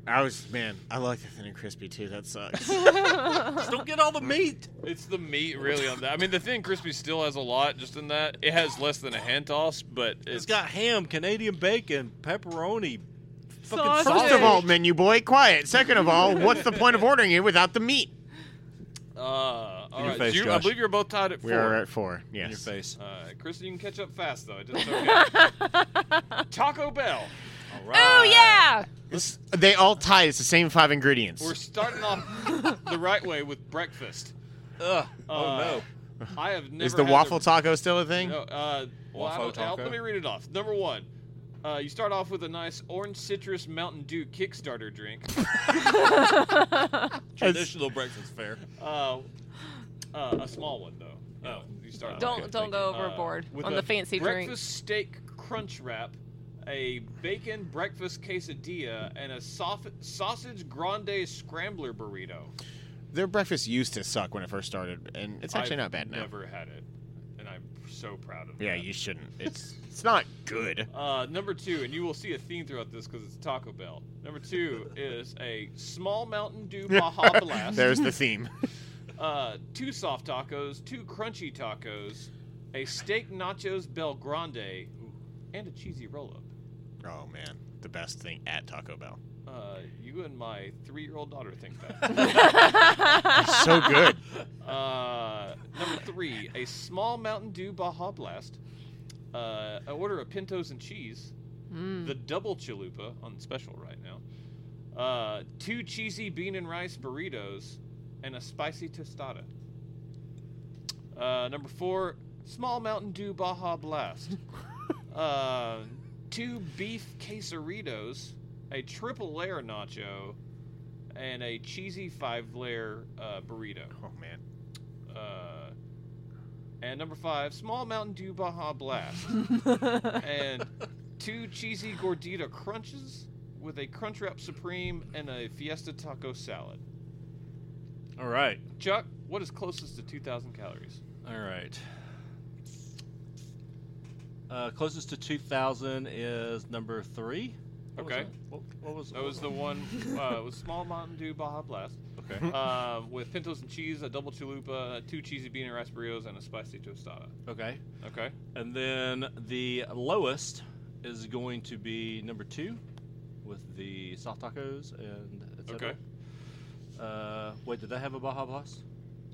Speaker 2: I was man. I like the thin and crispy too. That sucks.
Speaker 5: Just don't get all the meat.
Speaker 1: It's the meat, really, on that. I mean, the thin crispy still has a lot, just in that it has less than a hand toss, but
Speaker 5: It's got ham, Canadian bacon, pepperoni.
Speaker 4: Sausage.
Speaker 5: Fucking
Speaker 2: First of all, menu boy, quiet. Second of all, what's the point of ordering it without the meat?
Speaker 1: Uh, all
Speaker 5: your
Speaker 1: right,
Speaker 5: face,
Speaker 1: you, I
Speaker 5: Josh.
Speaker 1: believe you're both tied at four.
Speaker 2: We are at four.
Speaker 5: in your
Speaker 2: Yes.
Speaker 5: face.
Speaker 1: Uh, Kristen, you can catch up fast though. It doesn't okay. Taco Bell.
Speaker 5: All
Speaker 4: oh yeah!
Speaker 2: This- they all tie. It's the same five ingredients.
Speaker 1: We're starting off the right way with breakfast.
Speaker 5: Ugh. Oh
Speaker 1: Uh,
Speaker 5: no.
Speaker 1: I have never.
Speaker 2: Is the
Speaker 1: had
Speaker 2: waffle
Speaker 1: their-
Speaker 2: taco still a thing?
Speaker 1: No, uh, well, I
Speaker 5: Waffle
Speaker 1: don't- I'll-
Speaker 5: taco?
Speaker 1: let me read it off. Number one, uh, you start off with a nice orange citrus Mountain Dew Kickstarter drink.
Speaker 5: Traditional breakfast fare.
Speaker 1: uh, uh, a small one though. You know, you
Speaker 2: Oh,
Speaker 1: start.
Speaker 4: Don't don't go
Speaker 1: Uh,
Speaker 4: overboard
Speaker 1: with
Speaker 4: on
Speaker 1: a
Speaker 4: the fancy
Speaker 1: breakfast
Speaker 4: drink.
Speaker 1: steak crunch wrap, a bacon breakfast quesadilla, and a sof- sausage grande scrambler burrito.
Speaker 2: Their breakfast used to suck when it first started, and it's actually
Speaker 1: I've
Speaker 2: not bad now.
Speaker 1: Never had it, and I'm so proud of
Speaker 2: Yeah,
Speaker 1: that.
Speaker 2: you shouldn't. It's it's not good.
Speaker 1: Uh, number two, and you will see a theme throughout this because it's Taco Bell. Number two is a small Mountain Dew Baja Blast,
Speaker 2: There's the theme.
Speaker 1: uh, two soft tacos, two crunchy tacos, a steak nachos Bel Grande, and a cheesy roll up.
Speaker 2: Oh man, the best thing at Taco Bell.
Speaker 1: Uh, you and my three-year-old daughter think that.
Speaker 2: It's so good.
Speaker 1: uh, number three, a small Mountain Dew Baja Blast. Uh, I order of pintos and cheese.
Speaker 4: Mm.
Speaker 1: The double chalupa on special right now. Uh, two cheesy bean and rice burritos, and a spicy tostada. Uh, number four, small Mountain Dew Baja Blast. uh, two beef quesaritos, a triple layer nacho, and a cheesy five layer uh, burrito.
Speaker 2: Oh man.
Speaker 1: Uh, and number five, small Mountain Dew Baja Blast, and two cheesy gordita crunches with a crunch wrap supreme and a fiesta taco salad.
Speaker 5: All right.
Speaker 1: Chuck, what is closest to 2,000 calories?
Speaker 5: All right. Uh, closest to 2,000 is number three. What was
Speaker 1: Okay.
Speaker 5: that? What, what was
Speaker 1: That was the one uh, with small Mountain Dew Baja Blast,
Speaker 5: Okay.
Speaker 1: uh, with pintos and cheese, a double chalupa, two cheesy bean and rice burritos, and a spicy tostada.
Speaker 5: Okay.
Speaker 1: Okay.
Speaker 5: And then the lowest is going to be number two with the soft tacos and et cetera.
Speaker 1: Okay.
Speaker 5: Uh, wait, did that have a Baja Blast?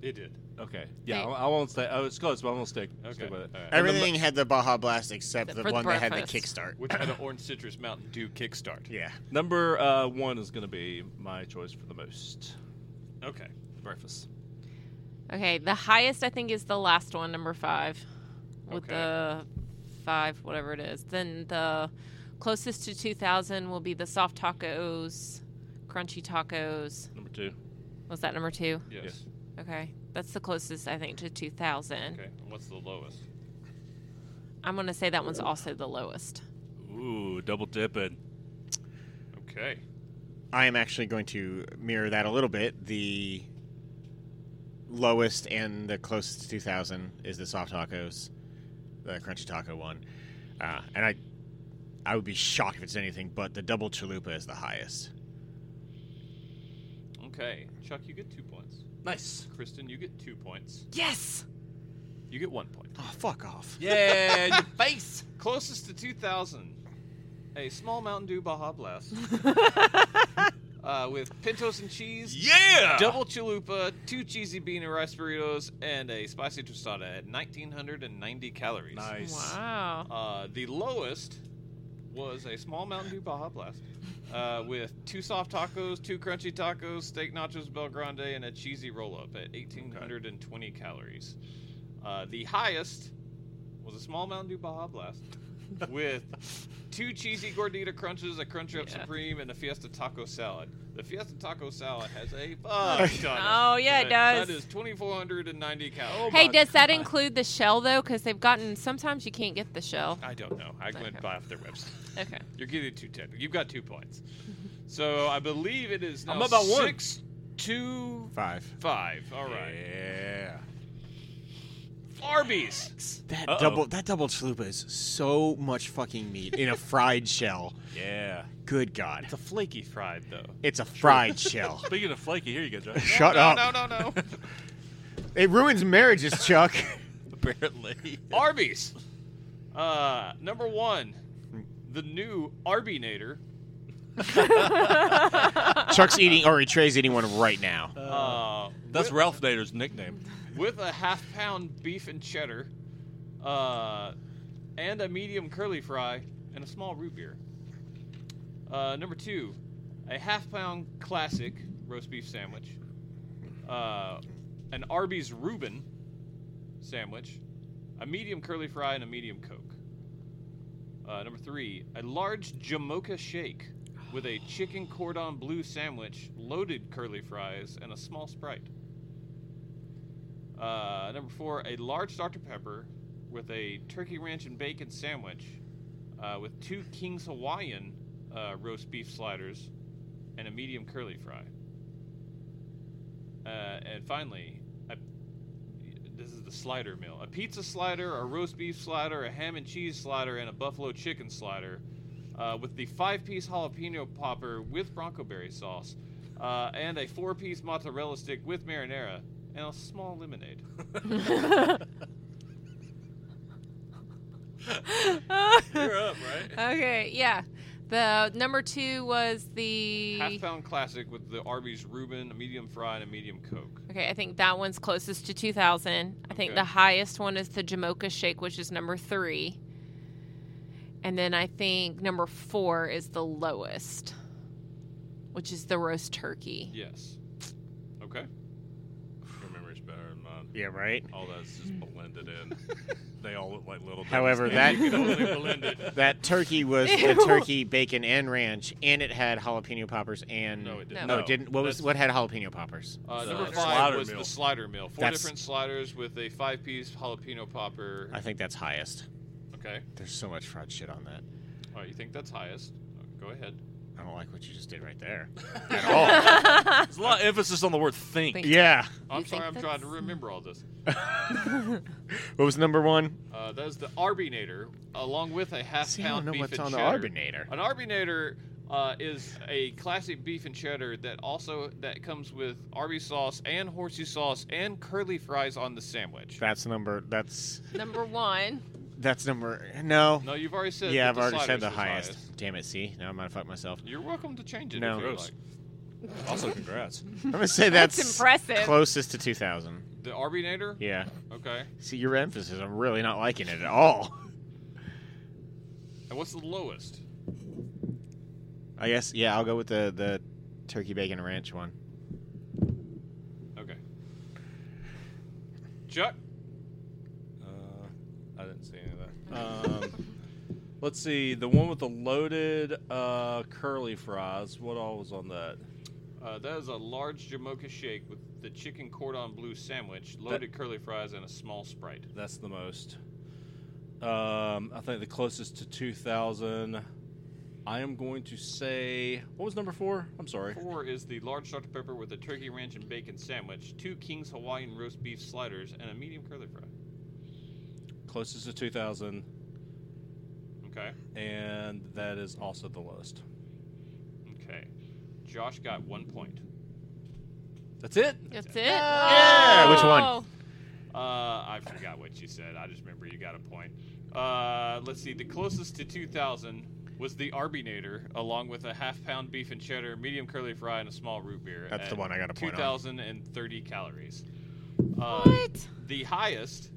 Speaker 1: It did.
Speaker 5: Okay. Yeah, I,
Speaker 4: They-
Speaker 5: I won't say. Oh, it's close, but I won't stick,
Speaker 1: Okay.
Speaker 5: stick with it.
Speaker 1: all right.
Speaker 2: Everything had the Baja Blast except
Speaker 4: Except
Speaker 2: the
Speaker 4: for the
Speaker 2: one that had the
Speaker 4: breakfast.
Speaker 2: kickstart.
Speaker 1: Which had an orange citrus Mountain Dew kickstart.
Speaker 2: Yeah.
Speaker 5: Number uh, one is going to be my choice for the most
Speaker 1: Okay.
Speaker 5: breakfast.
Speaker 4: Okay, the highest I think is the last one, number five, with
Speaker 1: Okay.
Speaker 4: the five whatever it is. Then the closest to 2,000 will be the soft tacos, crunchy tacos.
Speaker 5: Number two.
Speaker 4: Was that number two?
Speaker 1: Yes.
Speaker 4: Okay. That's the closest I think to 2000.
Speaker 1: Okay, and what's the lowest?
Speaker 4: I'm going to say that one's also the lowest.
Speaker 5: Ooh, double dipping.
Speaker 1: Okay.
Speaker 2: I am actually going to mirror that a little bit. The lowest and the closest to 2000 is the soft tacos, the crunchy taco one. Uh, and I I would be shocked if it's anything, but the double chalupa is the highest.
Speaker 1: Okay. Chuck, you get two points.
Speaker 5: Nice.
Speaker 1: Kristen, you get two points.
Speaker 4: Yes.
Speaker 1: You get one point.
Speaker 2: Oh, fuck off.
Speaker 1: Yeah, your face. Closest to 2000. A small Mountain Dew Baja Blast uh, with pintos and cheese,
Speaker 5: Yeah.
Speaker 1: double chalupa, two cheesy bean and rice burritos, and a spicy tostada at 1990 calories.
Speaker 5: Nice.
Speaker 4: Wow.
Speaker 1: Uh, the lowest was a small Mountain Dew Baja Blast uh, with two soft tacos, two crunchy tacos, steak nachos Belgrande, and a cheesy roll up at 1,820 calories. Uh, the highest was a small Mountain Dew Baja Blast with two cheesy gordita crunches, a Crunchwrap
Speaker 4: Yeah.
Speaker 1: Supreme, and a Fiesta Taco Salad. The Fiesta Taco Salad has a fuck ton.
Speaker 4: Oh, yeah, it
Speaker 1: That is
Speaker 4: does.
Speaker 1: 2,490 calories.
Speaker 4: Hey,
Speaker 5: my
Speaker 4: does that
Speaker 5: God.
Speaker 4: include the shell though? Because they've gotten sometimes you can't get the shell.
Speaker 1: I don't know. I went
Speaker 4: Okay.
Speaker 1: by off their website.
Speaker 4: Okay.
Speaker 1: You're getting too technical. You've got two points. So I believe it is now
Speaker 5: I'm about one.
Speaker 1: six, two,
Speaker 2: Five.
Speaker 1: five. All right.
Speaker 5: Yeah.
Speaker 1: Arby's.
Speaker 2: That
Speaker 5: Uh-oh.
Speaker 2: double that double chalupa is so much fucking meat in a fried shell.
Speaker 5: Yeah.
Speaker 2: Good God.
Speaker 1: It's a flaky fried though.
Speaker 2: It's a fried shell.
Speaker 5: Speaking of flaky, here you go, Josh.
Speaker 2: Shut
Speaker 1: no,
Speaker 2: up.
Speaker 1: No, no, no.
Speaker 2: It ruins marriages, Chuck.
Speaker 5: Apparently.
Speaker 1: Arby's. Uh, number one, the new Arbinator.
Speaker 2: Chuck's eating or Trey's eating one right now.
Speaker 1: Uh,
Speaker 5: That's
Speaker 1: with,
Speaker 5: Ralph Nader's nickname.
Speaker 1: with a half pound beef and cheddar, uh, and a medium curly fry and a small root beer. Uh, number two, a half pound classic roast beef sandwich, uh, an Arby's Reuben sandwich, a medium curly fry, and a medium Coke. Uh, number three, a large Jamocha shake with a chicken cordon bleu sandwich, loaded curly fries, and a small Sprite. Uh, number four, a large Dr. Pepper with a turkey ranch and bacon sandwich uh, with two King's Hawaiian uh, roast beef sliders and a medium curly fry. Uh, and finally, a, this is the slider meal a pizza slider, a roast beef slider, a ham and cheese slider, and a buffalo chicken slider. Uh, with the five-piece jalapeno popper with bronco berry sauce, uh, and a four-piece mozzarella stick with marinara, and a small lemonade.
Speaker 5: You're up, right?
Speaker 4: okay. Yeah. The number two was the.
Speaker 1: Half pound classic with the Arby's Reuben, a medium fry, and a medium Coke.
Speaker 4: Okay, I think that one's closest to 2000. I think
Speaker 1: Okay.
Speaker 4: the highest one is the Jamocha Shake, which is number three. And then I think number four is the lowest, which is the roast turkey.
Speaker 1: Yes. Okay.
Speaker 5: Your memory's better than mine.
Speaker 2: Yeah, right?
Speaker 5: All that's Oh, just blended in. they all look like little.
Speaker 2: However,
Speaker 5: Dennis
Speaker 2: that
Speaker 1: You can only blend it.
Speaker 2: that turkey was the
Speaker 4: Ew.
Speaker 2: turkey, bacon, and ranch, and it had jalapeno poppers and
Speaker 1: No, it didn't.
Speaker 2: No,
Speaker 5: No.
Speaker 2: it didn't. What was
Speaker 1: That's-
Speaker 2: what had jalapeno poppers?
Speaker 1: Uh,
Speaker 5: The
Speaker 1: number five
Speaker 5: slider
Speaker 1: was
Speaker 5: meal.
Speaker 1: the slider meal. Four
Speaker 2: That's-
Speaker 1: different sliders with a five piece jalapeno popper.
Speaker 2: I think that's highest.
Speaker 1: Okay.
Speaker 2: There's so much fried shit on that.
Speaker 1: All right, you think that's highest? Uh, Go ahead.
Speaker 2: I don't like what you just did right there. At all.
Speaker 5: Dennis. There's a lot of emphasis on the word think.
Speaker 4: Think.
Speaker 2: yeah.
Speaker 1: I'm
Speaker 4: You
Speaker 1: sorry,
Speaker 4: think
Speaker 1: I'm trying to
Speaker 4: that's-
Speaker 1: remember all this.
Speaker 2: What was number one?
Speaker 1: Uh, that is the Arbinator, along with a half
Speaker 2: See, I don't
Speaker 1: pound
Speaker 2: know
Speaker 1: beef
Speaker 2: what's
Speaker 1: and
Speaker 2: on the
Speaker 1: cheddar.
Speaker 2: Arbinator.
Speaker 1: An Arbinator uh, is a classic beef and cheddar that also that comes with Arby sauce and horsey sauce and curly fries on the sandwich.
Speaker 2: That's number. That's
Speaker 4: Number one.
Speaker 2: that's number. No.
Speaker 1: No, you've already said.
Speaker 2: yeah,
Speaker 1: that
Speaker 2: I've
Speaker 1: the
Speaker 2: already
Speaker 1: sliders
Speaker 2: said the
Speaker 1: is
Speaker 2: highest. Damn it! See, now I'm gonna fuck myself.
Speaker 1: You're welcome to change it.
Speaker 2: No.
Speaker 1: if you
Speaker 5: Gross.
Speaker 1: like.
Speaker 5: Also, congrats.
Speaker 2: I'm gonna say that's,
Speaker 4: That's impressive.
Speaker 2: Closest to 2,000.
Speaker 1: The Arbinator.
Speaker 2: Yeah.
Speaker 1: Okay.
Speaker 2: See your emphasis. I'm really not liking it at all.
Speaker 1: And what's the lowest?
Speaker 2: I guess. Yeah, I'll go with the the turkey bacon ranch one.
Speaker 1: Okay. Chuck.
Speaker 5: Uh, I didn't see any of that. Um, let's see. The one with the loaded uh, curly fries. What all was on that?
Speaker 1: Uh, that is a large Jamocha shake with the chicken cordon bleu sandwich, loaded curly fries, and a small Sprite.
Speaker 5: That's the most. Um, I think the closest to 2000. I am going to say what was number four? I'm sorry.
Speaker 1: Four is the large Dr. Pepper with a turkey ranch and bacon sandwich, two King's Hawaiian roast beef sliders, and a medium curly fry.
Speaker 5: Closest to 2000,
Speaker 1: Okay.
Speaker 5: and that is also the lowest.
Speaker 1: Okay. Josh got one point.
Speaker 5: That's it.
Speaker 4: That's it.
Speaker 2: Yeah, which one?
Speaker 4: Oh.
Speaker 1: Uh, I forgot what you said. I just remember you got a point. Uh, let's see. The closest to 2000 was the Arbinator, along with a half pound beef and cheddar, medium curly fry, and a small root beer.
Speaker 2: That's the
Speaker 1: at
Speaker 2: one I got a point on.
Speaker 1: 2,030 calories. Uh,
Speaker 4: What?
Speaker 1: The highest.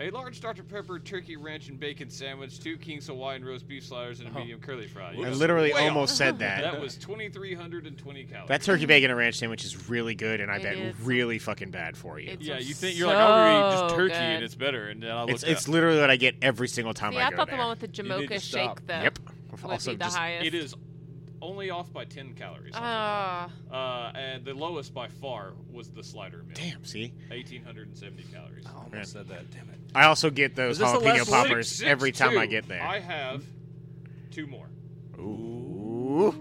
Speaker 1: A large Dr. Pepper turkey ranch and bacon sandwich, two King's Hawaiian roast beef sliders,
Speaker 2: Oh.
Speaker 1: and a medium curly fry. You
Speaker 2: I
Speaker 1: got
Speaker 2: literally
Speaker 1: way off.
Speaker 2: almost said that.
Speaker 1: That was 2,320 calories.
Speaker 2: That turkey bacon and ranch sandwich is really good, and I
Speaker 4: It
Speaker 2: bet
Speaker 4: is.
Speaker 2: really fucking bad for you.
Speaker 4: It's-
Speaker 1: yeah, you think you're like, oh, we just
Speaker 4: so
Speaker 1: turkey
Speaker 4: good.
Speaker 1: and it's better. And then I
Speaker 2: It's
Speaker 1: looked
Speaker 2: it's
Speaker 1: up.
Speaker 2: literally what I get every single time
Speaker 4: See,
Speaker 2: I
Speaker 4: I
Speaker 2: go
Speaker 4: thought the
Speaker 2: there.
Speaker 4: one with the
Speaker 5: need to
Speaker 4: Jamocha
Speaker 5: stop.
Speaker 4: shake though
Speaker 2: Oh yep.
Speaker 4: would
Speaker 2: also,
Speaker 4: be the
Speaker 2: just,
Speaker 4: highest.
Speaker 1: It is only off by 10 calories.
Speaker 4: Ah,
Speaker 1: Uh, and the lowest by far was the slider meal.
Speaker 2: damn. See,
Speaker 1: 1,870 calories.
Speaker 5: I almost
Speaker 2: Yeah.
Speaker 5: said that. Damn it.
Speaker 2: I also get those
Speaker 5: Is this the
Speaker 2: jalapeno
Speaker 5: last
Speaker 1: Six,
Speaker 2: poppers
Speaker 1: six,
Speaker 2: every time I
Speaker 1: two.
Speaker 2: get there.
Speaker 1: I have two more.
Speaker 2: Ooh.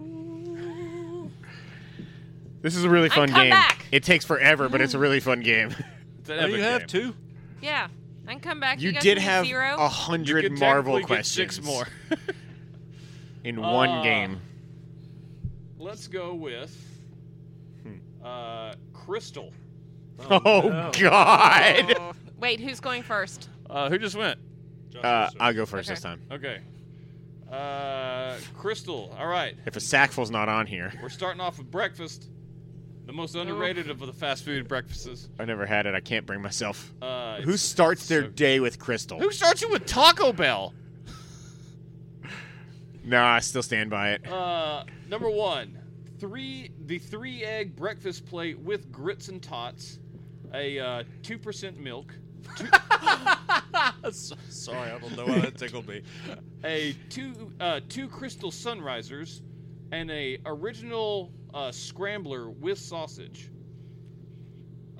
Speaker 2: This is a really fun
Speaker 4: come
Speaker 2: game.
Speaker 4: back.
Speaker 2: It takes forever, but it's a really fun game.
Speaker 1: It's an
Speaker 5: Oh,
Speaker 1: epic
Speaker 5: you have
Speaker 1: game.
Speaker 5: two.
Speaker 4: yeah. I can come back.
Speaker 2: You,
Speaker 4: You, guys
Speaker 2: did
Speaker 4: need
Speaker 2: have
Speaker 4: zero.
Speaker 2: a
Speaker 1: You
Speaker 2: hundred
Speaker 1: could
Speaker 2: Marvel
Speaker 1: technically get
Speaker 2: questions
Speaker 1: Six more.
Speaker 2: in one
Speaker 1: Uh,
Speaker 2: game.
Speaker 1: Let's go with
Speaker 2: Hmm.
Speaker 1: uh, Crystal.
Speaker 2: Oh,
Speaker 5: no.
Speaker 2: God!
Speaker 4: Oh. Wait, who's going first?
Speaker 1: Uh, who just went?
Speaker 2: Uh, I'll go first
Speaker 4: Okay.
Speaker 2: this time.
Speaker 1: Okay. Uh, Crystal. All right.
Speaker 2: If a sackful's not on here,
Speaker 1: We're starting off with breakfast. The most underrated of the fast food breakfasts.
Speaker 2: I never had it. I can't bring myself.
Speaker 1: Uh,
Speaker 2: Who
Speaker 1: it's-
Speaker 2: starts their
Speaker 1: so-
Speaker 2: day with Crystal?
Speaker 1: Who starts it with Taco Bell?
Speaker 2: No, I still stand by it.
Speaker 1: Uh, number one, three the three egg breakfast plate with grits and tots, a uh, two percent milk,
Speaker 5: Sorry, I don't know why that tickled me.
Speaker 1: a two uh, two crystal sunrisers, and a original uh, scrambler with sausage.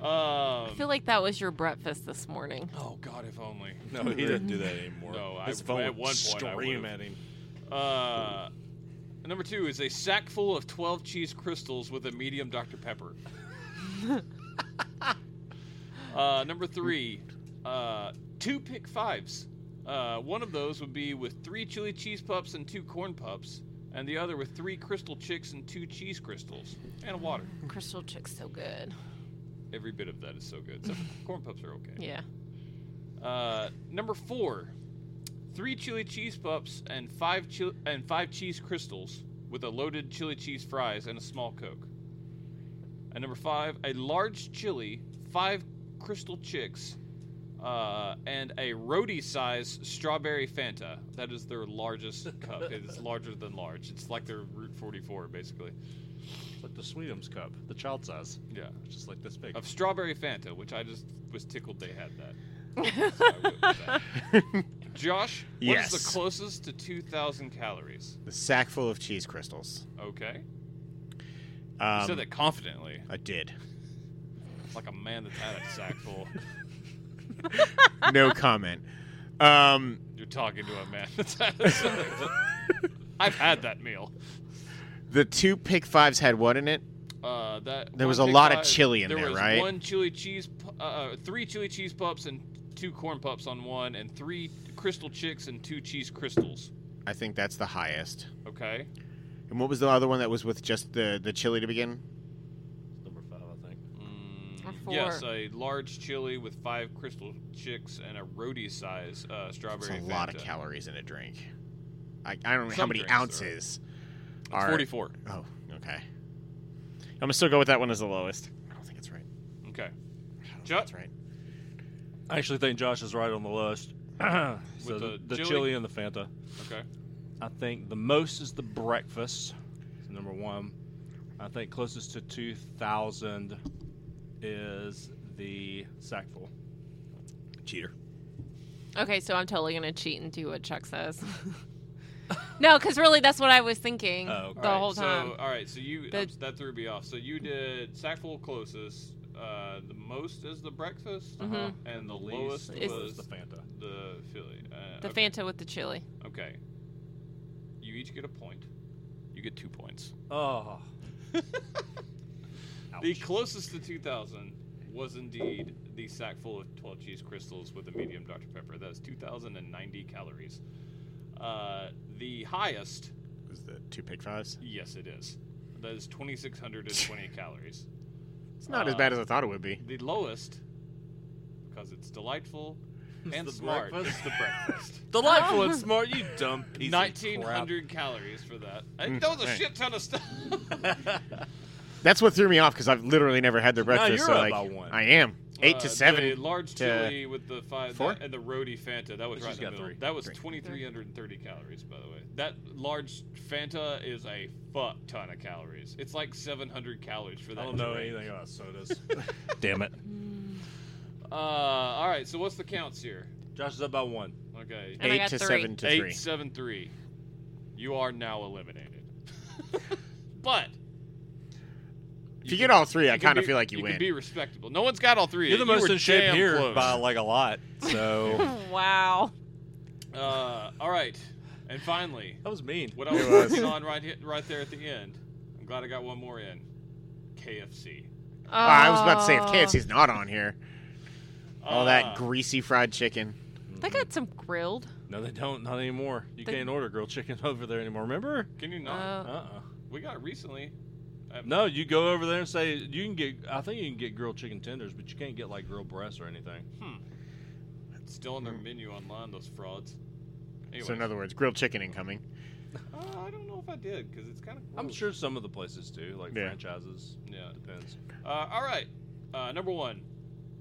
Speaker 1: Um,
Speaker 4: I feel like that was your breakfast this morning.
Speaker 1: oh God, if only.
Speaker 5: No, he doesn't do that anymore.
Speaker 1: No, I-
Speaker 5: His phone
Speaker 1: at
Speaker 5: would
Speaker 1: one point I
Speaker 5: scream
Speaker 1: would've.
Speaker 5: at him.
Speaker 1: Uh, number two is a sack full of twelve cheese crystals with a medium Dr Pepper. uh, number three, uh, two pick fives. Uh, one of those would be with three chili cheese pups and two corn pups, and the other with three crystal chicks and two cheese crystals and water.
Speaker 2: Mm-hmm.
Speaker 4: Crystal chick's so good.
Speaker 1: Every bit of that is so good. Except for corn pups are okay.
Speaker 4: Yeah.
Speaker 1: Uh, number four, three chili cheese puffs and five chili and five cheese crystals with a loaded chili cheese fries and a small coke. And number five, a large chili, five crystal chicks, uh, and a roadie size strawberry Fanta. That is their largest cup. It is larger than large. It's like their Route 44, basically.
Speaker 5: Like the Sweetums cup, the child size,
Speaker 1: Yeah.
Speaker 5: just like this big.
Speaker 1: Of strawberry Fanta, which I just was tickled they had that. So I went with that. Josh, what's
Speaker 2: Yes.
Speaker 1: the closest to 2,000 calories?
Speaker 2: The sack full of cheese crystals.
Speaker 1: Okay. You
Speaker 2: Um,
Speaker 1: said that confidently,
Speaker 2: I did.
Speaker 1: like a man that's had a sack full.
Speaker 2: No comment. Um,
Speaker 1: You're talking to a man that's had a sack full. I've had that meal.
Speaker 2: the two pick fives had what in it?
Speaker 1: Uh, that
Speaker 2: There was
Speaker 1: one
Speaker 2: a
Speaker 1: Big
Speaker 2: lot of
Speaker 1: Five-
Speaker 2: chili in there,
Speaker 1: was
Speaker 2: right?
Speaker 1: One chili cheese, pu- uh, uh, three chili cheese pups and two corn pups on one, and three crystal chicks and two cheese crystals.
Speaker 2: I think that's the highest.
Speaker 1: Okay.
Speaker 2: And what was the other one that was with just the the chili to begin?
Speaker 5: number five, I think.
Speaker 1: Mm,
Speaker 4: Or
Speaker 1: Yes,
Speaker 4: four.
Speaker 1: a large chili with five crystal chicks and a roadie size uh,
Speaker 2: It's
Speaker 1: strawberry.
Speaker 2: a lot of
Speaker 1: Fanta.
Speaker 2: calories in a drink. I, I don't know how
Speaker 1: Some
Speaker 2: many
Speaker 1: drinks are.
Speaker 2: ounces.
Speaker 1: It's
Speaker 2: are-
Speaker 1: 44.
Speaker 2: Oh, okay. I'm gonna still go with that one as the lowest. I don't think it's right.
Speaker 1: Okay.
Speaker 2: I don't think
Speaker 1: Chuck?
Speaker 2: it's right.
Speaker 5: I actually think Josh is right on the list. so
Speaker 1: With
Speaker 5: the,
Speaker 1: the
Speaker 5: the
Speaker 1: chili?
Speaker 5: chili and the Fanta.
Speaker 1: Okay.
Speaker 5: I think the most is the breakfast, number one. I think closest to 2,000 is the sackful.
Speaker 2: Cheater.
Speaker 4: Okay, so I'm totally gonna cheat and do what Chuck says. No, because really, that's what I was thinking
Speaker 5: Oh, okay.
Speaker 4: the
Speaker 1: Alright,
Speaker 4: whole time.
Speaker 1: So, all right, so you
Speaker 4: The-
Speaker 1: I'm s- that threw me off. So you did Sackful closest. Uh, the most is the breakfast,
Speaker 4: Mhm.
Speaker 1: and the
Speaker 5: Least
Speaker 1: lowest
Speaker 4: is-
Speaker 1: was
Speaker 5: the Fanta.
Speaker 1: the Philly. Uh,
Speaker 4: the
Speaker 1: okay.
Speaker 4: Fanta with the chili.
Speaker 1: Okay. You each get a point. You get two points.
Speaker 5: Oh.
Speaker 1: The closest to 2000 was indeed the sack full of 12 cheese crystals with a medium Dr. Pepper. That's 2,090 calories. Uh, the highest,
Speaker 2: Was the two pig fries?
Speaker 1: yes, it is. That is 2,620 calories.
Speaker 2: It's not
Speaker 1: Uh,
Speaker 2: as bad as I thought it would be.
Speaker 1: The lowest, because it's delightful and
Speaker 5: the
Speaker 1: smart,
Speaker 5: breakfast.
Speaker 1: is the breakfast.
Speaker 5: Delightful and smart, you dumb piece of crap.
Speaker 1: 1,900 calories for that. I-
Speaker 5: Hmm,
Speaker 2: Mm,
Speaker 1: That was a
Speaker 2: right.
Speaker 1: shit ton of stuff.
Speaker 2: That's what threw me off because I've literally never had their
Speaker 5: Now
Speaker 2: breakfast.
Speaker 5: you're
Speaker 2: so
Speaker 5: up
Speaker 2: like,
Speaker 5: by one.
Speaker 2: I am eight to
Speaker 1: Uh, The
Speaker 2: seven.
Speaker 1: large
Speaker 2: to
Speaker 1: chili with the five
Speaker 2: four?
Speaker 1: that- and the rody Fanta. That was
Speaker 5: Let's
Speaker 1: right
Speaker 5: just
Speaker 1: in the
Speaker 5: go
Speaker 1: middle.
Speaker 5: three.
Speaker 1: That was
Speaker 2: Three.
Speaker 1: 2,330 calories, by the way. That large Fanta is a fuck ton of calories. It's like 700 calories for that.
Speaker 5: I don't know
Speaker 1: drink.
Speaker 5: anything about sodas. Damn it.
Speaker 2: Mm.
Speaker 1: Uh, all right. So what's the counts here?
Speaker 5: Josh is up by one.
Speaker 1: Okay.
Speaker 4: And I
Speaker 2: eight
Speaker 4: got
Speaker 2: to
Speaker 4: three.
Speaker 2: seven to
Speaker 1: eight
Speaker 2: three.
Speaker 1: seven three. You are now eliminated. but
Speaker 2: If you get all three, I
Speaker 1: can
Speaker 2: kind of
Speaker 1: be-
Speaker 2: feel like you,
Speaker 1: you
Speaker 2: win.
Speaker 1: Can be respectable. No one's got all three.
Speaker 5: You're the
Speaker 1: You
Speaker 5: most
Speaker 1: were
Speaker 5: in shape
Speaker 1: damn
Speaker 5: here
Speaker 1: close.
Speaker 5: by like a lot. So
Speaker 4: wow.
Speaker 1: Uh, all right. And finally,
Speaker 5: that was mean.
Speaker 1: What I was focusing on right here, right there at the end. I'm glad I got one more in. KFC.
Speaker 4: Oh,
Speaker 2: Oh, I was about to say if KFC's not on here, all Oh, that
Speaker 1: Uh,
Speaker 2: greasy fried chicken.
Speaker 4: They got some grilled.
Speaker 5: No, they don't. Not anymore. You
Speaker 4: They-
Speaker 5: can't order grilled chicken over there anymore. Remember?
Speaker 1: Can you not?
Speaker 4: Uh,
Speaker 5: Uh-uh.
Speaker 1: we got it recently.
Speaker 5: No, you go over there and say you can get. I think you can get grilled chicken tenders, but you can't get like grilled breasts or anything.
Speaker 1: It's still on
Speaker 2: Hmm.
Speaker 1: their menu online. Those frauds. Anyway,
Speaker 2: So in other words, grilled chicken incoming.
Speaker 1: uh, I don't know if I did because it's kind of.
Speaker 5: I'm sure some of the places do, like
Speaker 2: Yeah.
Speaker 5: franchises.
Speaker 1: Yeah.
Speaker 5: Depends.
Speaker 1: Uh, all right. Uh, number one,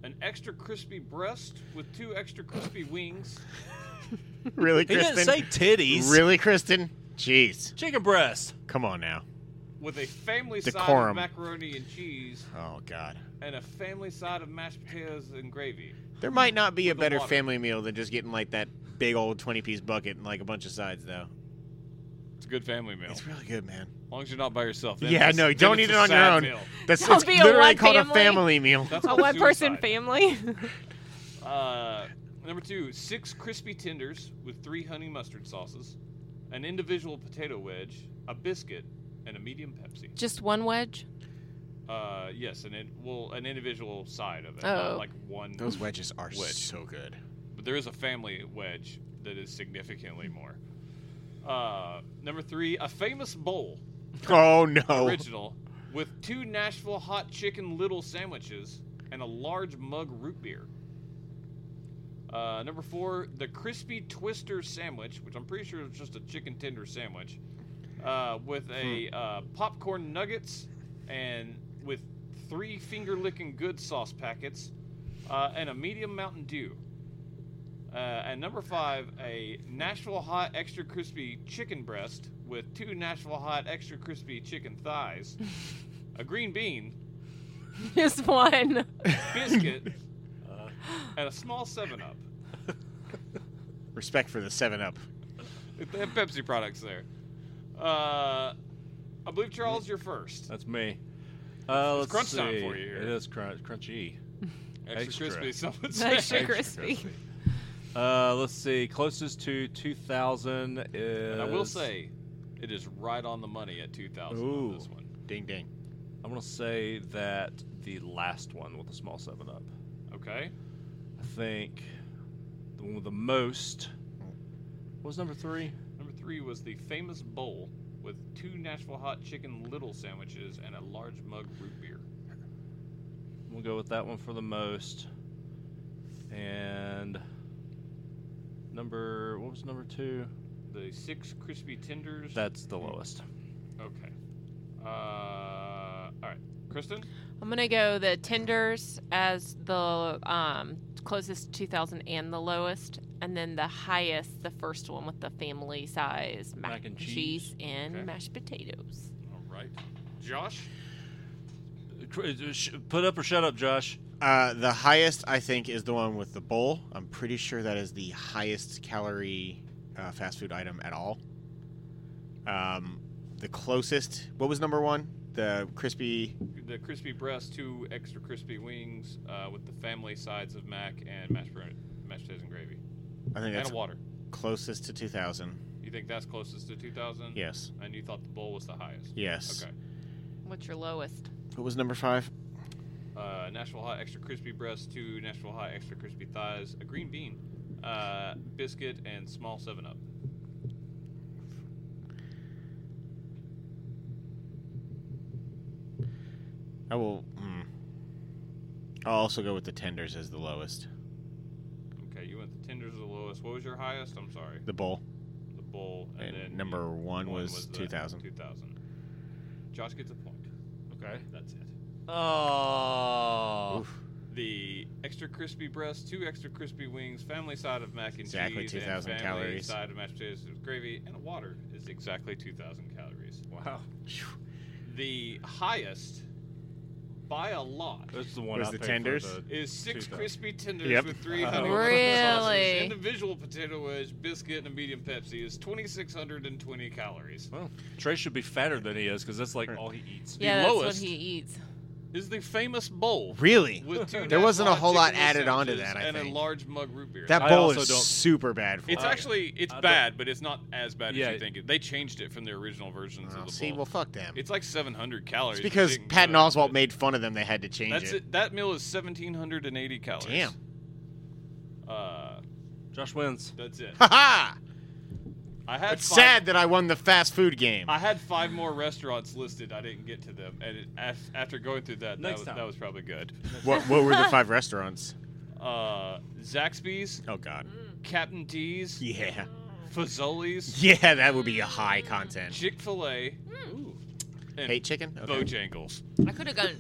Speaker 1: an extra crispy breast with two extra crispy wings.
Speaker 2: Really, Kristen?
Speaker 5: titties.
Speaker 2: really, Kristen? Jeez,
Speaker 5: Chicken breast.
Speaker 2: come on now.
Speaker 1: With a family side of
Speaker 2: Decorum.
Speaker 1: macaroni and cheese
Speaker 2: Oh God.
Speaker 1: and a family side of mashed potatoes and gravy.
Speaker 2: There might not be a
Speaker 1: With the
Speaker 2: better
Speaker 1: water.
Speaker 2: family meal than just getting like that big old twenty-piece bucket and like a bunch of sides, though.
Speaker 1: It's a good family meal.
Speaker 2: It's really good, man.
Speaker 1: As long as you're not by yourself. Then
Speaker 2: Yeah,
Speaker 1: it's-
Speaker 2: no,
Speaker 1: then
Speaker 2: don't
Speaker 1: it's
Speaker 2: eat
Speaker 1: a
Speaker 2: it on your
Speaker 1: sad
Speaker 2: own.
Speaker 1: meal.
Speaker 2: That's
Speaker 4: Don't
Speaker 2: it's
Speaker 4: be a
Speaker 2: literally
Speaker 4: one
Speaker 2: called a
Speaker 4: family.
Speaker 2: family meal.
Speaker 1: That's
Speaker 4: A
Speaker 1: called
Speaker 4: one person
Speaker 1: suicide.
Speaker 4: family.
Speaker 1: Uh, number two, six crispy tenders with three honey mustard sauces, an individual potato wedge, a biscuit, and a medium Pepsi.
Speaker 4: Just one wedge.
Speaker 1: Uh, yes, and it well, an individual side of it,
Speaker 4: Oh.
Speaker 1: not like one.
Speaker 2: Those wedges are
Speaker 1: Wedge.
Speaker 2: so good.
Speaker 1: But there is a family wedge that is significantly more. Uh, number three, a famous bowl
Speaker 2: Oh no.
Speaker 1: original with two Nashville hot chicken little sandwiches and a large mug root beer. Uh, number four, the crispy twister sandwich, which I'm pretty sure is just a chicken tender sandwich, uh, with a uh, popcorn nuggets and with three finger licking good sauce packets uh, and a medium Mountain Dew. Uh, and number five, a Nashville Hot Extra Crispy Chicken Breast with two Nashville Hot Extra Crispy Chicken Thighs, a green bean,
Speaker 4: Just one.
Speaker 1: biscuit,
Speaker 4: Uh.
Speaker 1: and a small 7 Up.
Speaker 2: Respect for the Seven Up.
Speaker 1: They have Pepsi products there. Uh, I believe, Charles, you're first.
Speaker 5: That's me. Uh, let's
Speaker 1: It's crunch
Speaker 5: see.
Speaker 1: time for you here.
Speaker 5: It is crunch, crunchy.
Speaker 1: Extra,
Speaker 5: Extra.
Speaker 1: Crispy, someone said.
Speaker 4: Extra crispy.
Speaker 5: Uh, let's see. Closest to 2000 is.
Speaker 1: And I will say, it is right on the money at 2000 on
Speaker 2: Ooh.
Speaker 1: this one.
Speaker 2: Ding ding.
Speaker 5: I'm gonna say that the last one with the small seven up.
Speaker 1: Okay?
Speaker 5: I think the one with the most what was number three.
Speaker 1: Number three was the famous bowl with two Nashville Hot Chicken Little sandwiches and a large mug root beer.
Speaker 5: We'll go with that one for the most. And number what was number two?
Speaker 1: The six crispy tenders.
Speaker 5: That's the lowest.
Speaker 1: okay. Uh, all right, Kristen.
Speaker 4: I'm gonna go the tenders as the um, closest 2000 and the lowest, and then the highest, the first one with the family size mac, and cheese, and
Speaker 1: Okay.
Speaker 4: mashed potatoes.
Speaker 1: All right, Josh.
Speaker 5: Cr- uh, sh- Put up or shut up, Josh.
Speaker 2: Uh, the highest I think is the one with the bowl. I'm pretty sure that is the highest calorie uh, fast food item at all. Um, the closest, what was number one? The crispy.
Speaker 1: The crispy breast, two extra crispy wings uh, with the family sides of mac and mashed, potato- mashed potatoes and gravy.
Speaker 2: I think
Speaker 1: And
Speaker 2: that's
Speaker 1: a water.
Speaker 2: closest to 2000.
Speaker 1: You think that's closest to 2000?
Speaker 2: Yes.
Speaker 1: And you thought the bowl was the highest?
Speaker 2: Yes.
Speaker 1: Okay.
Speaker 4: What's your lowest?
Speaker 2: What was number five?
Speaker 1: Uh, Nashville hot extra crispy breast, two Nashville hot extra crispy thighs, a green bean, uh, biscuit, and small Seven Up.
Speaker 2: I will. Hmm. I'll also go with the tenders as the lowest.
Speaker 1: Okay, you went the tenders are the lowest. What was your highest? I'm sorry.
Speaker 2: The bowl.
Speaker 1: The bowl. And,
Speaker 2: And,
Speaker 1: then
Speaker 2: number
Speaker 1: you-
Speaker 2: one was,
Speaker 1: the
Speaker 2: 2000.
Speaker 1: 2000. Josh gets a point.
Speaker 5: Okay.
Speaker 1: That's it.
Speaker 5: Oh.
Speaker 2: Oof.
Speaker 1: The extra crispy breast, two extra crispy wings, family side of mac and
Speaker 2: Exactly
Speaker 1: cheese,
Speaker 2: 2,000
Speaker 1: and family
Speaker 2: calories.
Speaker 1: side of mashed potatoes with gravy, and water is exactly 2,000 calories.
Speaker 5: Wow.
Speaker 2: Phew.
Speaker 1: The highest by a lot
Speaker 5: That's the one.
Speaker 2: Was
Speaker 5: I
Speaker 2: the
Speaker 5: paid for
Speaker 2: tenders?
Speaker 5: the-
Speaker 1: is six
Speaker 5: 2,000.
Speaker 1: crispy tenders
Speaker 2: Yep.
Speaker 1: with three
Speaker 5: Oh.
Speaker 1: honey
Speaker 4: Really?
Speaker 1: sauces, individual potato wedge, biscuit, and a medium Pepsi is 2,620 calories.
Speaker 5: Well, Trey should be fatter than he is because that's like all he eats.
Speaker 1: The
Speaker 4: yeah, that's
Speaker 1: lowest.
Speaker 4: what he eats.
Speaker 1: Is the famous bowl.
Speaker 2: Really?
Speaker 1: With two
Speaker 2: There wasn't a
Speaker 1: Nashville
Speaker 2: whole
Speaker 1: hot
Speaker 2: lot
Speaker 1: chicken
Speaker 2: added onto
Speaker 1: sandwiches
Speaker 2: that, I
Speaker 1: and
Speaker 2: think.
Speaker 1: a large mug root beer.
Speaker 2: That
Speaker 5: I
Speaker 2: bowl
Speaker 5: also
Speaker 2: is
Speaker 5: don't-
Speaker 2: super bad for
Speaker 1: It's
Speaker 2: you.
Speaker 1: actually it's
Speaker 5: I don't-
Speaker 1: bad, but it's not as bad
Speaker 5: Yeah.
Speaker 1: as you think. it- They changed it from the original versions
Speaker 2: Well,
Speaker 1: of the
Speaker 2: Oh, see,
Speaker 1: bowl.
Speaker 2: well, fuck them. It's,
Speaker 1: it's like 700 calories. which
Speaker 2: because
Speaker 1: isn't
Speaker 2: Patton
Speaker 1: good,
Speaker 2: Oswalt
Speaker 1: but
Speaker 2: made fun of them. They had to change
Speaker 1: That's
Speaker 2: it.
Speaker 1: it. That meal is 1780 calories.
Speaker 2: Damn.
Speaker 1: Uh,
Speaker 5: Josh wins.
Speaker 1: that's it.
Speaker 2: Ha ha!
Speaker 1: I had
Speaker 2: It's
Speaker 1: five,
Speaker 2: sad that I won the fast food game.
Speaker 1: I had five more restaurants listed. I didn't get to them, and it, af- after going through that, that
Speaker 5: Next
Speaker 1: was,
Speaker 5: time.
Speaker 1: that was probably good.
Speaker 2: what, what were the five restaurants?
Speaker 1: Uh, Zaxby's,
Speaker 2: Oh God.
Speaker 1: Captain D's,
Speaker 2: Yeah.
Speaker 1: Fazoli's,
Speaker 2: Yeah, that would be a high content.
Speaker 1: Chick Fil A,
Speaker 5: Hmm.
Speaker 1: and
Speaker 2: Hate chicken? Okay.
Speaker 1: Bojangles.
Speaker 4: I could have gone.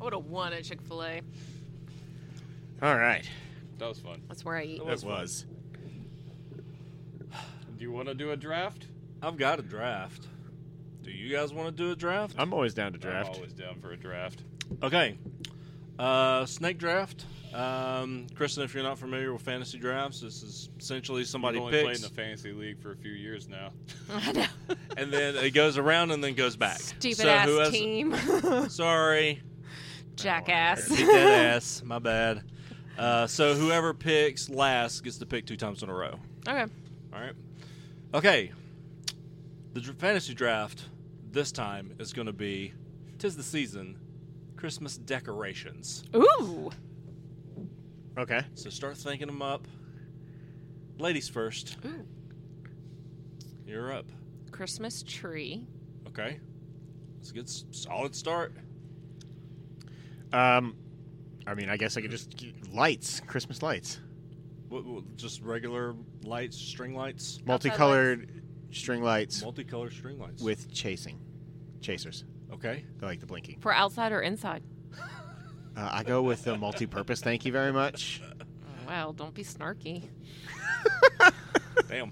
Speaker 4: I would have won at Chick Fil A.
Speaker 2: All right.
Speaker 1: That was fun.
Speaker 4: That's where I eat.
Speaker 2: It was.
Speaker 1: Do you want to do a draft?
Speaker 5: I've got a draft. Do you guys want to do a draft?
Speaker 2: I'm always down to
Speaker 1: I'm
Speaker 2: draft.
Speaker 1: always down for a draft.
Speaker 5: Okay. Uh, snake draft. Um, Kristen, if you're not familiar with fantasy drafts, this is essentially somebody
Speaker 1: We've only played
Speaker 5: picks
Speaker 1: in the fantasy league for a few years now.
Speaker 4: I know.
Speaker 5: and then it goes around and then goes back.
Speaker 4: Stupid
Speaker 5: So
Speaker 4: ass
Speaker 5: who has-
Speaker 4: team.
Speaker 5: Sorry,
Speaker 4: Jackass.
Speaker 5: Beat that ass. My bad. Uh, so whoever picks last gets to pick two times in a row.
Speaker 4: okay.
Speaker 5: All right. Okay. The dr- fantasy draft this time is going to be "Tis the Season" Christmas decorations.
Speaker 4: Ooh.
Speaker 2: Okay.
Speaker 5: So start thinking them up. Ladies first.
Speaker 4: Ooh.
Speaker 5: You're up.
Speaker 4: Christmas tree.
Speaker 5: Okay. That's a good, s- solid start.
Speaker 2: Um, I mean, I guess I could just lights, Christmas lights,
Speaker 5: What, what, just regular lights, string lights,
Speaker 2: multicolored string lights
Speaker 5: multicolor string lights.
Speaker 2: with chasing, chasers.
Speaker 5: okay.
Speaker 2: I like the blinking.
Speaker 4: For outside or inside?
Speaker 2: Uh, I go with the multi-purpose. Thank you very much.
Speaker 4: Wow, don't be snarky.
Speaker 5: Damn.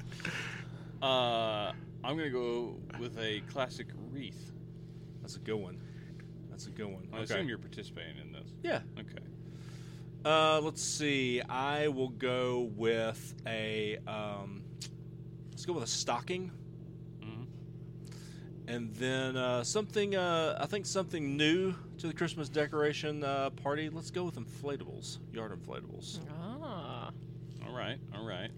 Speaker 1: Uh, I'm gonna go with a classic wreath.
Speaker 5: That's a good one. That's a good one.
Speaker 1: I assume you're participating in this.
Speaker 5: Yeah.
Speaker 1: Okay.
Speaker 5: Uh, let's see. I will go with a. Um, let's go with a stocking, Mm-hmm.
Speaker 1: Mhm.
Speaker 5: and then uh, something. Uh, I think something new to the Christmas decoration uh, party. Let's go with inflatables, yard inflatables.
Speaker 4: Ah.
Speaker 1: All right. All right.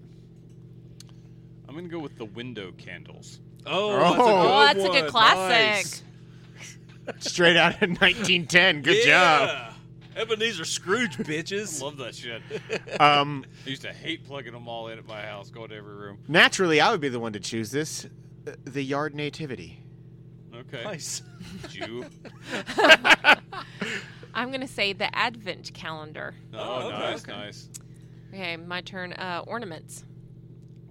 Speaker 1: I'm gonna go with the window candles.
Speaker 5: Oh,
Speaker 2: Oh,
Speaker 4: that's a good classic.
Speaker 2: Straight out of 1910. Good
Speaker 5: job, Ebenezer Scrooge,
Speaker 1: I
Speaker 5: bitches.
Speaker 1: love that shit.
Speaker 2: job. Um,
Speaker 1: I used to hate plugging them all in at my house, going to every room.
Speaker 2: naturally, I would be the one to choose this. Uh, The yard nativity.
Speaker 1: Okay.
Speaker 5: nice.
Speaker 1: Jew.
Speaker 4: I'm going to say the advent calendar.
Speaker 1: Oh,
Speaker 5: Oh, okay.
Speaker 1: nice,
Speaker 5: Okay.
Speaker 1: nice.
Speaker 4: Okay, my turn. Uh, ornaments.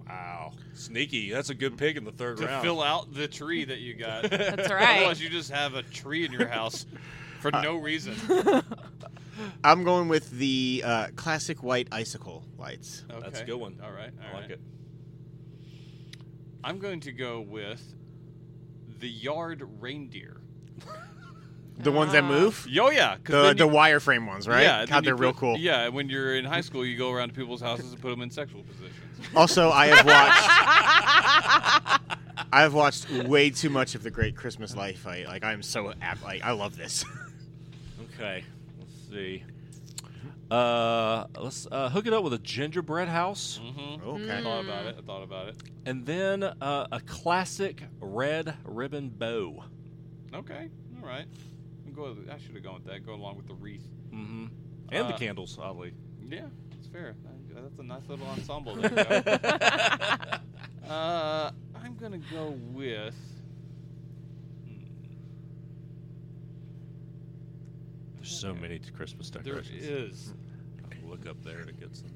Speaker 5: Wow, sneaky. That's a good pick in the third
Speaker 1: To
Speaker 5: round.
Speaker 1: fill out the tree that you got.
Speaker 4: That's right.
Speaker 1: Otherwise, you just have a tree in your house for
Speaker 5: Uh,
Speaker 1: no reason.
Speaker 2: I'm going with the uh, classic white icicle lights.
Speaker 5: That's a
Speaker 1: Okay.
Speaker 5: good one.
Speaker 1: All right.
Speaker 5: I
Speaker 1: all right.
Speaker 5: like it.
Speaker 1: I'm going to go with the yard reindeer.
Speaker 2: The ones that
Speaker 4: Ah.
Speaker 2: move.
Speaker 1: Yo, yeah. 'cause
Speaker 2: The
Speaker 1: then
Speaker 2: the
Speaker 1: you-
Speaker 2: wireframe ones, right?
Speaker 1: Yeah, and
Speaker 2: God,
Speaker 1: then you
Speaker 2: they're real
Speaker 1: put-
Speaker 2: cool.
Speaker 1: Yeah, when you're in high school, you go around to people's houses and put them in sexual positions.
Speaker 2: Also, I have watched. I've watched way too much of the Great Christmas Life Fight. Like I'm so apt. Like I love this.
Speaker 5: Okay, let's see. Uh, let's uh, hook it up with a gingerbread house,
Speaker 1: Mm-hmm. I
Speaker 2: Oh, okay.
Speaker 1: thought
Speaker 4: Hmm.
Speaker 1: about it. I thought about it.
Speaker 5: and then uh, a classic red ribbon bow.
Speaker 1: Okay. All right. I'm go with- I should have gone with that. Go along with the wreath.
Speaker 5: Mm-hmm. And the
Speaker 1: Uh,
Speaker 5: candles, oddly.
Speaker 1: Yeah, that's fair. I- Uh, That's a nice little ensemble. There you go. uh, I'm gonna go with.
Speaker 5: There's so many Christmas
Speaker 1: There
Speaker 5: decorations.
Speaker 1: is.
Speaker 2: Hmm.
Speaker 5: I'll Look up there to get some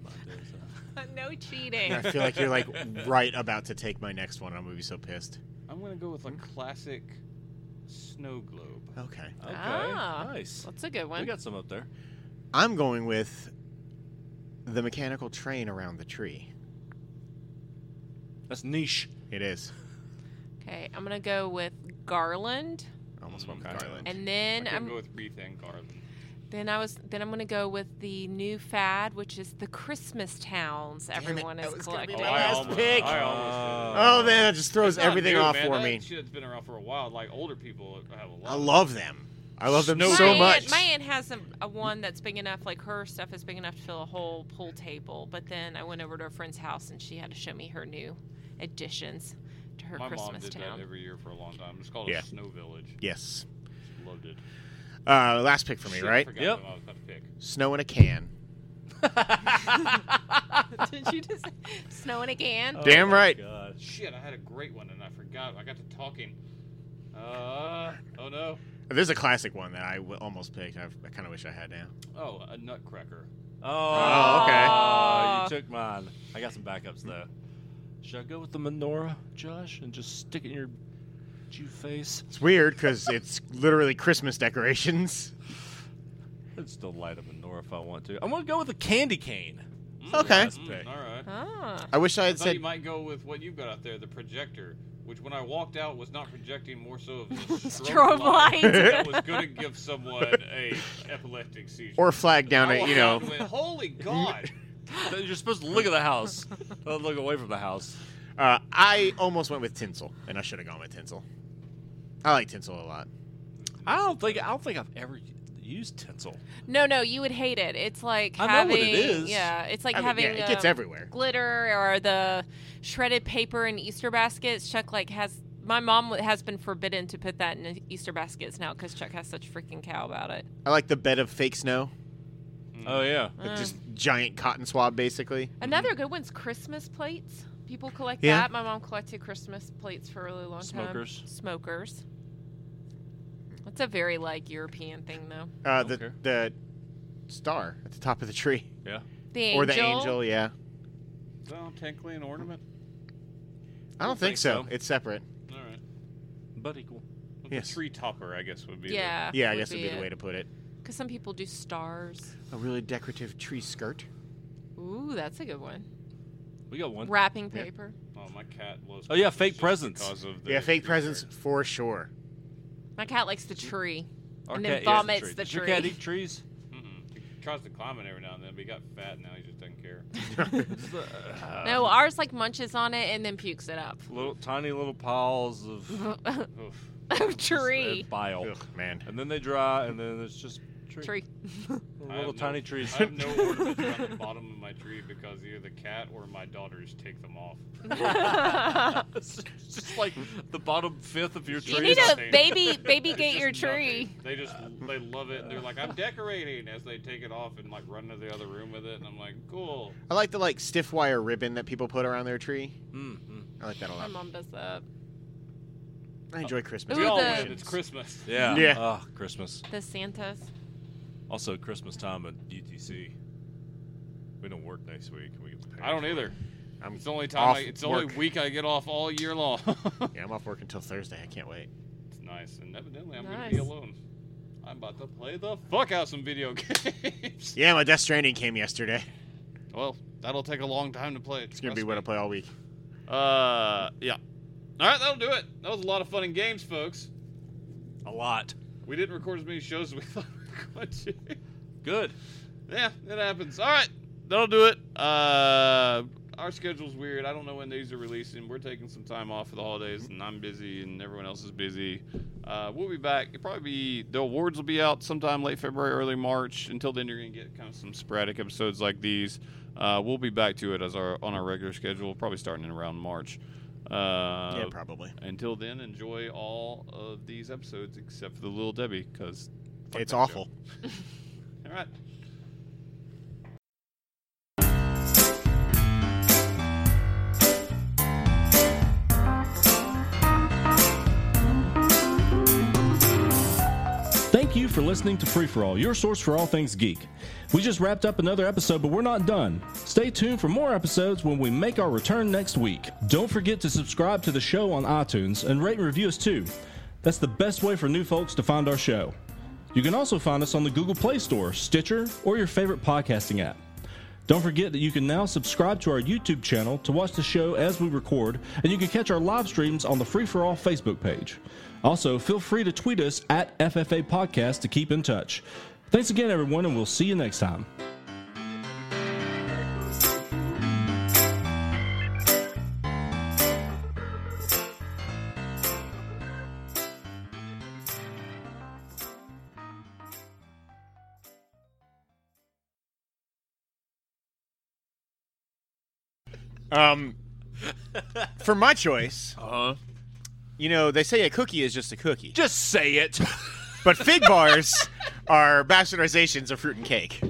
Speaker 5: ideas.
Speaker 4: no cheating.
Speaker 1: Mm.
Speaker 2: I feel like you're like right about to take my next one. I'm gonna be so pissed.
Speaker 1: I'm gonna go with
Speaker 2: Hmm.
Speaker 1: a classic snow globe.
Speaker 2: Okay.
Speaker 5: Okay,
Speaker 4: Ah.
Speaker 5: nice.
Speaker 4: That's a good
Speaker 5: We
Speaker 4: one.
Speaker 5: got some up there.
Speaker 2: I'm going with the mechanical train around the tree.
Speaker 5: That's niche.
Speaker 2: It is.
Speaker 4: Okay, I'm gonna go with garland,
Speaker 2: I Almost went
Speaker 5: Okay.
Speaker 2: with Garland.
Speaker 4: and
Speaker 1: I'm
Speaker 4: then
Speaker 1: gonna
Speaker 4: I'm
Speaker 1: go with wreath and garland.
Speaker 4: then I was then I'm gonna go with the new fad, which is the Christmas towns.
Speaker 2: Damn it,
Speaker 4: Everyone
Speaker 2: that
Speaker 4: is
Speaker 2: was gonna be
Speaker 4: collecting.
Speaker 2: my last
Speaker 1: almost,
Speaker 2: pick.
Speaker 1: Oh, I almost did.
Speaker 2: oh man, that just throws
Speaker 1: It's not
Speaker 2: everything
Speaker 1: new,
Speaker 2: off
Speaker 1: man.
Speaker 2: for
Speaker 1: that
Speaker 2: me.
Speaker 1: Shit's been around for a while. Like older people have a lot.
Speaker 2: I
Speaker 1: of
Speaker 2: love them. I love them
Speaker 5: Snow
Speaker 2: so
Speaker 4: my
Speaker 2: much.
Speaker 4: Aunt, my aunt has a, a one that's big enough, like her stuff is big enough to fill a whole pool table. But then I went over to a friend's house and she had to show me her new additions to her
Speaker 1: My
Speaker 4: Christmas
Speaker 1: mom did
Speaker 4: town.
Speaker 1: that every year for a long time. It's called
Speaker 2: Yeah.
Speaker 1: a snow village.
Speaker 2: yes.
Speaker 1: Loved it.
Speaker 2: Uh, last pick for me,
Speaker 1: Shit,
Speaker 2: right?
Speaker 1: Forgot
Speaker 5: Yep.
Speaker 1: what I was about to pick.
Speaker 2: Snow in a can.
Speaker 4: did you just snowing
Speaker 1: Oh,
Speaker 4: again?
Speaker 2: Damn
Speaker 5: Oh my
Speaker 2: right.
Speaker 5: God.
Speaker 1: Shit, I had a great one and I forgot. I got to talking. Uh, oh no.
Speaker 2: There's a classic one that I w- almost picked. I've, I kind of wish I had now.
Speaker 1: Oh, a nutcracker.
Speaker 5: Oh,
Speaker 2: okay.
Speaker 4: Ah.
Speaker 5: you took mine. I got some backups though. Should I go with the menorah, Josh, and just stick it in your Jew face?
Speaker 2: It's weird because it's literally Christmas decorations.
Speaker 5: I'd still light a menorah if I want to. I'm gonna go with the candy cane.
Speaker 2: Okay.
Speaker 5: Last
Speaker 1: Mm,
Speaker 5: pick.
Speaker 1: all right.
Speaker 4: Ah,
Speaker 2: I wish I
Speaker 1: I
Speaker 2: had
Speaker 1: thought
Speaker 2: said.
Speaker 1: you might go with what you've got out there, the projector, which when I walked out was not projecting, more so of a
Speaker 4: strobe light.
Speaker 1: that was going to give someone a epileptic seizure.
Speaker 2: Or flag down
Speaker 1: I
Speaker 2: a, you
Speaker 1: walked
Speaker 2: know.
Speaker 1: out and went, Holy God!
Speaker 5: You're supposed to look at the house. Don't look away from the house.
Speaker 2: Uh, I almost went with tinsel, and I should have gone with tinsel. I like tinsel a lot.
Speaker 5: I don't think I don't think I've ever used tinsel.
Speaker 4: No, no, you would hate it. It's like
Speaker 5: I know
Speaker 4: having
Speaker 5: what it is.
Speaker 4: yeah, it's like
Speaker 2: I mean,
Speaker 4: having
Speaker 2: yeah, it gets
Speaker 4: um,
Speaker 2: everywhere.
Speaker 4: glitter or the shredded paper in Easter baskets. Chuck like has my mom has been forbidden to put that in Easter baskets now because Chuck has such a freaking cow about it.
Speaker 2: I like the bed of fake snow,
Speaker 5: Oh yeah.
Speaker 2: like
Speaker 4: Mm.
Speaker 2: just giant cotton swab, basically.
Speaker 4: Another good one's Christmas plates. People collect
Speaker 2: Yeah.
Speaker 4: that. My mom collected Christmas plates for a really long
Speaker 5: Smokers.
Speaker 4: time. Smokers. That's a very like European thing though.
Speaker 2: Uh, the
Speaker 5: Okay.
Speaker 2: the star at the top of the tree,
Speaker 5: Yeah.
Speaker 4: The angel.
Speaker 2: or the angel. Yeah,
Speaker 1: So, technically an ornament?
Speaker 2: I don't think,
Speaker 5: think
Speaker 2: so.
Speaker 5: so.
Speaker 2: It's separate.
Speaker 1: All right.
Speaker 5: But equal.
Speaker 1: Well,
Speaker 2: Yes.
Speaker 1: The tree topper, I guess, would be. the-
Speaker 4: Yeah.
Speaker 2: Yeah, I guess would be the way to put it.
Speaker 4: Because some people do stars.
Speaker 2: A really decorative tree skirt.
Speaker 4: Ooh, that's a good one.
Speaker 5: We got one.
Speaker 4: Wrapping
Speaker 2: Yeah.
Speaker 4: paper.
Speaker 1: Oh, my cat loves.
Speaker 5: Oh, yeah,
Speaker 1: presents
Speaker 5: fake
Speaker 1: just
Speaker 5: presents.
Speaker 1: Because of the
Speaker 2: yeah, fake
Speaker 1: tree
Speaker 2: presents
Speaker 1: skirt.
Speaker 2: for sure.
Speaker 4: My cat likes the tree.
Speaker 5: Our
Speaker 4: And then
Speaker 5: cat eats
Speaker 4: vomits the
Speaker 5: Does your
Speaker 4: tree.
Speaker 5: cat eat trees?
Speaker 1: Mm-mm. He Mm-hmm. tries to climb it every now and then, but he got fat now. He just doesn't care.
Speaker 4: no, ours like munches on it and then pukes it up.
Speaker 5: Little tiny little piles of
Speaker 1: Oof.
Speaker 4: of
Speaker 5: just, uh,
Speaker 4: tree.
Speaker 5: bile.
Speaker 1: Oh.
Speaker 2: Ugh, man.
Speaker 5: And then they dry, and then it's just tree.
Speaker 4: Tree.
Speaker 1: I
Speaker 5: Little
Speaker 1: have
Speaker 5: tiny
Speaker 1: no,
Speaker 5: trees.
Speaker 1: I have no ornaments around the bottom of my tree because either the cat or my daughters take them off.
Speaker 5: it's just like the bottom fifth of your tree.
Speaker 4: you need
Speaker 1: is
Speaker 4: a
Speaker 1: nothing.
Speaker 4: baby baby get
Speaker 1: Just
Speaker 4: your
Speaker 1: nothing.
Speaker 4: tree.
Speaker 1: They just
Speaker 2: Uh,
Speaker 1: they love it and they're like, I'm decorating as they take it off and like run to the other room with it and I'm like, cool.
Speaker 2: I like the like stiff wire ribbon that people put around their tree.
Speaker 5: Mm-hmm.
Speaker 2: I like that a
Speaker 4: My
Speaker 2: lot.
Speaker 4: mom does that.
Speaker 2: I enjoy Christmas.
Speaker 4: Ooh,
Speaker 1: We all
Speaker 4: the-
Speaker 1: win. It's Christmas.
Speaker 5: Yeah.
Speaker 2: Yeah.
Speaker 5: Ah, Christmas.
Speaker 4: The Santas.
Speaker 5: Also, Christmas time at UTC. We don't work next week. We get paid
Speaker 1: I don't
Speaker 5: for it.
Speaker 1: either.
Speaker 2: I'm
Speaker 1: It's the only time.
Speaker 2: off
Speaker 1: I, it's the only
Speaker 2: work.
Speaker 1: week I get off all year long.
Speaker 2: Yeah, I'm off work until Thursday. I can't wait.
Speaker 1: it's nice, and evidently I'm gonna be
Speaker 4: Nice.
Speaker 1: alone. I'm about to play the fuck out some video games.
Speaker 2: Yeah, my Death Stranding came yesterday.
Speaker 1: Well, that'll take a long time to play.
Speaker 2: It's gonna be what I play all week.
Speaker 1: Uh, yeah. All right, that'll do it. That was a lot of fun and games, folks.
Speaker 5: A lot.
Speaker 1: We didn't record as many shows as we thought we were going to.
Speaker 5: Good.
Speaker 1: yeah, it happens. All right, that'll do it. Uh, our schedule's weird. I don't know when these are releasing. We're taking some time off for the holidays, and I'm busy, and everyone else is busy. Uh, we'll be back. It'll probably be the awards will be out sometime late February, early March. Until then, you're gonna get kind of some sporadic episodes like these. Uh, we'll be back to it as our on our regular schedule, probably starting in around March. Uh,
Speaker 2: yeah, probably.
Speaker 1: until then, enjoy all of these episodes except for the Little Debbie, because
Speaker 2: It's awful.
Speaker 1: All right.
Speaker 5: Thank you for listening to Free For All, your source for all things geek. We just wrapped up another episode, but we're not done. Stay tuned for more episodes when we make our return next week. Don't forget to subscribe to the show on iTunes and rate and review us too. That's the best way for new folks to find our show. You can also find us on the Google Play Store, Stitcher, or your favorite podcasting app. Don't forget that you can now subscribe to our YouTube channel to watch the show as we record, and you can catch our live streams on the Free For All Facebook page. Also, feel free to tweet us at FFA Podcast to keep in touch. Thanks again, everyone, and we'll see you next time.
Speaker 2: Um, for my choice, uh-huh. you know, they say a cookie is just a cookie,
Speaker 7: Just say it.
Speaker 2: but fig bars are bastardizations of fruit and cake.